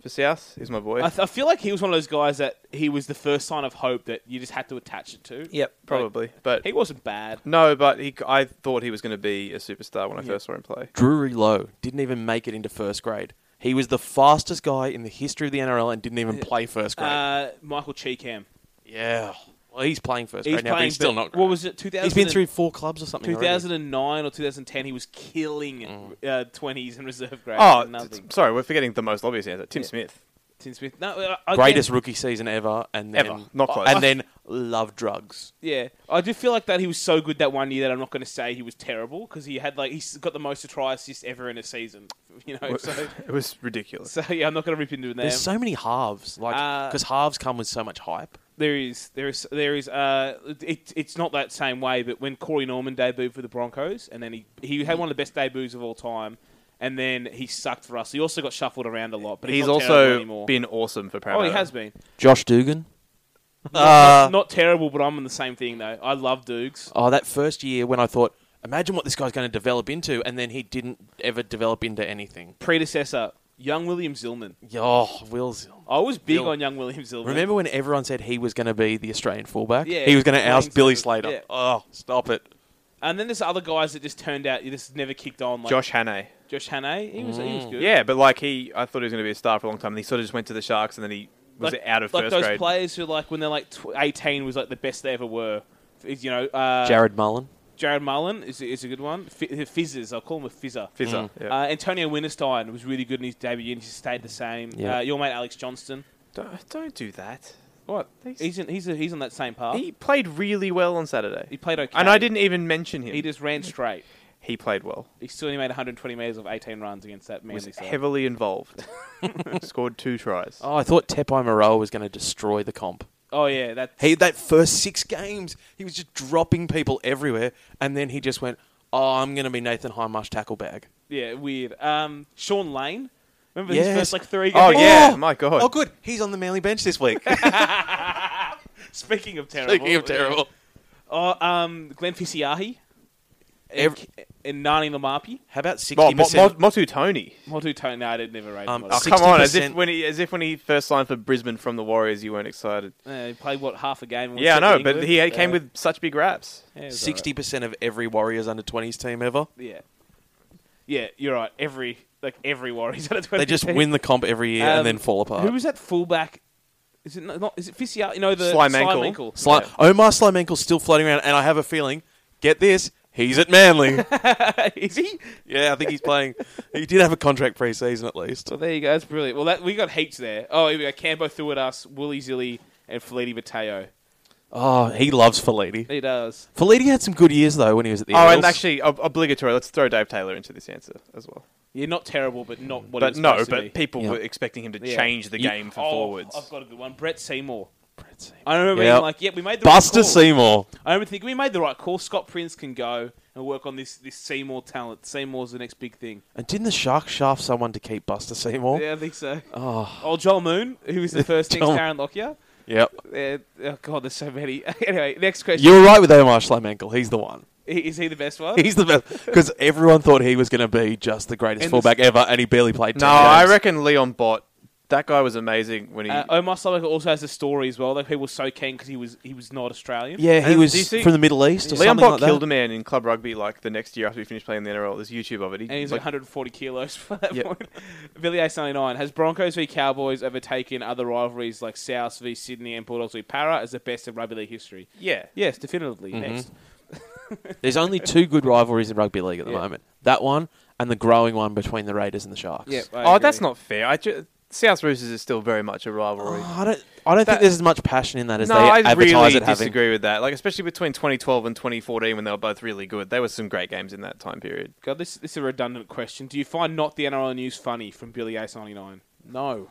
S2: for South is my boy.
S3: I, th- I feel like he was one of those guys that he was the first sign of hope that you just had to attach it to.
S2: yep, probably. but
S3: Like, he wasn't bad.
S2: no, but he, I thought he was going to be a superstar when I first saw him play.
S4: Drury Lowe didn't even make it into first grade. He was the fastest guy in the history of the NRL and didn't even play first grade.
S3: Uh, Michael Cheekham.
S4: yeah. Well, he's playing first
S3: He's
S4: grade now, but
S3: playing.
S4: he's
S3: but-
S4: still not great.
S3: What was it? 2000
S4: He's been through four clubs or something. already.
S3: 2009 or 2010. He was
S4: Mm.
S3: killing uh, 20s and reserve grade.
S2: Oh,
S3: nothing.
S2: t- t- sorry, we're forgetting the most obvious answer. Tim Smith.
S3: Tim Smith. No, uh, again,
S4: Greatest rookie season ever, and then
S2: Ever. Not close.
S4: And then love drugs.
S3: Yeah, I do feel like that he was so good that one year that I'm not going to say he was terrible because he had like he's got the most try assists ever in a season. You know, so
S2: it was ridiculous.
S3: so yeah, I'm not going to rip into them.
S4: There's so many halves, like
S3: Uh,
S4: because halves come with so much hype.
S3: There is, there is, there is. Uh, it, it's not that same way. But when Corey Norman debuted for the Broncos, and then he he had one of the best debuts of all time, and then he sucked for us. He also got shuffled around a lot, but
S2: He's
S3: he's, not terrible
S2: also
S3: anymore.
S2: been awesome for
S3: oh,
S2: Parramatta.
S3: he has been
S4: Josh Dugan. Uh,
S3: not, not terrible, but I'm in the same thing though. I love Dukes.
S4: Oh, that first year when I thought, imagine what this guy's going to develop into, and then he didn't ever develop into anything.
S3: Predecessor, young William Zillman.
S4: Oh, Will Zillman.
S3: I was big
S4: Real-
S3: on young William Zillman.
S4: Remember when everyone said he was going to be the Australian fullback?
S3: Yeah,
S4: he was going to
S3: Wayne
S4: oust Billy
S3: Slater.
S4: Slater.
S3: Yeah.
S4: Oh, stop it.
S3: And then there's other guys that just turned out. This never kicked on. Like
S2: Josh Hannay.
S3: Josh Hannay. He was he was good.
S2: Yeah, but like he, I thought he was going to be a star for a long time. And he sort of just went to the Sharks, and then he was
S3: like,
S2: out of
S3: like
S2: first
S3: those
S2: grade.
S3: players who like when they're like tw- 18 was like the best they ever were. Is, You know, uh,
S4: Jared Mullen.
S3: Jared Mullen is, is a good one. F- fizzers, I'll call him a fizzer.
S2: Fizzer, yeah.
S3: Uh, Antonio Winterstein was really good in his debut and he stayed the same.
S4: Yeah.
S3: Uh, your mate Alex Johnston.
S2: don't, don't do that.
S3: What?
S2: He's-
S3: He's in, he's, a, he's on that same path.
S2: He played really well on Saturday,
S3: He played okay.
S2: and I didn't even mention him.
S3: He just ran straight.
S2: he played well.
S3: He still only made 120 metres of 18 runs against that
S2: Was
S3: Manly side.
S2: heavily involved. Scored two tries.
S4: Oh, I thought Tepai Moroa was going to destroy the comp.
S3: Oh, yeah. That,
S4: He that first six games, he was just dropping people everywhere, and then he just went, "Oh, I'm going to be Nathan Highmarsh tackle bag."
S3: yeah, weird. Um, Sean Lane. Remember his
S4: Yes.
S3: first like three
S2: Oh,
S3: games?
S2: yeah, my God.
S4: Oh, good. He's on the Manly bench this week.
S3: Speaking of terrible.
S4: Speaking of terrible,
S3: Oh, um, Glenn Fisiahi.
S4: Every-
S3: and, and Nani Lamapi.
S4: how about sixty
S2: Mo- Mo-
S4: percent?
S2: Mo- Motu Tony.
S3: Motu Tone, no, I didn't never rate
S4: Um,
S3: him.
S2: Oh,
S4: Six-
S2: come on! As if
S4: 60%.
S2: when he as if when he first signed for Brisbane from the Warriors, you weren't excited.
S3: Uh, he played what half a game. and was
S2: Yeah, I
S3: sent to
S2: know, but
S3: England?
S2: he had- came
S3: Uh,
S2: with such big raps.
S3: yeah, it was
S4: Sixty percent of every Warriors under twenties team ever.
S3: alright. Yeah, yeah, you're right. Every like every Warriors out of twenty.
S4: They just win the comp every year
S3: Um,
S4: and then fall apart.
S3: Who was that fullback? Is it not? not- is it Fisiahi? You know the
S2: Sly
S3: Sly
S2: Mankel.
S3: Mankel.
S4: Sli- Omar Slimenkel's still floating around, and I have a feeling. Get this, he's at Manly.
S3: is he?
S4: yeah, I think he's playing. He did have a contract pre-season at least.
S3: Well, there you go. That's brilliant. Well, that we got heaps there. Oh, here we go. Cambo threw at us. Wooly Zilly and Fleety Mateo.
S4: Oh, he loves Falidi.
S3: He does.
S4: Falidi had some good years though when he was at the.
S2: Oh, and
S4: Eels.
S2: actually, ob- obligatory. Let's throw Dave Taylor into this answer as well.
S3: Yeah, not terrible, but not what. he
S2: But
S3: was
S2: no,
S3: supposed to be.
S2: but people
S4: Yeah.
S2: were expecting him to
S3: Yeah.
S2: change the
S4: You-
S2: game for
S3: oh,
S2: forwards.
S3: I've got a good one. Brett Seymour. I remember
S4: Yep.
S3: being like, yeah, we made the
S4: Buster
S2: Oh.
S3: right call.
S4: Seymour.
S3: I remember thinking we made the right call. Scott Prince can go and work on this this Seymour talent. Seymour's the next big thing.
S4: And didn't the Sharks shaft someone to keep Buster Seymour?
S3: Yeah, I think so.
S4: Oh,
S3: Oh, Joel Moon, who was the first next
S4: Joel-
S3: Darren Lockyer.
S4: yep.
S3: Uh, oh God, there's so many. anyway, next question.
S4: You were right with Omar Schlemenkel. He's the one.
S3: Is he the best one?
S4: He's the best because everyone thought he was going to be just the greatest
S2: And
S4: fullback
S2: this-
S4: ever, and he barely played. 10
S2: No, I
S4: games.
S2: reckon Leon Bott. That guy was amazing when he.
S3: Uh, Omar Salek also has a story as well. That people were so keen because he was he was not Australian. Um,
S2: And do you see- Leon Bott killed a man in club rugby like the next year after he finished playing in the NRL. There's YouTube of it. He,
S3: and he's like 140 kilos for that
S2: Yeah.
S3: point. Billy Ace 99 has Broncos v Cowboys overtaken other rivalries like South v Sydney and Bulldogs v Para as the best in rugby league history.
S5: Yeah.
S3: Yes, definitively.
S4: Mhm.
S2: Mm-hmm.
S3: Next.
S4: There's only two good rivalries in rugby league at the
S3: Yeah.
S4: moment: that one and the growing one between the Raiders and the Sharks.
S2: oh, that's not fair. I ju- South Roosters is still very much a rivalry.
S3: Oh,
S4: Oh, I don't. I don't think there's as much passion in that as
S2: no,
S4: they
S2: I
S4: advertise
S2: really
S4: it having.
S2: disagree with that. Like especially between 2012 and 2014 when they were both really good. There were some great games in that time period.
S3: God, this, this is a redundant question. Do you find not the NRL news funny from Billy Ace 99? No.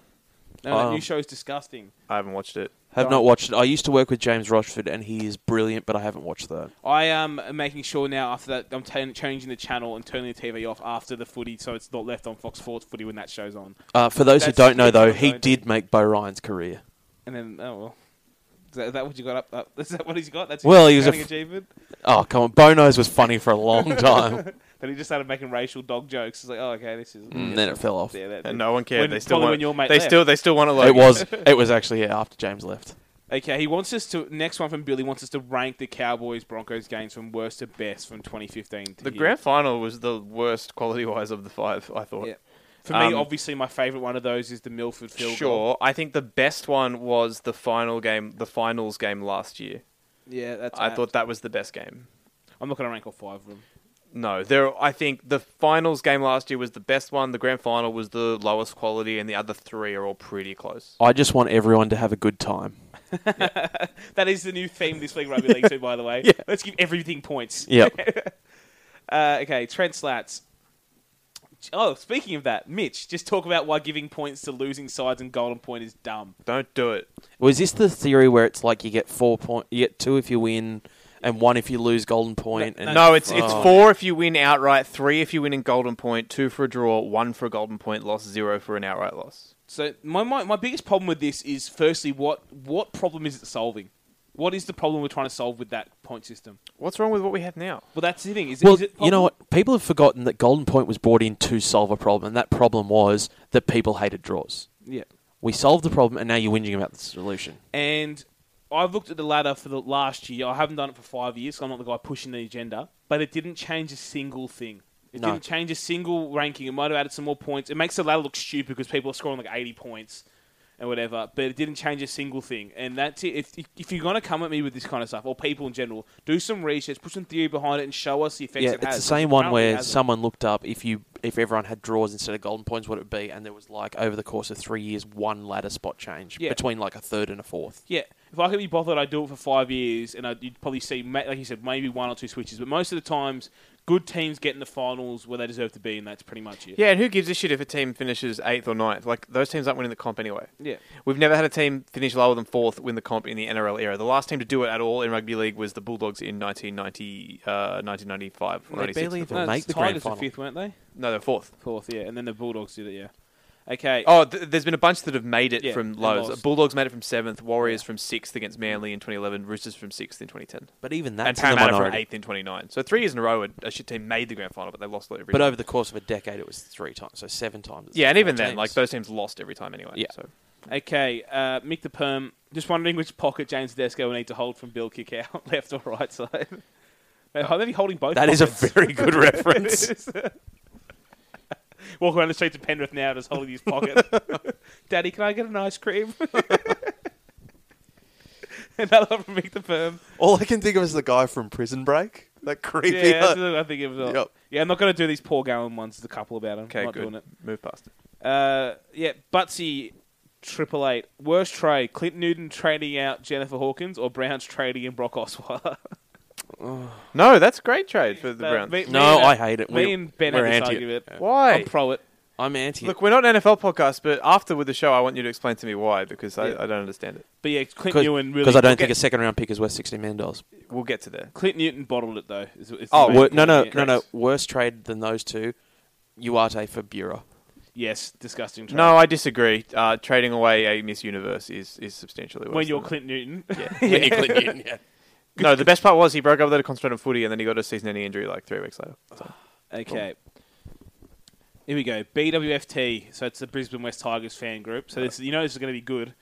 S3: No, that
S4: Um,
S3: new show is disgusting.
S2: I haven't watched it.
S4: Have not watched it. I used to work with James Rochford, and he is brilliant, but I haven't watched that.
S3: I am making sure now after that I'm turn- changing the channel and turning the TV off after the footy so it's not left on Fox Sports footy when that show's on.
S4: Uh, for those who
S3: That's-
S4: don't know, though,
S3: that's what
S4: he
S3: I do.
S4: did make Bo Ryan's career.
S3: And then, oh well. Is that, is that what you got up, up? Is that what he's got? That's
S4: well,
S3: his
S4: he was a
S3: crowning
S4: f-
S3: achievement.
S4: Oh come on, Bono's was funny for a long time.
S3: then he just started making racial dog jokes. It's like, oh, okay, this is.
S4: Mm, then it fell off.
S3: Yeah, that-
S2: And no one cared.
S3: When-
S2: they still
S3: probably
S2: want.
S3: when your mate
S2: they
S3: left.
S2: still they still want to like.
S4: it was. It was actually yeah after James left.
S3: Okay, he wants us to. Next one from Billy wants us to rank the Cowboys Broncos games from worst to best from 2015. To
S2: The
S3: here.
S2: grand final was the worst quality wise of the five. I thought.
S3: Yeah. For
S2: Um,
S3: me, obviously, my favourite one of those is the Milford field
S2: sure.
S3: goal.
S2: I think the best one was the final game, the finals game last year.
S3: Yeah, that's.
S2: I
S3: apt.
S2: thought that was the best game.
S3: I'm not going to rank all five of them.
S2: No, there. I think the finals game last year was the best one. The grand final was the lowest quality, and the other three are all pretty close.
S4: I just want everyone to have a good time.
S3: that is the new theme this week, rugby league. Too, by the way.
S4: Yeah.
S3: Let's give everything points.
S4: Yep.
S3: uh, okay, Trent Slats. Oh, speaking of that, Mitch, just talk about why giving points to losing sides and golden point is dumb.
S2: Don't do it.
S4: Was this the theory where it's like you get four point, you get two if you win, and one if you lose golden point? and
S2: No, it's it's
S4: Oh.
S2: four if you win outright, three if you win in golden point, two for a draw, one for a golden point loss, zero for an outright loss.
S3: So my, my my biggest problem with this is firstly what what problem is it solving? What is the problem we're trying to solve with that point system?
S2: What's wrong with what we have now?
S3: Well, that's the thing. Is,
S4: Well,
S3: is it
S4: you
S3: problem-
S4: know what? People have forgotten that golden point was brought in to solve a problem, and that problem was that people hated draws.
S3: Yeah.
S4: We solved the problem, and now you're whinging about the solution.
S3: And I've looked at the ladder for the last year. I haven't done it for five years. So I'm not the guy pushing the agenda, but it didn't change a single thing. It
S4: No.
S3: didn't change a single ranking. It might have added some more points. It makes the ladder look stupid because people are scoring like 80 points and whatever, but it didn't change a single thing. And that's it. If, if you're going to come at me with this kind of stuff, or people in general, do some research, put some theory behind it, and show us the effects
S4: yeah,
S3: it
S4: it's
S3: has.
S4: the same one
S3: Apparently it
S4: where
S3: hasn't.
S4: someone looked up if you if everyone had draws instead of golden points, what it would be, and there was like over the course of three years, one ladder spot change
S3: Yeah.
S4: between like a third and a fourth.
S3: Yeah, if I could be bothered, I'd do it for five years, and I'd, you'd probably see, ma- like you said, maybe one or two switches. But most of the times, good teams get in the finals where they deserve to be, and that's pretty much it.
S2: Yeah, and who gives a shit if a team finishes eighth or ninth? Like those teams aren't winning the comp anyway.
S3: Yeah.
S2: we've never had a team finish lower than fourth win the comp in the NRL era. The last team to do it at all in rugby league was the Bulldogs in 1990, uh, 1995. or
S3: They
S2: 96.
S3: barely even No, make it's the Tigers grand were final. fifth, weren't they?
S2: No, they're fourth.
S3: Fourth, yeah, and then the Bulldogs did it. Yeah. Okay.
S2: Oh, th- there's been a bunch that have made it
S3: Yeah,
S2: from
S3: and
S2: lows.
S3: lost.
S2: Bulldogs made it from seventh. Warriors from sixth against Manly in 2011. Roosters from sixth in 2010.
S4: But even
S2: and
S4: that's in the
S2: Parramatta from
S4: minority.
S2: eighth in 29. So three years in a row, a, a shit team made the grand final, but they lost every.
S4: But
S2: time.
S4: over the course of a decade, it was three times, so seven times. It's
S2: yeah, and
S4: four
S2: even then,
S4: teams.
S2: like those teams lost every time anyway.
S4: Yeah.
S2: So.
S3: Okay. Uh, Mick the perm. Just wondering which pocket James Desco will need to hold from Bill kick out, left or right side. Uh, maybe holding both.
S4: That is a
S3: pockets.
S4: very good reference.
S3: It is. Walk around the streets of Penrith now, just holding his pocket. Daddy, can I get an ice cream? Another one from Mick the Perm.
S4: All I can think of is the guy from Prison Break. That creepy.
S3: Yeah, that's the- I think it was.
S4: Yep.
S3: Yeah, I'm not going to do these Paul Gallen ones. There's a couple about him.
S2: Okay,
S3: I'm not
S2: good.
S3: doing it.
S2: Move past it.
S3: Uh, yeah, Butsy, triple eight. Worst trade: Clint Newton trading out Jennifer Hawkins or Browns trading in Brock Osweiler.
S2: No, that's a great trade for the
S3: Uh,
S2: Browns.
S3: me- me
S4: No,
S3: and-
S4: I hate it.
S3: Me
S4: We-
S3: and Ben
S4: we're
S3: had this
S4: anti it.
S3: argument.
S2: Why?
S3: I'm pro it.
S4: I'm anti.
S2: Look, we're not an NFL podcast, but after with the show, I want you to explain to me why because I,
S3: Yeah.
S2: I don't understand it.
S3: But yeah, Clint
S4: because
S3: Newton really.
S4: I don't
S3: We'll
S4: think
S3: get-
S4: a second round pick is worth sixty million dollars.
S2: We'll get to there.
S3: Clint Newton bottled it though. is- is the
S4: Oh
S3: main
S4: wor-
S3: point,
S4: no, no,
S3: yeah.
S4: no, no. Worse trade than those two. Uarte for Bureau.
S3: Yes, disgusting trade.
S2: No, I disagree. Uh, trading away a Miss Universe is, is substantially worse.
S3: when you're
S2: than
S3: Clint Newton.
S2: that. Yeah.
S4: When you're Clint Newton, yeah.
S2: No, the best part was he broke up with her to concentrate on footy, and then he got a season-ending injury like three weeks later.
S3: Oh,
S2: So,
S3: Okay. Here we go. BWFT. So it's the Brisbane West Tigers fan group. So this, you know this is going to be good.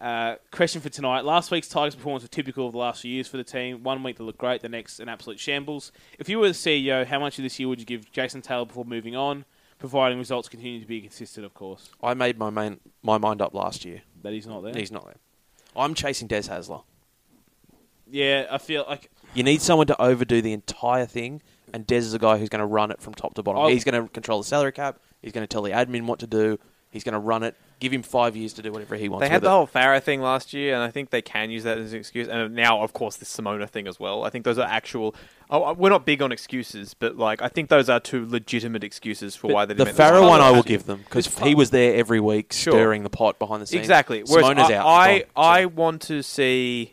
S3: Uh, question for tonight. Last week's Tigers performance was typical of the last few years for the team. One week they look great, the next an absolute shambles. If you were the CEO, how much of this year would you give Jason Taylor before moving on, providing results continue to be consistent, of course?
S4: I made my main, my mind up last year.
S3: That he's not there?
S4: He's not there. I'm chasing Des Hasler.
S3: Yeah, I feel like
S4: You need someone to overdo the entire thing, and Des is a guy who's going to run it from top to
S2: Oh.
S4: bottom.
S3: I-
S4: he's going to control the salary cap. He's going to tell the admin what to do. He's going to run it. Give him five years to do whatever he wants.
S2: they had
S4: with
S2: the
S4: it.
S2: whole Farah thing last year, and I think they can use that as an excuse. And now, of course, this Simona thing as well. I think those are actual. Oh, uh, we're not big on excuses, but like I think those are two legitimate excuses for why they
S4: the
S2: didn't make
S4: Farrow one I will
S2: Hudson-
S4: give them because he was there every week
S2: Sure.
S4: stirring the pot behind the scenes.
S2: Exactly. Whereas
S4: Simona's
S2: I,
S4: out.
S2: I,
S4: Gone.
S2: I want to see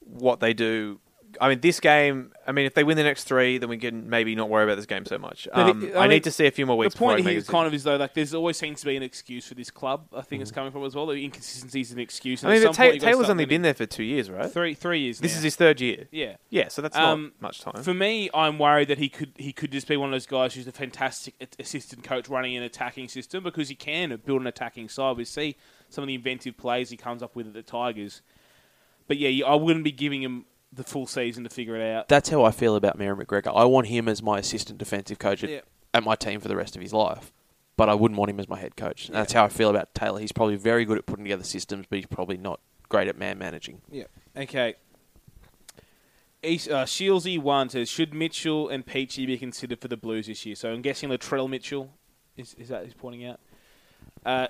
S2: what they do. I mean, this game. I mean, if they win the next three, then we can maybe not worry about this game so much.
S3: But
S2: Um,
S3: it-
S2: I,
S3: mean,
S2: need to see a few more weeks.
S3: The
S2: before I
S3: point
S2: make a
S3: here is
S2: decision.
S3: kind of is though, like there's always seems to be an excuse for this club. I think it's coming from as well. The inconsistency is an excuse. and
S2: Mm. I mean,
S3: at
S2: but
S3: some point
S2: Ta-
S3: you've got to
S2: Taylor's
S3: start
S2: only
S3: winning.
S2: been there for two years, right?
S3: Three, three years.
S2: This
S3: now.
S2: is his third year.
S3: Yeah,
S2: yeah. So that's
S3: Um,
S2: not much time.
S3: For me, I'm worried that he could he could just be one of those guys who's a fantastic a- assistant coach running an attacking system because he can build an attacking side. We see some of the inventive plays he comes up with at the Tigers, but yeah, you- I wouldn't be giving him the full season to figure it out.
S4: That's how I feel about Mary McGregor. I want him as my assistant defensive coach at,
S3: Yeah.
S4: at my team for the rest of his life, but I wouldn't want him as my head coach. And That's how I feel about Taylor. He's probably very good at putting together systems, but he's probably not great at man managing.
S3: Yeah. Okay. East, uh, Shieldsy one says, should Mitchell and Peachy be considered for the Blues this year? So I'm guessing Latrell Mitchell is, is that he's pointing out. Uh,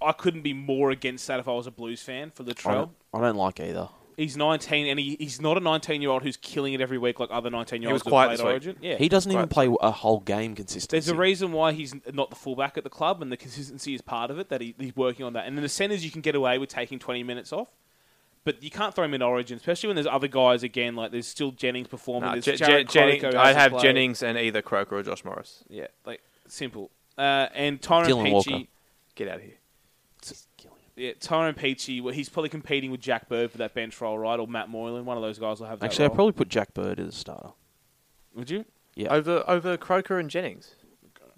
S3: I couldn't be more against that if I was a Blues fan for
S4: I
S3: Latrell.
S4: don't, I don't like either.
S3: He's 19 and he, he's not a 19 year old who's killing it every week like other 19 year olds.
S2: was quiet
S3: played
S2: this week.
S3: Oh, Origin. Yeah,
S4: he doesn't
S3: Quiet.
S4: even play a whole game consistently.
S3: There's a reason why he's not the fullback at the club, and the consistency is part of it. That he, he's working on that. And in the centres, you can get away with taking 20 minutes off, but you can't throw him in Origin, especially when there's other guys. Again, like there's still Jennings performing.
S2: Nah,
S3: there's
S2: Je- Je-
S3: Jared
S2: Jennings-
S3: Croker who
S2: I'd
S3: hasn't
S2: have
S3: played.
S2: Jennings and either Croker or Josh Morris.
S3: Yeah, like simple. Uh, and Tyrone
S4: Dylan Walker.
S3: Peachy,
S2: get out of here.
S3: yeah, Tyrone Peachy. Well, he's probably competing with Jack Bird for that bench role, right? Or Matt Moylan. One of those guys will have that.
S4: Actually, I'd
S3: role.
S4: probably put Jack Bird as a starter.
S3: Would you?
S4: Yeah.
S2: Over over Croker and Jennings.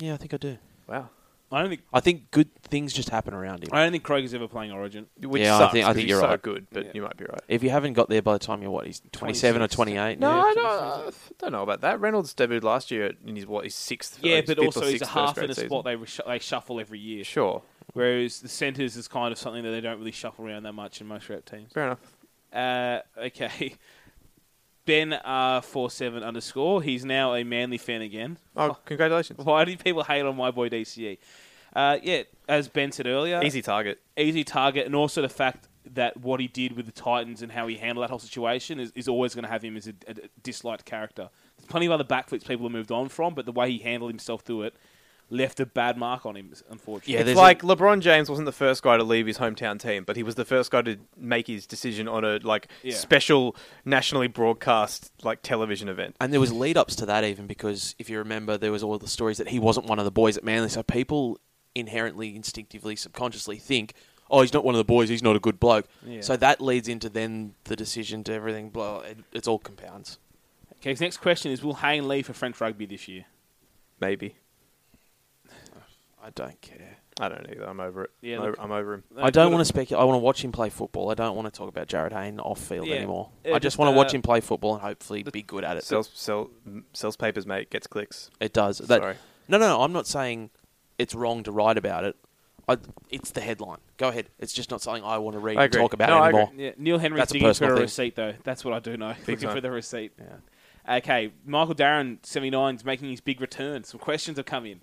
S4: Yeah, I think I do.
S2: Wow.
S3: I don't think.
S4: I think good things just happen around him.
S3: I don't think Kroger's ever playing Origin.
S2: Which
S4: yeah,
S2: sucks
S4: I think I
S2: 'cause
S4: think
S2: he's
S4: you're
S2: so
S4: right.
S2: good, but you might be right.
S4: If you haven't got there by the time you're what, he's 27 or 28.
S2: No,
S4: yeah.
S2: I don't, I don't know about that. Reynolds debuted last year in his what his sixth.
S3: Yeah,
S2: like,
S3: but
S2: fifth or
S3: also he's a
S2: sixth
S3: half
S2: first-grade
S3: in a
S2: season.
S3: spot they, resh- they shuffle every year.
S2: Sure.
S3: Whereas the centres is kind of something that they don't really shuffle around that much in most rep teams.
S2: Fair enough.
S3: Uh, okay. Ben R47 underscore. He's now a Manly fan again.
S2: Oh, congratulations.
S3: Why do people hate on my boy DCE? Uh, yeah, as Ben said earlier.
S2: Easy target.
S3: Easy target. And also the fact that what he did with the Titans and how he handled that whole situation is, is always going to have him as a, a disliked character. There's plenty of other backflips people have moved on from, but the way he handled himself through it left a bad mark on him, unfortunately.
S2: it's like LeBron James wasn't the first guy to leave his hometown team, but he was the first guy to make his decision on a like
S3: Yeah.
S2: special nationally broadcast like television event.
S4: And there was lead ups to that even because if you remember, there was all the stories that he wasn't one of the boys at Manly. So people inherently, instinctively, subconsciously think, oh, he's not one of the boys. He's not a good bloke.
S3: Yeah.
S4: So that leads into then the decision to everything. Blah. It, it's all compounds.
S3: Okay, his next question is Will Hayne leave for French rugby this year?
S2: Maybe.
S4: I don't care.
S2: I don't either. I'm over it.
S3: Yeah,
S2: I'm,
S3: look-
S2: over, I'm over him.
S4: I don't want to speculate. I want to watch him play football. I don't want to talk about Jared Hayne off field
S3: Yeah.
S4: anymore.
S3: Yeah,
S4: I just
S3: just,
S4: want to watch
S3: uh,
S4: him play football and hopefully be good at it.
S2: Sells sell, sells papers, mate. Gets clicks.
S4: It does. That,
S2: Sorry.
S4: No, no, no. I'm not saying it's wrong to write about it. I, it's the headline. Go ahead. It's just not something I want to read
S2: I
S4: and
S2: agree.
S4: talk about
S2: No, I agree.
S4: anymore.
S3: Yeah, Neil Henry
S4: That's a
S3: digging for
S4: personal
S3: a
S4: thing.
S3: receipt, though. That's what I do know. Looking
S2: time.
S3: for the receipt. Okay, Michael Darren, 79, is making his big return. Some questions have come in.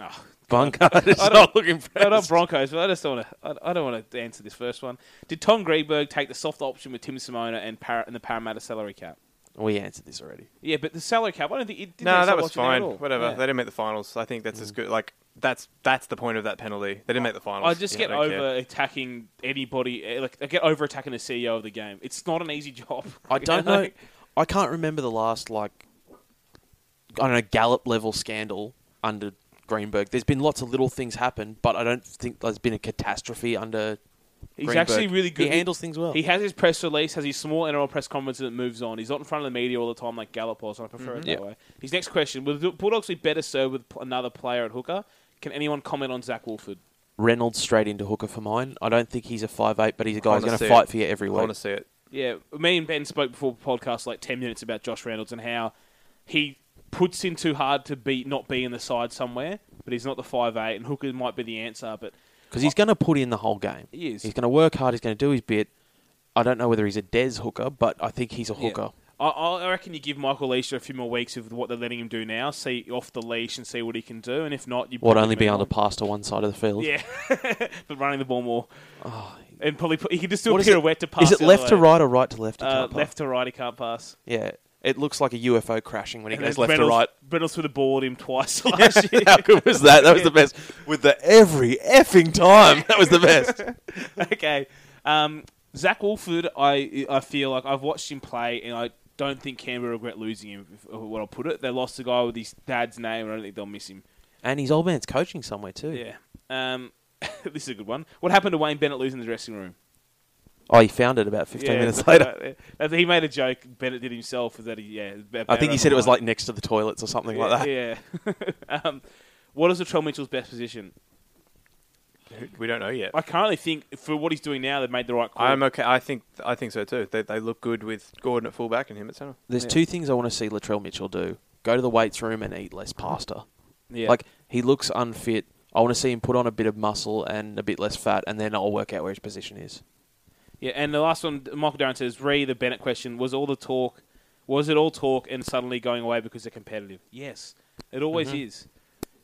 S3: Oh,
S4: Bunker is
S3: I don't-
S4: not looking for
S3: No, not Broncos, but I just don't want to. I, I don't want to answer this first one. Did Tom Greenberg take the soft option with Tim Simona and, Par- and the Parramatta salary cap?
S4: We answered this already.
S3: Yeah, but the salary cap. I don't think it did.
S2: No, that was fine. Whatever. They didn't make the finals. I think that's
S4: Mm.
S2: as good. Like that's that's the point of that penalty. They didn't make the finals.
S3: I just
S2: Yeah,
S3: get
S2: don't care.
S3: over attacking anybody. eh, Like I get over attacking the CEO of the game. It's not an easy job.
S4: I don't know. I can't remember the last like I don't know Gallup level scandal under Greenberg. There's been lots of little things happen, but I don't think there's been a catastrophe under
S3: He's
S7: Greenberg.
S3: actually really good.
S7: He handles things well.
S3: He has his press release, has his small NRL press conference, and it moves on. He's not in front of the media all the time like Gallup was, and I prefer
S7: Mhm.
S4: Mm-hmm.
S3: it that
S7: Yeah.
S3: way. His next question: Will the Bulldogs be better served with pl- another player at hooker? Can anyone comment on Zach Wolford?
S4: Reynolds straight into hooker for mine. I don't think he's a five eight, but he's a guy who's
S2: wanna
S4: going
S2: see
S4: to fight
S2: it.
S4: for you every
S2: I
S4: week.
S2: wanna see it.
S3: Yeah, me and Ben spoke before the podcast like ten minutes about Josh Reynolds and how he puts in too hard to be not be in the side somewhere, but he's not the five eight, and hooker might be the answer, but
S4: Because he's going to put in the whole game.
S3: He is.
S4: He's going to work hard. He's going to do his bit. I don't know whether he's a Des hooker, but I think he's a
S3: Yeah.
S4: hooker.
S3: I, I I reckon you give Michael Leisha a few more weeks of what they're letting him do now, see off the leash and see what he can do, and if not, you
S4: Would
S3: probably
S4: only be
S3: move
S4: able to
S3: on.
S4: pass to one side of the field.
S3: Yeah, but running the ball more. and probably put, he could just do
S4: Oh. What
S3: a
S4: is it?
S3: pirouette to pass.
S4: Is it
S3: the
S4: left
S3: other
S4: to
S3: way.
S4: right or right to left? He
S3: Uh,
S4: can't pass.
S3: left to right, he can't pass.
S4: Yeah, it looks like a UFO crashing when he
S3: And
S4: goes
S3: then
S4: left to
S3: Reynolds-
S4: right.
S3: Reynolds threw the ball at him twice last year.
S4: How good was that? That was the
S3: Yeah.
S4: best. With the every effing time, that was the best.
S3: okay. Um, Zach Wolford, I I feel like I've watched him play, and I don't think Canberra regret losing him. If, if what I'll put it, they lost a guy with his dad's name, and I don't think they'll miss him.
S4: And his old man's coaching somewhere too.
S3: Yeah. Um, this is a good one. What happened to Wayne Bennett losing the dressing room?
S4: Oh, he found it about 15
S3: Yeah,
S4: minutes
S3: that's
S4: later.
S3: right. Uh, He made a joke. Bennett did himself. That he, yeah, about
S4: I think he said it was
S3: overnight.
S4: like next to the toilets or something like that.
S3: yeah, Yeah. um, what is Latrell Mitchell's best position?
S2: We don't know yet.
S3: I currently think for what he's doing now, they've made the right call.
S2: I'm okay. I think I think so too. They, they look good with Gordon at fullback and him at centre.
S4: There's two things I want to see Latrell Mitchell do: go to the weights room and eat less pasta.
S3: Yeah.
S4: like he looks unfit. I want to see him put on a bit of muscle and a bit less fat, and then I'll work out where his position is.
S3: Yeah, and the last one, Michael Darren says, re the Bennett question was all the talk, was it all talk and suddenly going away because they're competitive? Yes, it always
S4: Mhm.
S3: is.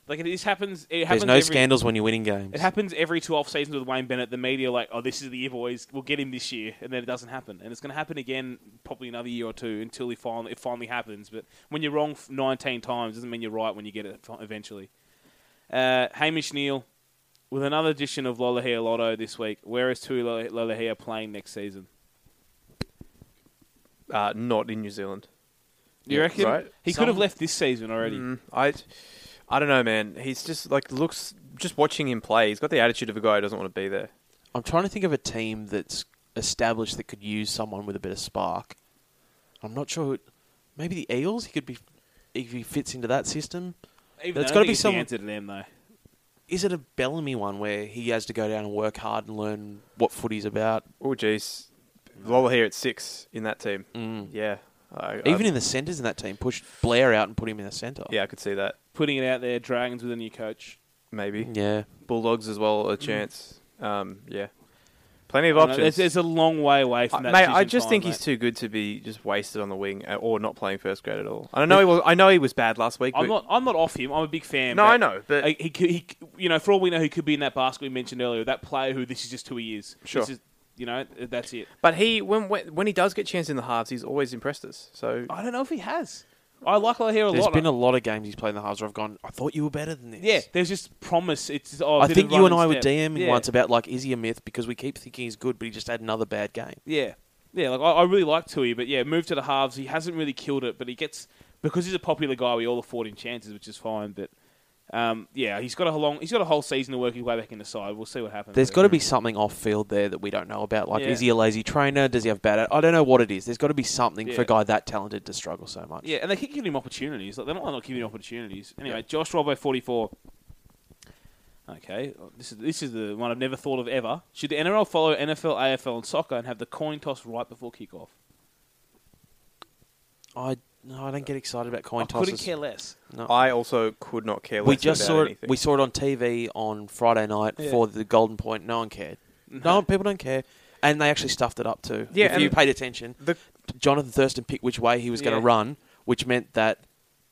S3: Like it just happens. It happens
S4: There's no
S3: every,
S4: scandals when you're winning games.
S3: It happens every two off seasons with Wayne Bennett. The media are like, oh, this is the year, boys. We'll get him this year, and then it doesn't happen, and it's going to happen again probably another year or two until he finally it finally happens. But when you're wrong 19 times, doesn't mean you're right when you get it fi- eventually. Uh, Hamish Neal with another edition of Lolahia Lotto this week. Where is Tui Lo- Lolahia playing next season?
S2: Uh, not in New Zealand.
S3: You reckon?
S2: Right?
S3: He could have left this season already.
S2: Mm, I, I don't know, man. He's just like looks. Just watching him play, he's got the attitude of a guy who doesn't want to be there.
S4: I'm trying to think of a team that's established that could use someone with a bit of spark. I'm not sure. Who it, maybe the Eels. He could be if he fits into that system.
S3: Even though
S4: There's
S3: I
S4: gotta
S3: think
S4: be
S3: it's the
S4: someone.
S3: answer to them, though.
S4: Is it a Bellamy one where he has to go down and work hard and learn what footy's about?
S2: Oh, jeez. Lola here at six in that team.
S3: Mm.
S2: Yeah. I,
S4: Even
S2: I,
S4: in the centres in that team, push Blair out and put him in the centre.
S2: yeah, I could see that.
S3: Putting it out there, Dragons with a new coach.
S2: Maybe.
S4: Yeah.
S2: Bulldogs as well, a chance. Um, yeah. Plenty of
S3: Mm. I don't know,
S2: options.
S3: there's- there's a long way away from
S2: Uh,
S3: that
S2: Mate, I
S3: decision
S2: just
S3: time,
S2: think
S3: mate.
S2: he's too good to be just wasted on the wing uh, or not playing first grade at all. I don't know. He was, I know he was bad last week.
S3: I'm
S2: but
S3: not. I'm not off him. I'm a big fan.
S2: No,
S3: but
S2: I know, but-
S3: I- he, could, he, could- you know, for all we know, he could be in that basket we mentioned earlier. That player who this is just who he is.
S2: Sure.
S3: This is, you know, that's it.
S2: But he when when when he does get chance in the halves, he's always impressed us. So
S3: I don't know if he has. I like I hear a
S4: There's
S3: lot.
S4: been a lot of games he's played in the halves where I've gone, I thought you were better than this.
S3: yeah, there's just promise. It's just, oh, a
S4: I
S3: bit
S4: think
S3: of
S4: you
S3: run
S4: and I were
S3: step.
S4: DMing
S3: yeah.
S4: once about, like, is he a myth? Because we keep thinking he's good, but he just had another bad game.
S3: Yeah, yeah. Like I, I really like Tui, but yeah, moved to the halves. He hasn't really killed it, but he gets because he's a popular guy. We all afford him chances, which is fine. But um, yeah, he's got a long. He's got a whole season to work his way back in the side. We'll see what happens.
S4: There's got to be something off field there that we don't know about. Like,
S3: Yeah.
S4: is he a lazy trainer? Does he have bad? I don't know what it is. There's got to be something for
S3: Yeah.
S4: a guy that talented to struggle so much.
S3: Yeah, and they keep giving him opportunities. Like they're not, they're not giving him opportunities. Anyway, Josh Robbo, forty-four. Okay, oh, this is this is the one I've never thought of ever. Should the NRL follow NFL, AFL, and soccer and have the coin toss right before kickoff?
S4: I no, I don't get excited about coin
S3: I couldn't
S4: tosses.
S3: care less.
S4: No.
S2: I also could not care less.
S4: we just
S2: about
S4: saw it.
S2: anything.
S4: We saw it on TV on Friday night
S2: Yeah.
S4: for the Golden Point. No one cared. No,
S2: No.
S4: one- people don't care, and they actually stuffed it up too.
S2: Yeah,
S4: if you
S2: and
S4: paid attention, Jonathan Thurston picked which way he was going
S2: Yeah.
S4: to run, which meant that.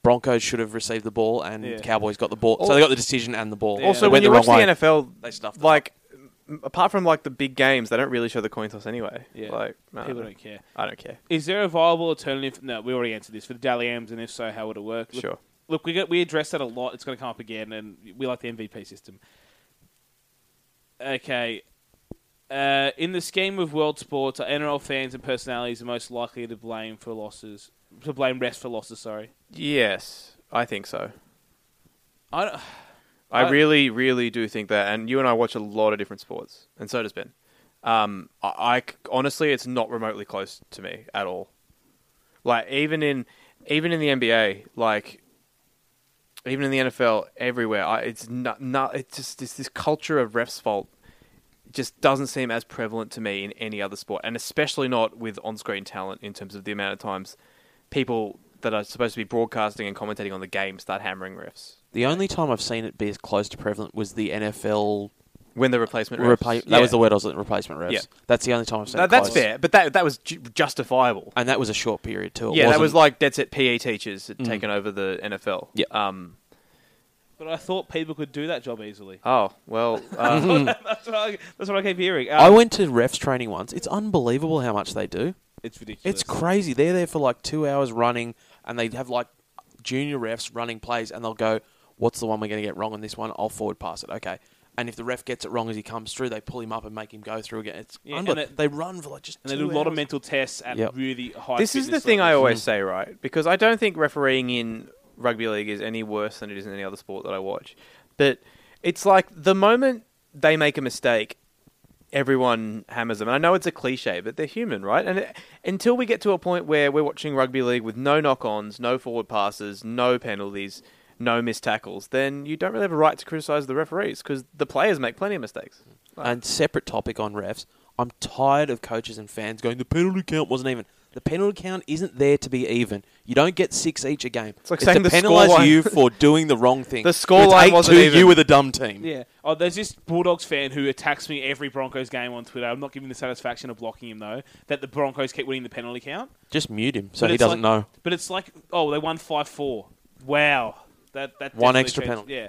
S4: Broncos should have received the ball, and
S2: Yeah.
S4: Cowboys got the ball. So
S2: Al-
S4: they got the decision and the ball.
S2: Also,
S4: They
S2: when
S4: went
S2: you
S4: the
S2: watch
S4: wrong way.
S2: the NFL,
S4: they stuffed.
S2: like m- apart from like the big games, they don't really show the coin toss anyway.
S3: Yeah.
S2: Like no,
S3: People don't care.
S2: I don't care.
S3: Is there a viable alternative? No, we already answered this for the Daly M's, and if so, how would it work? Look,
S2: Sure.
S3: Look, we get, we address that a lot. It's going to come up again, and we like the MVP system. Okay. Uh, in the scheme of world sports, are NRL fans and personalities the most likely to blame for losses? To blame rest for losses, sorry.
S2: Yes, I think so.
S3: I don't,
S2: I,
S3: I-
S2: really, really do think that. And you and I watch a lot of different sports, and so does Ben. Um, I, I c- honestly, it's not remotely close to me at all. Like even in even in the NBA, like even in the NFL, everywhere, I, it's not not. It's just it's this culture of refs' fault just doesn't seem as prevalent to me in any other sport, and especially not with on-screen talent in terms of the amount of times people that are supposed to be broadcasting and commentating on the game start hammering refs.
S4: The only time I've seen it be as close to prevalent was the NFL
S2: when the replacement refs.
S4: Repla- that
S2: Yeah.
S4: was the word I was looking, replacement refs.
S2: Yeah.
S4: That's the only time I've seen.
S2: Now,
S4: it
S2: that's
S4: close.
S2: fair, but that that was ju- justifiable.
S4: And that was a short period too. It
S2: yeah, that
S4: wasn't-
S2: was like dead set PE E teachers had
S4: Mm.
S2: taken over the NFL.
S4: Yeah.
S2: Um.
S3: But I thought people could do that job easily.
S2: Oh well.
S3: I thought
S2: Uh,
S3: that- that's, what I, that's what I keep hearing.
S4: I
S3: Um,
S4: went to refs training once. It's unbelievable how much they do.
S3: It's ridiculous.
S4: It's crazy. They're there for like two hours running, and they have like junior refs running plays, and they'll go, "What's the one we're going to get wrong on this one? I'll forward pass it." Okay. And if the ref gets it wrong as he comes through, they pull him up and make him go through again. It's
S3: Yeah, and
S4: unbelievable.
S3: it-
S4: they run for like just
S3: and they
S4: two
S3: do a lot of
S4: hours.
S3: mental tests at
S4: Yep.
S3: really high.
S2: this is the
S3: fitness
S2: thing I
S3: levels.
S2: always say, right? Because I don't think refereeing in rugby league is any worse than it is in any other sport that I watch. But it's like the moment they make a mistake, everyone hammers them. And I know it's a cliche, but they're human, right? And it, until we get to a point where we're watching rugby league with no knock-ons, no forward passes, no penalties, no missed tackles, then you don't really have a right to criticize the referees because the players make plenty of mistakes.
S4: And separate topic on refs. I'm tired of coaches and fans going, the penalty count wasn't even. The penalty count isn't there to be even. You don't get six each a game. It's
S2: like saying
S4: to
S2: the
S4: penalise
S2: scoreline-
S4: you for doing the wrong thing.
S2: The scoreline
S4: With eight
S2: wasn't
S4: two,
S2: even.
S4: You were the dumb team.
S3: Yeah. Oh, there's this Bulldogs fan who attacks me every Broncos game on Twitter. I'm not giving the satisfaction of blocking him though. That the Broncos keep winning the penalty count.
S4: Just mute him so
S3: But
S4: he
S3: it's
S4: doesn't
S3: like-
S4: know.
S3: But it's like, oh, they won five four. Wow. That that
S4: One
S3: definitely
S4: extra
S3: changed-
S4: penalty.
S3: Yeah.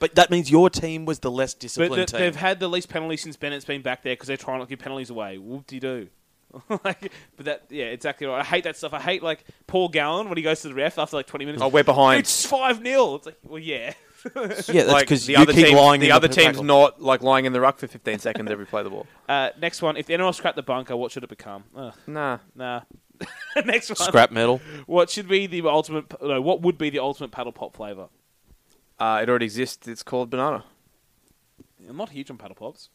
S4: But that means your team was the less
S3: But
S4: disciplined
S3: th-
S4: team.
S3: they've had the least penalties since Bennett's been back there because they're trying not to give penalties away. Whoop de doo. like, but that, yeah, exactly right. I hate that stuff. I hate like Paul Gallen when he goes to the ref after like 20 minutes.
S2: Oh, we're behind.
S3: It's five 0 It's like, well, yeah.
S4: Yeah, that's
S2: Like,
S4: 'cause
S2: the
S4: you
S2: other
S4: keep
S2: team,
S4: lying in
S2: The
S4: the
S2: other team's
S4: tackle.
S2: not like lying in the ruck for 15 seconds every play of the ball.
S3: Uh, next one. If the NRL scrapped the bunker, what should it become? Ugh.
S2: Nah.
S3: Nah. next one.
S4: Scrap metal.
S3: What should be the ultimate? No, what would be the ultimate paddle pop flavor?
S2: Uh, it already exists. It's called banana.
S3: I'm not huge on paddle pops.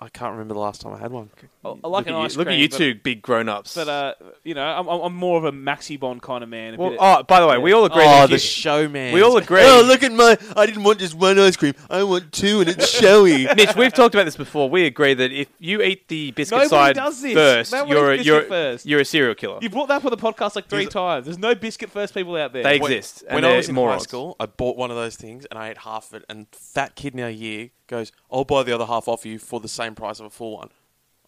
S4: I can't remember the last time I had one.
S3: I, I
S2: look
S3: like an
S2: at you-
S3: ice
S2: look at
S3: cream,
S2: you
S3: but-
S2: two big grown-ups.
S3: But uh, you know, I'm, I'm I'm more of a maxi bond kind of man. a
S2: Well,
S3: bit of-
S2: oh, by the way, we all agree.
S4: Oh,
S2: that
S4: the
S2: you-
S4: showman.
S2: We all agree.
S4: Oh, look at my. I didn't want just one ice cream. I want two, and it's showy.
S2: Mitch, we've talked about this before. We agree that if you eat the biscuit
S3: Nobody
S2: side
S3: does this.
S2: first,
S3: Nobody
S2: you're a,
S3: eats
S2: you're,
S3: biscuit first.
S2: you're a serial killer.
S3: You brought that up on the podcast like three times. There's no biscuit first people out there.
S2: They exist.
S4: when
S2: and
S4: I
S2: they're
S4: was in
S2: morons.
S4: high school, I bought one of those things and I ate half of it. And fat kid in our year goes, "I'll buy the other half off you for the same price of a full one."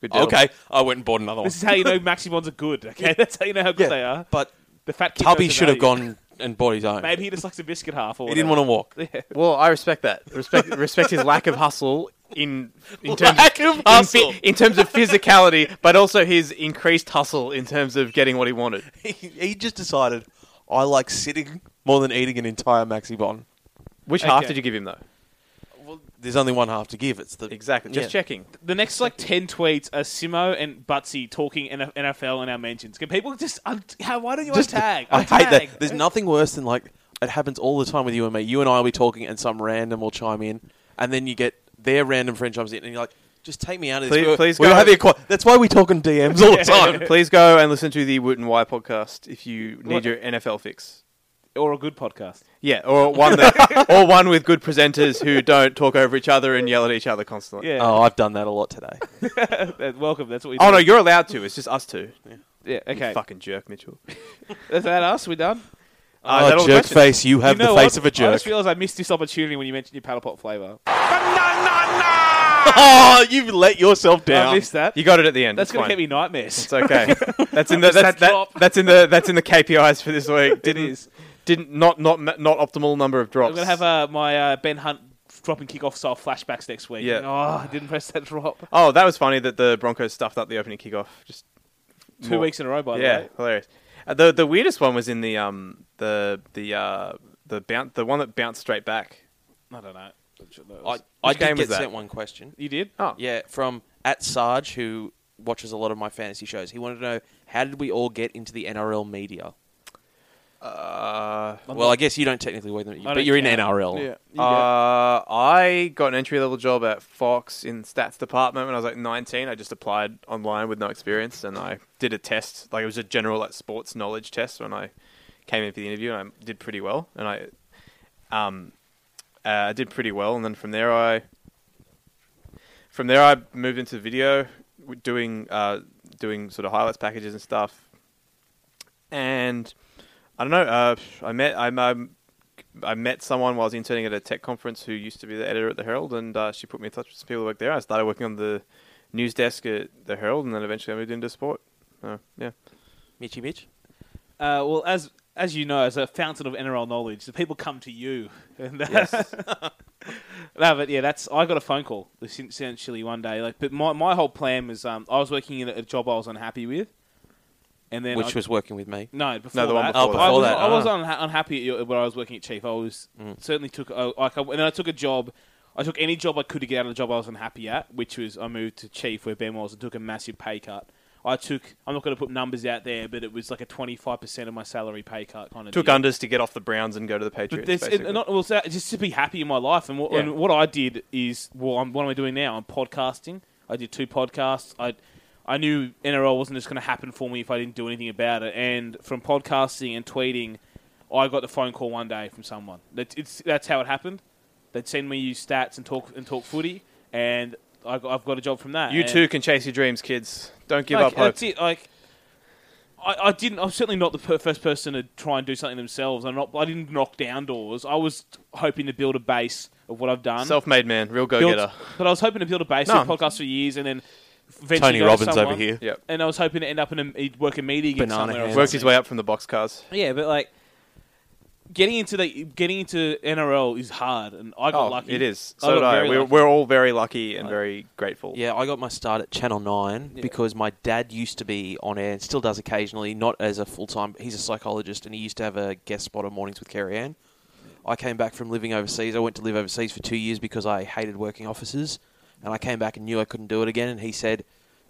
S2: Good deal.
S4: Okay, I went and bought another one.
S3: This is how you know maxi bonds are good. Okay, that's how you know how good
S4: Yeah,
S3: they are.
S4: But
S3: The fat kid
S4: Tubby
S3: knows the
S4: should have
S3: value.
S4: gone and bought his own.
S3: Maybe he just likes a biscuit half. Or
S4: He didn't want to walk.
S3: to. Yeah.
S2: Well, I respect that. Respect respect his lack of hustle in in terms
S4: Lack of
S2: in fi-
S4: hustle.
S2: in, terms of physicality, but also his increased hustle in terms of getting what he wanted.
S4: he, he just decided, I like sitting more than eating an entire maxi bon.
S2: Which half
S3: Okay.
S2: did you give him though?
S4: There's only one half to give. It's the
S2: Exactly. Just
S4: Yeah.
S2: checking.
S3: The next like ten tweets are Simo and Butsy talking N- NFL in our mentions. Can people just un- how, why don't you
S4: Just-
S3: untag?
S4: I hate
S3: Untag.
S4: that. There's nothing worse than like it happens all the time with you and me. You and I will be talking, and some random will chime in, and then you get their random friend chimes in, and you're like, "Just take me out of this."
S2: Please-
S4: We're-
S2: please
S4: we're
S2: go.
S4: having a qu- That's why we talk in DMs all the time.
S2: Please go and listen to the Woot and Why podcast if you need
S3: What?
S2: your NFL fix.
S3: or a good podcast.
S2: Yeah, or one that, or one with good presenters who don't talk over each other and yell at each other constantly.
S3: Yeah.
S4: Oh, I've done that a lot today.
S3: Uh, Welcome. That's what we.
S2: Oh
S3: do.
S2: no, you're allowed to. It's just us two.
S3: Yeah. Okay. Uh,
S2: You fucking jerk, Mitchell.
S3: Is that us? We done?
S2: is that all
S4: oh,
S2: the
S4: jerk
S2: questions?
S4: face! You have
S3: You know
S4: the face
S3: what?
S4: of a
S3: I
S4: jerk.
S3: just realised I missed this opportunity when you mentioned your paddle pop flavour.
S4: oh, you've let yourself
S3: I
S4: down.
S3: missed that.
S2: You got it at the end.
S3: That's
S2: It's
S3: going
S2: fine.
S3: to get me nightmares.
S2: It's okay. That's in the
S3: Just
S2: that's,
S3: that
S2: that,
S3: drop.
S2: that's in the that's in the KPIs for this week. Didn't
S3: is.
S2: didn't not not ma- not optimal number of drops.
S3: I'm going to have uh, my uh, Ben Hunt drop and kick off style flashbacks next week.
S2: Yeah.
S3: Oh, I didn't press that drop.
S2: oh, that was funny that the Broncos stuffed up the opening kickoff. Just
S3: Two
S2: more-
S3: weeks in a row, by the
S2: yeah,
S3: way.
S2: hilarious. Uh, the the weirdest one was in the um the the uh the bounce the one that bounced straight back.
S3: I don't know.
S4: I, I
S2: Which game
S4: did
S2: was
S4: get
S2: that?
S4: sent one question.
S3: you did?
S2: Oh,
S4: Yeah, from at Sarge, who watches a lot of my fantasy shows. He wanted to know how did we all get into the NRL media.
S2: Uh,
S4: well, I guess you don't technically work, them, but you're in NRL.
S2: Yeah. Uh, I got an entry level job at Fox in stats department when I was like 19. I just applied online with no experience, and I did a test. Like it was a general like sports knowledge test when I came in for the interview, and I did pretty well. And I, um, uh, I did pretty well, and then from there I, from there I moved into video, w- doing uh, doing sort of highlights packages and stuff, and. I don't know. Uh, I met I, um, I met someone while I was interning at a tech conference who used to be the editor at the Herald, and uh, she put me in touch with some people who work there. I started working on the news desk at the Herald, and then eventually I moved into sport. So, yeah.
S4: Mitchy Mitch.
S3: Uh, well, as as you know, as a fountain of NRL knowledge, the people come to you. And
S2: Yes.
S3: no, but yeah, that's I got a phone call essentially one day. Like, but my, my whole plan was um, I was working in a job I was unhappy with, and then
S4: Which
S3: I-
S4: was working with me.
S3: No, before
S4: No, the
S3: that.
S4: one before Oh, that.
S3: I
S4: before
S3: was,
S4: that.
S3: I was
S4: Ah.
S3: unha- unhappy at, when I was working at Chief. I was
S4: Mm.
S3: certainly took I, like I, and then I took a job. I took any job I could to get out of the job I was unhappy at, which was I moved to Chief where Ben was and took a massive pay cut. I took I'm not going to put numbers out there, but it was like a 25 percent of my salary pay cut kind of
S2: Took
S3: deal.
S2: unders to get off the Browns and go to the
S3: But
S2: Patriots.
S3: there's it,
S2: basically.
S3: not well, so just to be happy in my life, and what,
S2: Yeah.
S3: and what I did is, well, I'm, what am I doing now? I'm podcasting. I did two podcasts. I, I knew NRL wasn't just going to happen for me if I didn't do anything about it. And from podcasting and tweeting, I got the phone call one day from someone. That, it's that's how it happened. They'd send me stats and talk and talk footy, and I got, I've got a job from that.
S2: you
S3: And-
S2: too can chase your dreams, kids. Don't give
S3: like,
S2: up hope.
S3: That's it. Like, I, I didn't. I'm certainly not the per- first person to try and do something themselves. I'm not. I didn't knock down doors. I was hoping to build a base of what I've done.
S2: Self-made man, real
S3: Built-
S2: go-getter.
S3: But I was hoping to build a base
S2: No.
S3: of podcasts for years, and then. eventually
S2: Tony
S3: go to
S2: Robbins over
S3: someone,
S2: here. Yep.
S3: And I was hoping to end up in a he'd work a media gig
S2: Banana
S3: somewhere.
S2: hands.
S3: or
S2: Worked his
S3: something.
S2: way up from the boxcars.
S3: Yeah, but like getting into the getting into NRL is hard, and I got
S2: Oh,
S3: lucky.
S2: it is.
S3: got
S2: So did I.
S3: very
S2: We're,
S3: lucky.
S2: we're all very lucky and very grateful.
S4: Yeah, I got my start at Channel 9 because my dad used to be on air and still does occasionally, not as a full time, he's a psychologist and he used to have a guest spot on Mornings with Carrie Ann. I came back from living overseas. I went to live overseas for two years because I hated working offices. And I came back and knew I couldn't do it again. And he said,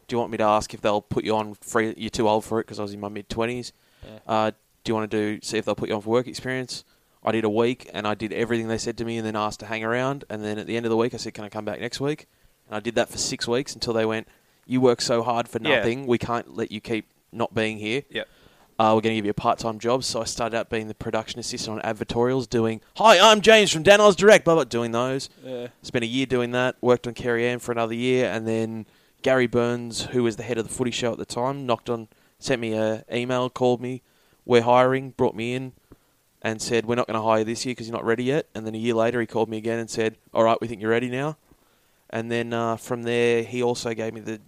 S4: Do you want me to ask if they'll put you on free? You're too old for it because I was in my mid 20s.
S3: Yeah.
S4: Uh, do you want to do see if they'll put you on for work experience? I did a week and I did everything they said to me and then asked to hang around. And then at the end of the week, I said, Can I come back next week? And I did that for six weeks until they went, You work so hard for
S2: Yeah.
S4: nothing. We can't let you keep not being here.
S2: Yep.
S4: Uh, we're going to give you a part time job. So I started out being the production assistant on advertorials, doing, Hi, I'm James from Dan Oz Direct, blah, blah, doing those.
S3: Yeah.
S4: Spent a year doing that. Worked on Carrie Ann for another year. And then Gary Burns, who was the head of the footy show at the time, knocked on, sent me a email, called me, We're hiring, brought me in, and said, We're not going to hire you this year because you're not ready yet. And then a year later, he called me again and said, All right, we think you're ready now. And then uh, from there, he also gave me the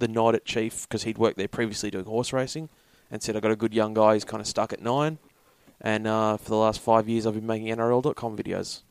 S4: the nod at Chief because he'd worked there previously doing horse racing, and said I got a good young guy who's kind of stuck at nine. And uh, for the last five years, I've been making NRL.com videos.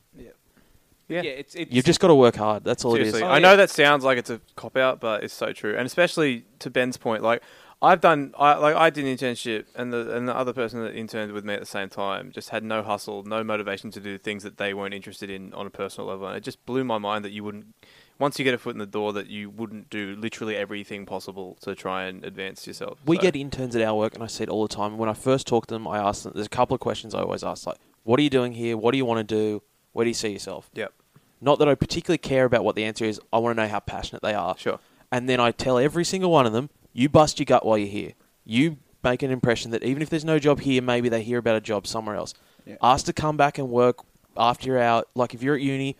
S3: Yeah, it's, it's
S4: You've just got to work hard. That's all
S2: Seriously,
S4: it is.
S2: I know that sounds like it's a cop out, but it's so true. And especially to Ben's point, like I've done, I like I did an internship, and the and the other person that interned with me at the same time just had no hustle, no motivation to do things that they weren't interested in on a personal level. And it just blew my mind that you wouldn't, once you get a foot in the door, that you wouldn't do literally everything possible to try and advance yourself.
S4: We
S2: So-
S4: get interns at our work, and I see it all the time. When I first talk to them, I ask them. There's a couple of questions I always ask, like, "What are you doing here? What do you want to do? Where do you see yourself?"
S2: Yep.
S4: Not that I particularly care about what the answer is. I want to know how passionate they are.
S2: Sure.
S4: And then I tell every single one of them, "You bust your gut while you're here. You make an impression that even if there's no job here, maybe they hear about a job somewhere else.
S12: Yeah.
S4: Ask to come back and work after you're out. Like if you're at uni,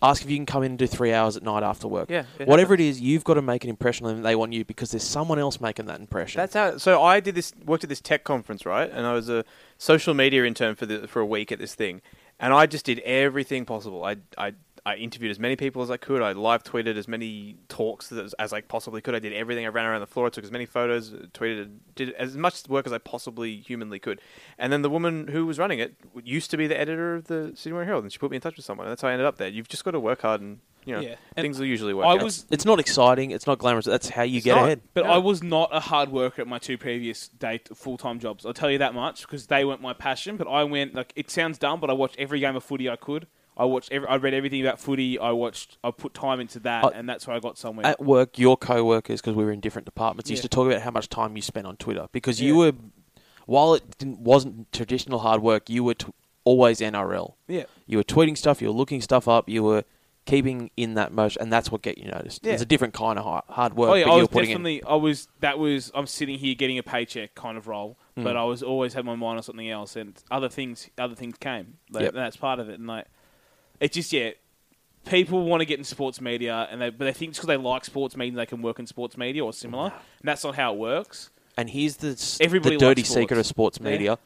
S4: ask if you can come in and do three hours at night after work.
S2: Yeah, it
S4: Whatever it is, you've got to make an impression on them. They want you because there's someone else making that impression.
S2: That's how. So I did this. Worked at this tech conference, right? And I was a social media intern for the for a week at this thing, and I just did everything possible. I I I interviewed as many people as I could. I live tweeted as many talks as, as I possibly could. I did everything. I ran around the floor. I took as many photos, tweeted, did as much work as I possibly humanly could. And then the woman who was running it used to be the editor of the Sydney Morning Herald, and she put me in touch with someone. And that's how I ended up there. You've just got to work hard, and you know
S3: Yeah. And
S2: things will usually work.
S3: I
S2: out.
S3: was-
S4: It's not exciting. It's not glamorous. That's how you get
S3: not,
S4: ahead.
S3: But I was not a hard worker at my two previous day full time jobs. I'll tell you that much because they weren't my passion. But I went like it sounds dumb, but I watched every game of footy I could. I watched. Every, I read everything about footy. I watched. I put time into that,
S4: I-
S3: and that's where I got somewhere.
S4: At work, your co-workers, because we were in different departments, used
S3: Yeah.
S4: to talk about how much time you spent on Twitter because
S3: Yeah.
S4: you were while it didn't, wasn't traditional hard work, you were t- always NRL.
S13: Yeah.
S4: You were tweeting stuff, you were looking stuff up, you were keeping in that motion, and that's what get you noticed.
S3: Yeah.
S4: It's a different kind of hard, hard work.
S3: Oh yeah,
S4: but
S3: I
S4: you
S3: was
S4: were putting in.
S3: definitely. I was. That was. I'm sitting here getting a paycheck kind of role,
S4: Mm.
S3: but I was always had my mind on something else, and other things. Other things came. Like,
S4: Yep.
S3: and that's part of it. And like, it just yeah. People want to get in sports media, and they but they think because they like sports media, they can work in sports media or similar. And that's not how it works.
S4: And here's the s-
S3: Everybody
S4: the dirty
S3: likes sports.
S4: secret of sports
S3: Yeah.
S4: media.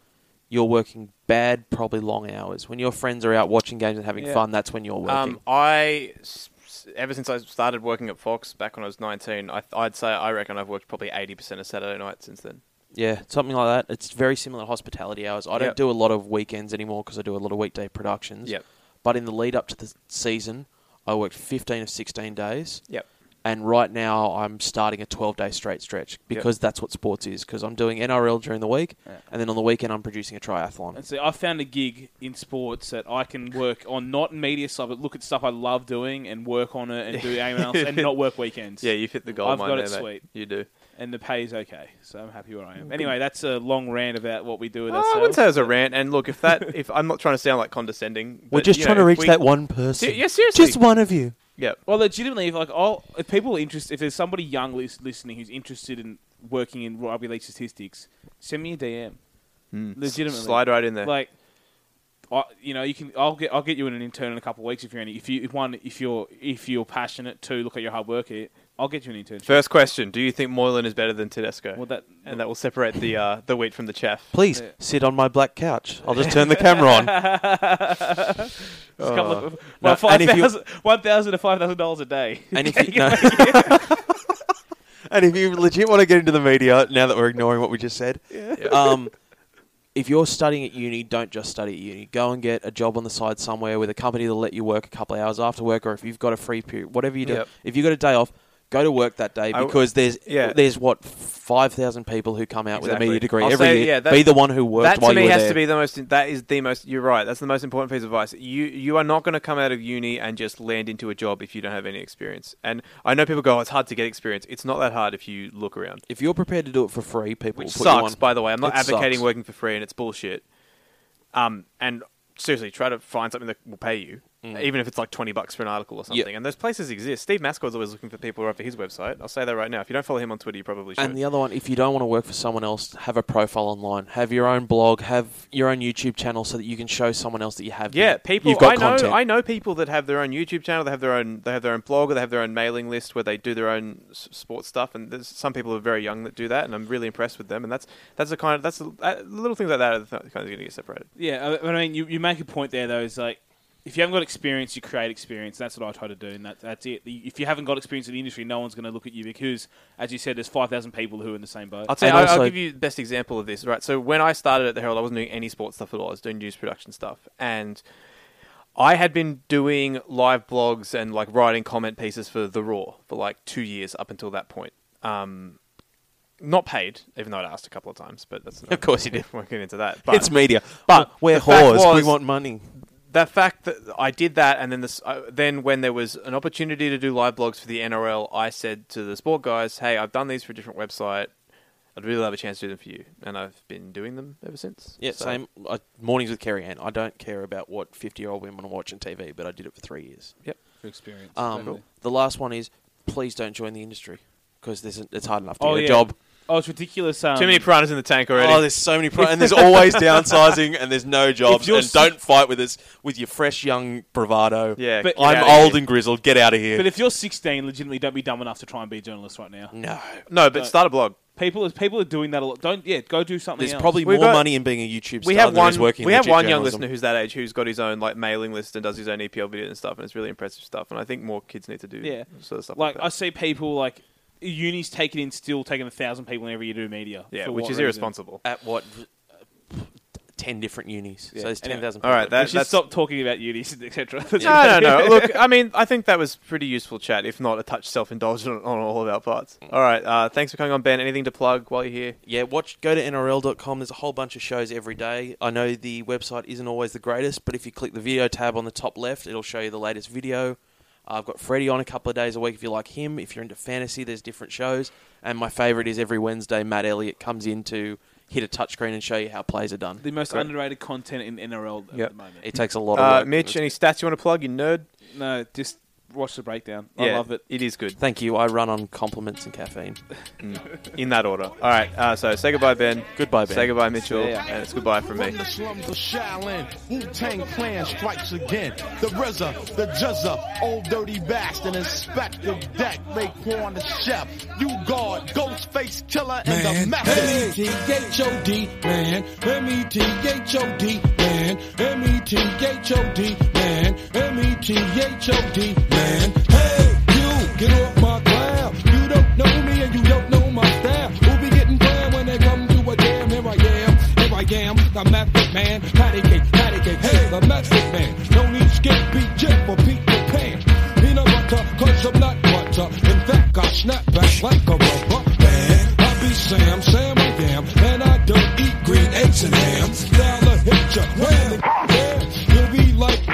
S4: You're working bad, probably long hours. When your friends are out watching games and having
S2: Yeah.
S4: fun, that's when you're working.
S2: Um, I s- s- ever since I started working at Fox back when I was 19, I, I'd say I reckon I've worked probably 80% of Saturday night since then.
S4: yeah, something like that. It's very similar to hospitality hours. I
S2: Yep.
S4: don't do a lot of weekends anymore because I do a lot of weekday productions.
S2: Yep.
S4: But in the lead up to the season, I worked 15 of 16 days.
S2: Yep.
S4: And right now, I'm starting a 12 day straight stretch because that's what sports is. Because I'm doing NRL during the week,
S3: Yeah.
S4: and then on the weekend, I'm producing a triathlon.
S3: And so I found a gig in sports that I can work on, not media stuff, but look at stuff I love doing and work on it and do anything else and not work weekends.
S2: Yeah, you've hit the gold
S3: I've
S2: mine
S3: got
S2: there,
S3: it
S2: mate.
S3: sweet.
S2: You do.
S3: And the pay's okay, so I'm happy where I am. Anyway, that's a long rant about what we do with
S2: Oh, I
S3: ourselves.
S2: wouldn't say it was a rant. And look, if that, if I'm not trying to sound like condescending,
S4: We're
S2: but,
S4: just
S2: you
S4: trying
S2: know,
S4: to
S2: if
S4: reach
S2: we-
S4: that one person.
S2: Se- yeah, seriously.
S4: Just one of you.
S2: Yeah.
S3: Well, legitimately, if like all if people are interested, if there's somebody young lis- listening who's interested in working in rugby league statistics, send me a DM.
S2: Mm.
S3: Legitimately,
S2: Slide right in there.
S3: Like, I, you know, you can. I'll get. I'll get you in an intern in a couple of weeks if you're any. If you if one if you're if you're passionate to look at your hard work here, I'll get you an internship.
S2: First question: Do you think Moylan is better than Tedesco? Well,
S3: that
S2: and that will separate the uh, the wheat from the chaff.
S4: Please sit on my black couch. I'll just turn the camera on.
S3: Just a couple of-
S2: uh,
S4: Oh.
S3: well,
S4: No, and if you-
S3: 5,000 $1,000 to five thousand dollars a day.
S4: And if you, no. and if you legit want to get into the media, now that we're ignoring what we just said,
S3: Yeah. Yeah.
S4: um, if you're studying at uni, don't just study at uni. Go and get a job on the side somewhere with a company that'll let you work a couple of hours after work, or if you've got a free period, whatever you do.
S2: Yep.
S4: If you've got a day off, go to work that day
S2: I w-
S4: because there's
S2: yeah.
S4: there's what five thousand people who come out with
S2: Exactly.
S4: a media degree
S2: I'll
S4: every
S2: say,
S4: year.
S2: yeah, that-
S4: be the one who worked
S2: That to
S4: while
S2: me
S4: you were
S2: has
S4: there.
S2: to be the most. That is the most. You're right. That's the most important piece of advice. You you are not going to come out of uni and just land into a job if you don't have any experience. And I know people go, oh, it's hard to get experience. It's not that hard if you look around.
S4: if you're prepared to do it for free, people
S2: Which
S4: will put you
S2: sucks,
S4: on.
S2: by the way. I'm not
S4: It
S2: advocating
S4: sucks.
S2: working for free, and it's bullshit. Um, and seriously, try to find something that will pay you,
S13: Mm.
S2: even if it's like twenty bucks for an article or something. And those places exist. Steve Mascold's always looking for people who are for his website. I'll say that right now. If you don't follow him on Twitter, you probably should.
S4: And the other one, if you don't want to work for someone else, have a profile online, have your own blog, have your own YouTube channel, so that you can show someone else that you have.
S2: Yeah,
S4: been-
S2: people.
S4: You've got
S2: I know.
S4: content.
S2: I know people that have their own YouTube channel. They have their own. They have their own blog. Or they have their own mailing list where they do their own s- sports stuff. And there's some people who are very young that do that, and I'm really impressed with them. And that's that's the kind of that's the, uh, little things like that are the th- kind of going to get separated.
S3: Yeah, I I mean, you, you make a point there, though, is like, if you haven't got experience, you create experience. That's what I try to do, and that, that's it. The- If you haven't got experience in the industry, no one's going to look at you because, as you said, there's 5,000 people who are in the same boat.
S2: I'll tell you, I'll- I'll give you the best example of this. Right, so when I started at the Herald, I wasn't doing any sports stuff at all. I was doing news production stuff, and I had been doing live blogs and like writing comment pieces for The Raw for like two years up until that point. Um, not paid, even though I'd asked a couple of times, but that's
S4: Of course you did.
S2: Won't get into that. But
S4: It's media.
S2: But
S4: We're
S2: the fact
S4: whores. We
S2: was-
S4: want money.
S2: the fact that I did that, and then this, uh, then when there was an opportunity to do live blogs for the NRL, I said to the sport guys, "Hey, I've done these for a different website. I'd really love a chance to do them for you." And I've been doing them ever since.
S4: Yeah,
S2: So-
S4: same. I, mornings with Carrie Ann. I don't care about what fifty-year-old women are watching TV, but I did it for three years.
S2: Yep.
S3: For experience,
S4: Um,
S3: totally.
S4: The last one is please don't join the industry because it's hard enough to
S3: Oh,
S4: get
S3: yeah.
S4: a job.
S3: Oh, it's ridiculous. Um,
S2: Too many piranhas in the tank already.
S4: Oh, there's so many, pro- and there's always downsizing, and there's no jobs,
S2: you're
S4: and
S2: s-
S4: don't fight with us with your fresh young bravado.
S2: Yeah,
S3: But- get
S4: I'm
S3: outta
S4: old
S3: here.
S4: and grizzled. Get out of here.
S3: But if you're 16, legitimately, don't be dumb enough to try and be a journalist right now.
S4: No.
S2: No, but start a blog.
S3: People, people are doing that a lot. Don't, yeah, go do something
S4: There's
S3: else.
S4: probably
S2: We've
S4: more
S2: got-
S4: money in being a YouTube
S2: we
S4: star
S2: have
S4: than there
S2: one.
S4: is working.
S2: We have
S4: legit
S2: one young
S4: journalism.
S2: listener who's that age who's got his own like mailing list and does his own EPL video and stuff, and it's really impressive stuff. And I think more kids need to do
S3: Yeah.
S2: sort of stuff like,
S3: Like, I see people, like, uni's taking in still taking a thousand people in every year to do media.
S2: that. Yeah,
S3: For
S2: which
S3: what
S2: is
S3: reason?
S2: irresponsible.
S4: At what? uh, Ten different unis.
S3: Yeah.
S4: So there's
S3: Anyway.
S4: ten thousand.
S2: All right, that-
S3: Let's
S2: that's-
S3: just stop talking about unis, etc.
S2: No, no, no. Look, I mean, I think that was pretty useful chat, if not a touch self-indulgent on all of our parts.
S4: Mm.
S2: All right, uh, thanks for coming on, Ben. Anything to plug while you're here?
S4: Yeah, watch. Go to nrl.com. There's a whole bunch of shows every day. I know the website isn't always the greatest, but if you click the video tab on the top left, it'll show you the latest video. I've got Freddie on a couple of days a week if you like him. If you're into fantasy, there's different shows. And my favourite is every Wednesday, Matt Elliott comes in to hit a touchscreen and show you how plays are done.
S3: The most underrated content in NRL at the moment.
S4: It takes a lot of
S2: Uh,
S4: work.
S2: Mitch, any stats you want to plug? You nerd.
S3: No, just watch the breakdown.
S2: Yeah,
S3: I love it.
S2: It is good.
S4: Thank you. I run on compliments and caffeine.
S2: in that order. All right. Uh, so say goodbye, Ben.
S4: Goodbye, Ben.
S2: Say goodbye, Mitchell.
S4: See ya.
S2: And it's goodbye from me.
S14: From the slums of Shaolin, Wu-Tang Clan strikes again. The RZA, the Juzza, old dirty bastard, inspector deck, Raekwon the chef, you guard, Ghostface killer, and the method.
S15: E M-E-T-H-O-D, man. E M-E-T-H-O-D, man. E M-E-T-H-O-D, man. E M-E-T-H-O-D, man. Hey, you, get off my ground. You don't know me and you don't know my style. Who be getting down when they come to a jam? Here I am, here I am, the method man. Patty cake, patty cake, hey, the method man. No need skip, beat, jump, or beat the pan peanut butter, cause I'm not butter. In fact, I snap back like a rubber band. I be Sam, Sam I am, and I don't eat green eggs and ham. Style a hit ya, when the yeah, you'll be like,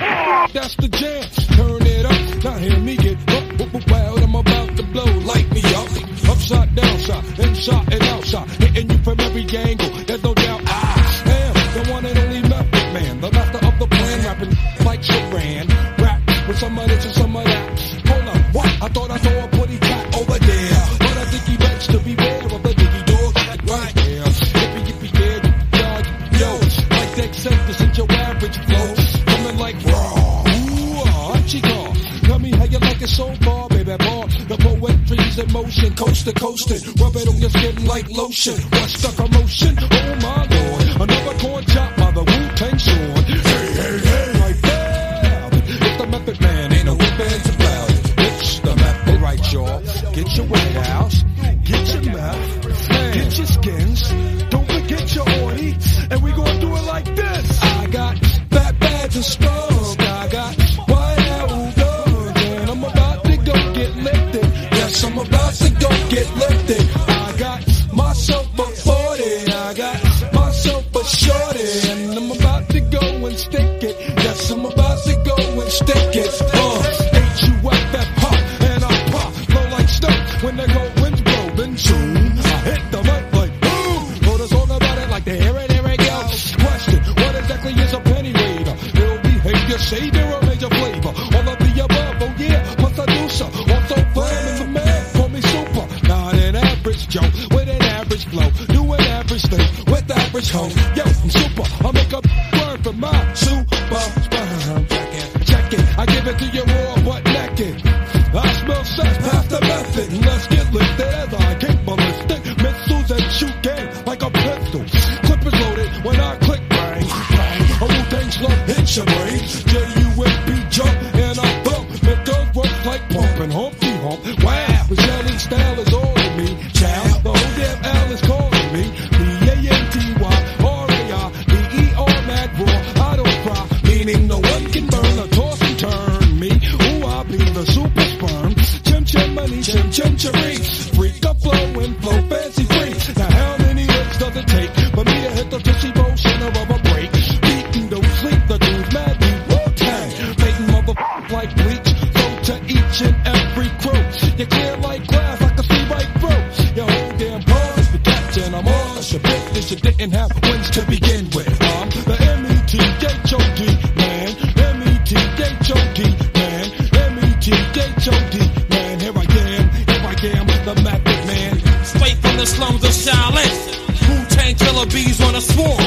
S15: that's the jam. Turn it up, now hear me get up, up, wild. I'm about to blow, light me up. Upside, downside, inside and outside, hitting you from every angle. There's no doubt I am the one and only method man, the master of the plan, rapping like Sharan, rap with some of this and some of that. Hold up, what? I thought I saw a pretty cat over there, but I think he meant to beware of the diggy dog. Like right there, yippee yippee yeah, dog, yo, like that sentence into your average flow, coming like raw, ooh, ah, chica. Tell me how you like it so far, baby boy. The poetry's in motion, coast to coast, and rub it on your skin like lotion. What's the commotion? Oh my lord, another corn chop by the Wu Tang sword. Hey, hey, hey, right there. It's the Method Man, ain't no fans about it. It's the Method, right, y'all. Get your white house, get your mouth, get your skins. Don't forget your orny, and we gonna do it like this. I got fat bags of stones, I got white owl dogs, and I'm about to go get lifted. Yes, I'm about to go get lifted. I got myself a 40, I got myself a shorty, and I'm about to go and stick it. Yes, I'm about to go and stick it. Uh, H-U-F-F pop, and I pop, flow like snow when the cold winds blow. Then soon, I hit the mic like, boom! Wrote a song about it like the here and here it goes. Question, what exactly is a penny reader? Ill behavior, savior, or major flavor? All of the above, oh yeah, plus I do so. Also, flame is a man, call me super. Not an average Joe, with an average flow. Do an average thing, with average hoe. Yo, I'm super, I make up word for my super. sperm. Check it, check it, I give it to you raw, but naked. I smell sex past the method. Let's get lifted as I kick ballistic. Missiles that shoot game like a pistol. Clip is loaded when I click bang, bang. A Wu-Tang slug hits your brain. J-U-M-P jump and I bump. It does work like pumping Humpty Hump. Wow, the yelling style is all in me. Child, the whole damn L is calling me. B-A-N-T-Y, R-A-I, B-E-R, mad E raw. I don't cry, meaning no one can burn or toss and turn me. Ooh, I be the super sperm. Chim chim money, chim chim cherry. Freak up flow and flow fancy free. Now how many hits does it take for me to hit the tootsie bowl center of a break? Beating don't sleep, the dude's mad, we will tag. Making motherfuckers like bleach. Go to each and every crew. You're clear like glass, I can see right through. Your whole damn bar is the captain. I'm on your business, you didn't have wins to begin with. I'm the E M-E-T-H-O-D man. E M-E-T-H-O-D man. E M-E-T-H-O-D man. Here I am, here I am, the method man.
S16: Straight from the slums of Shaolin. Wu Tang killer bees on a swarm.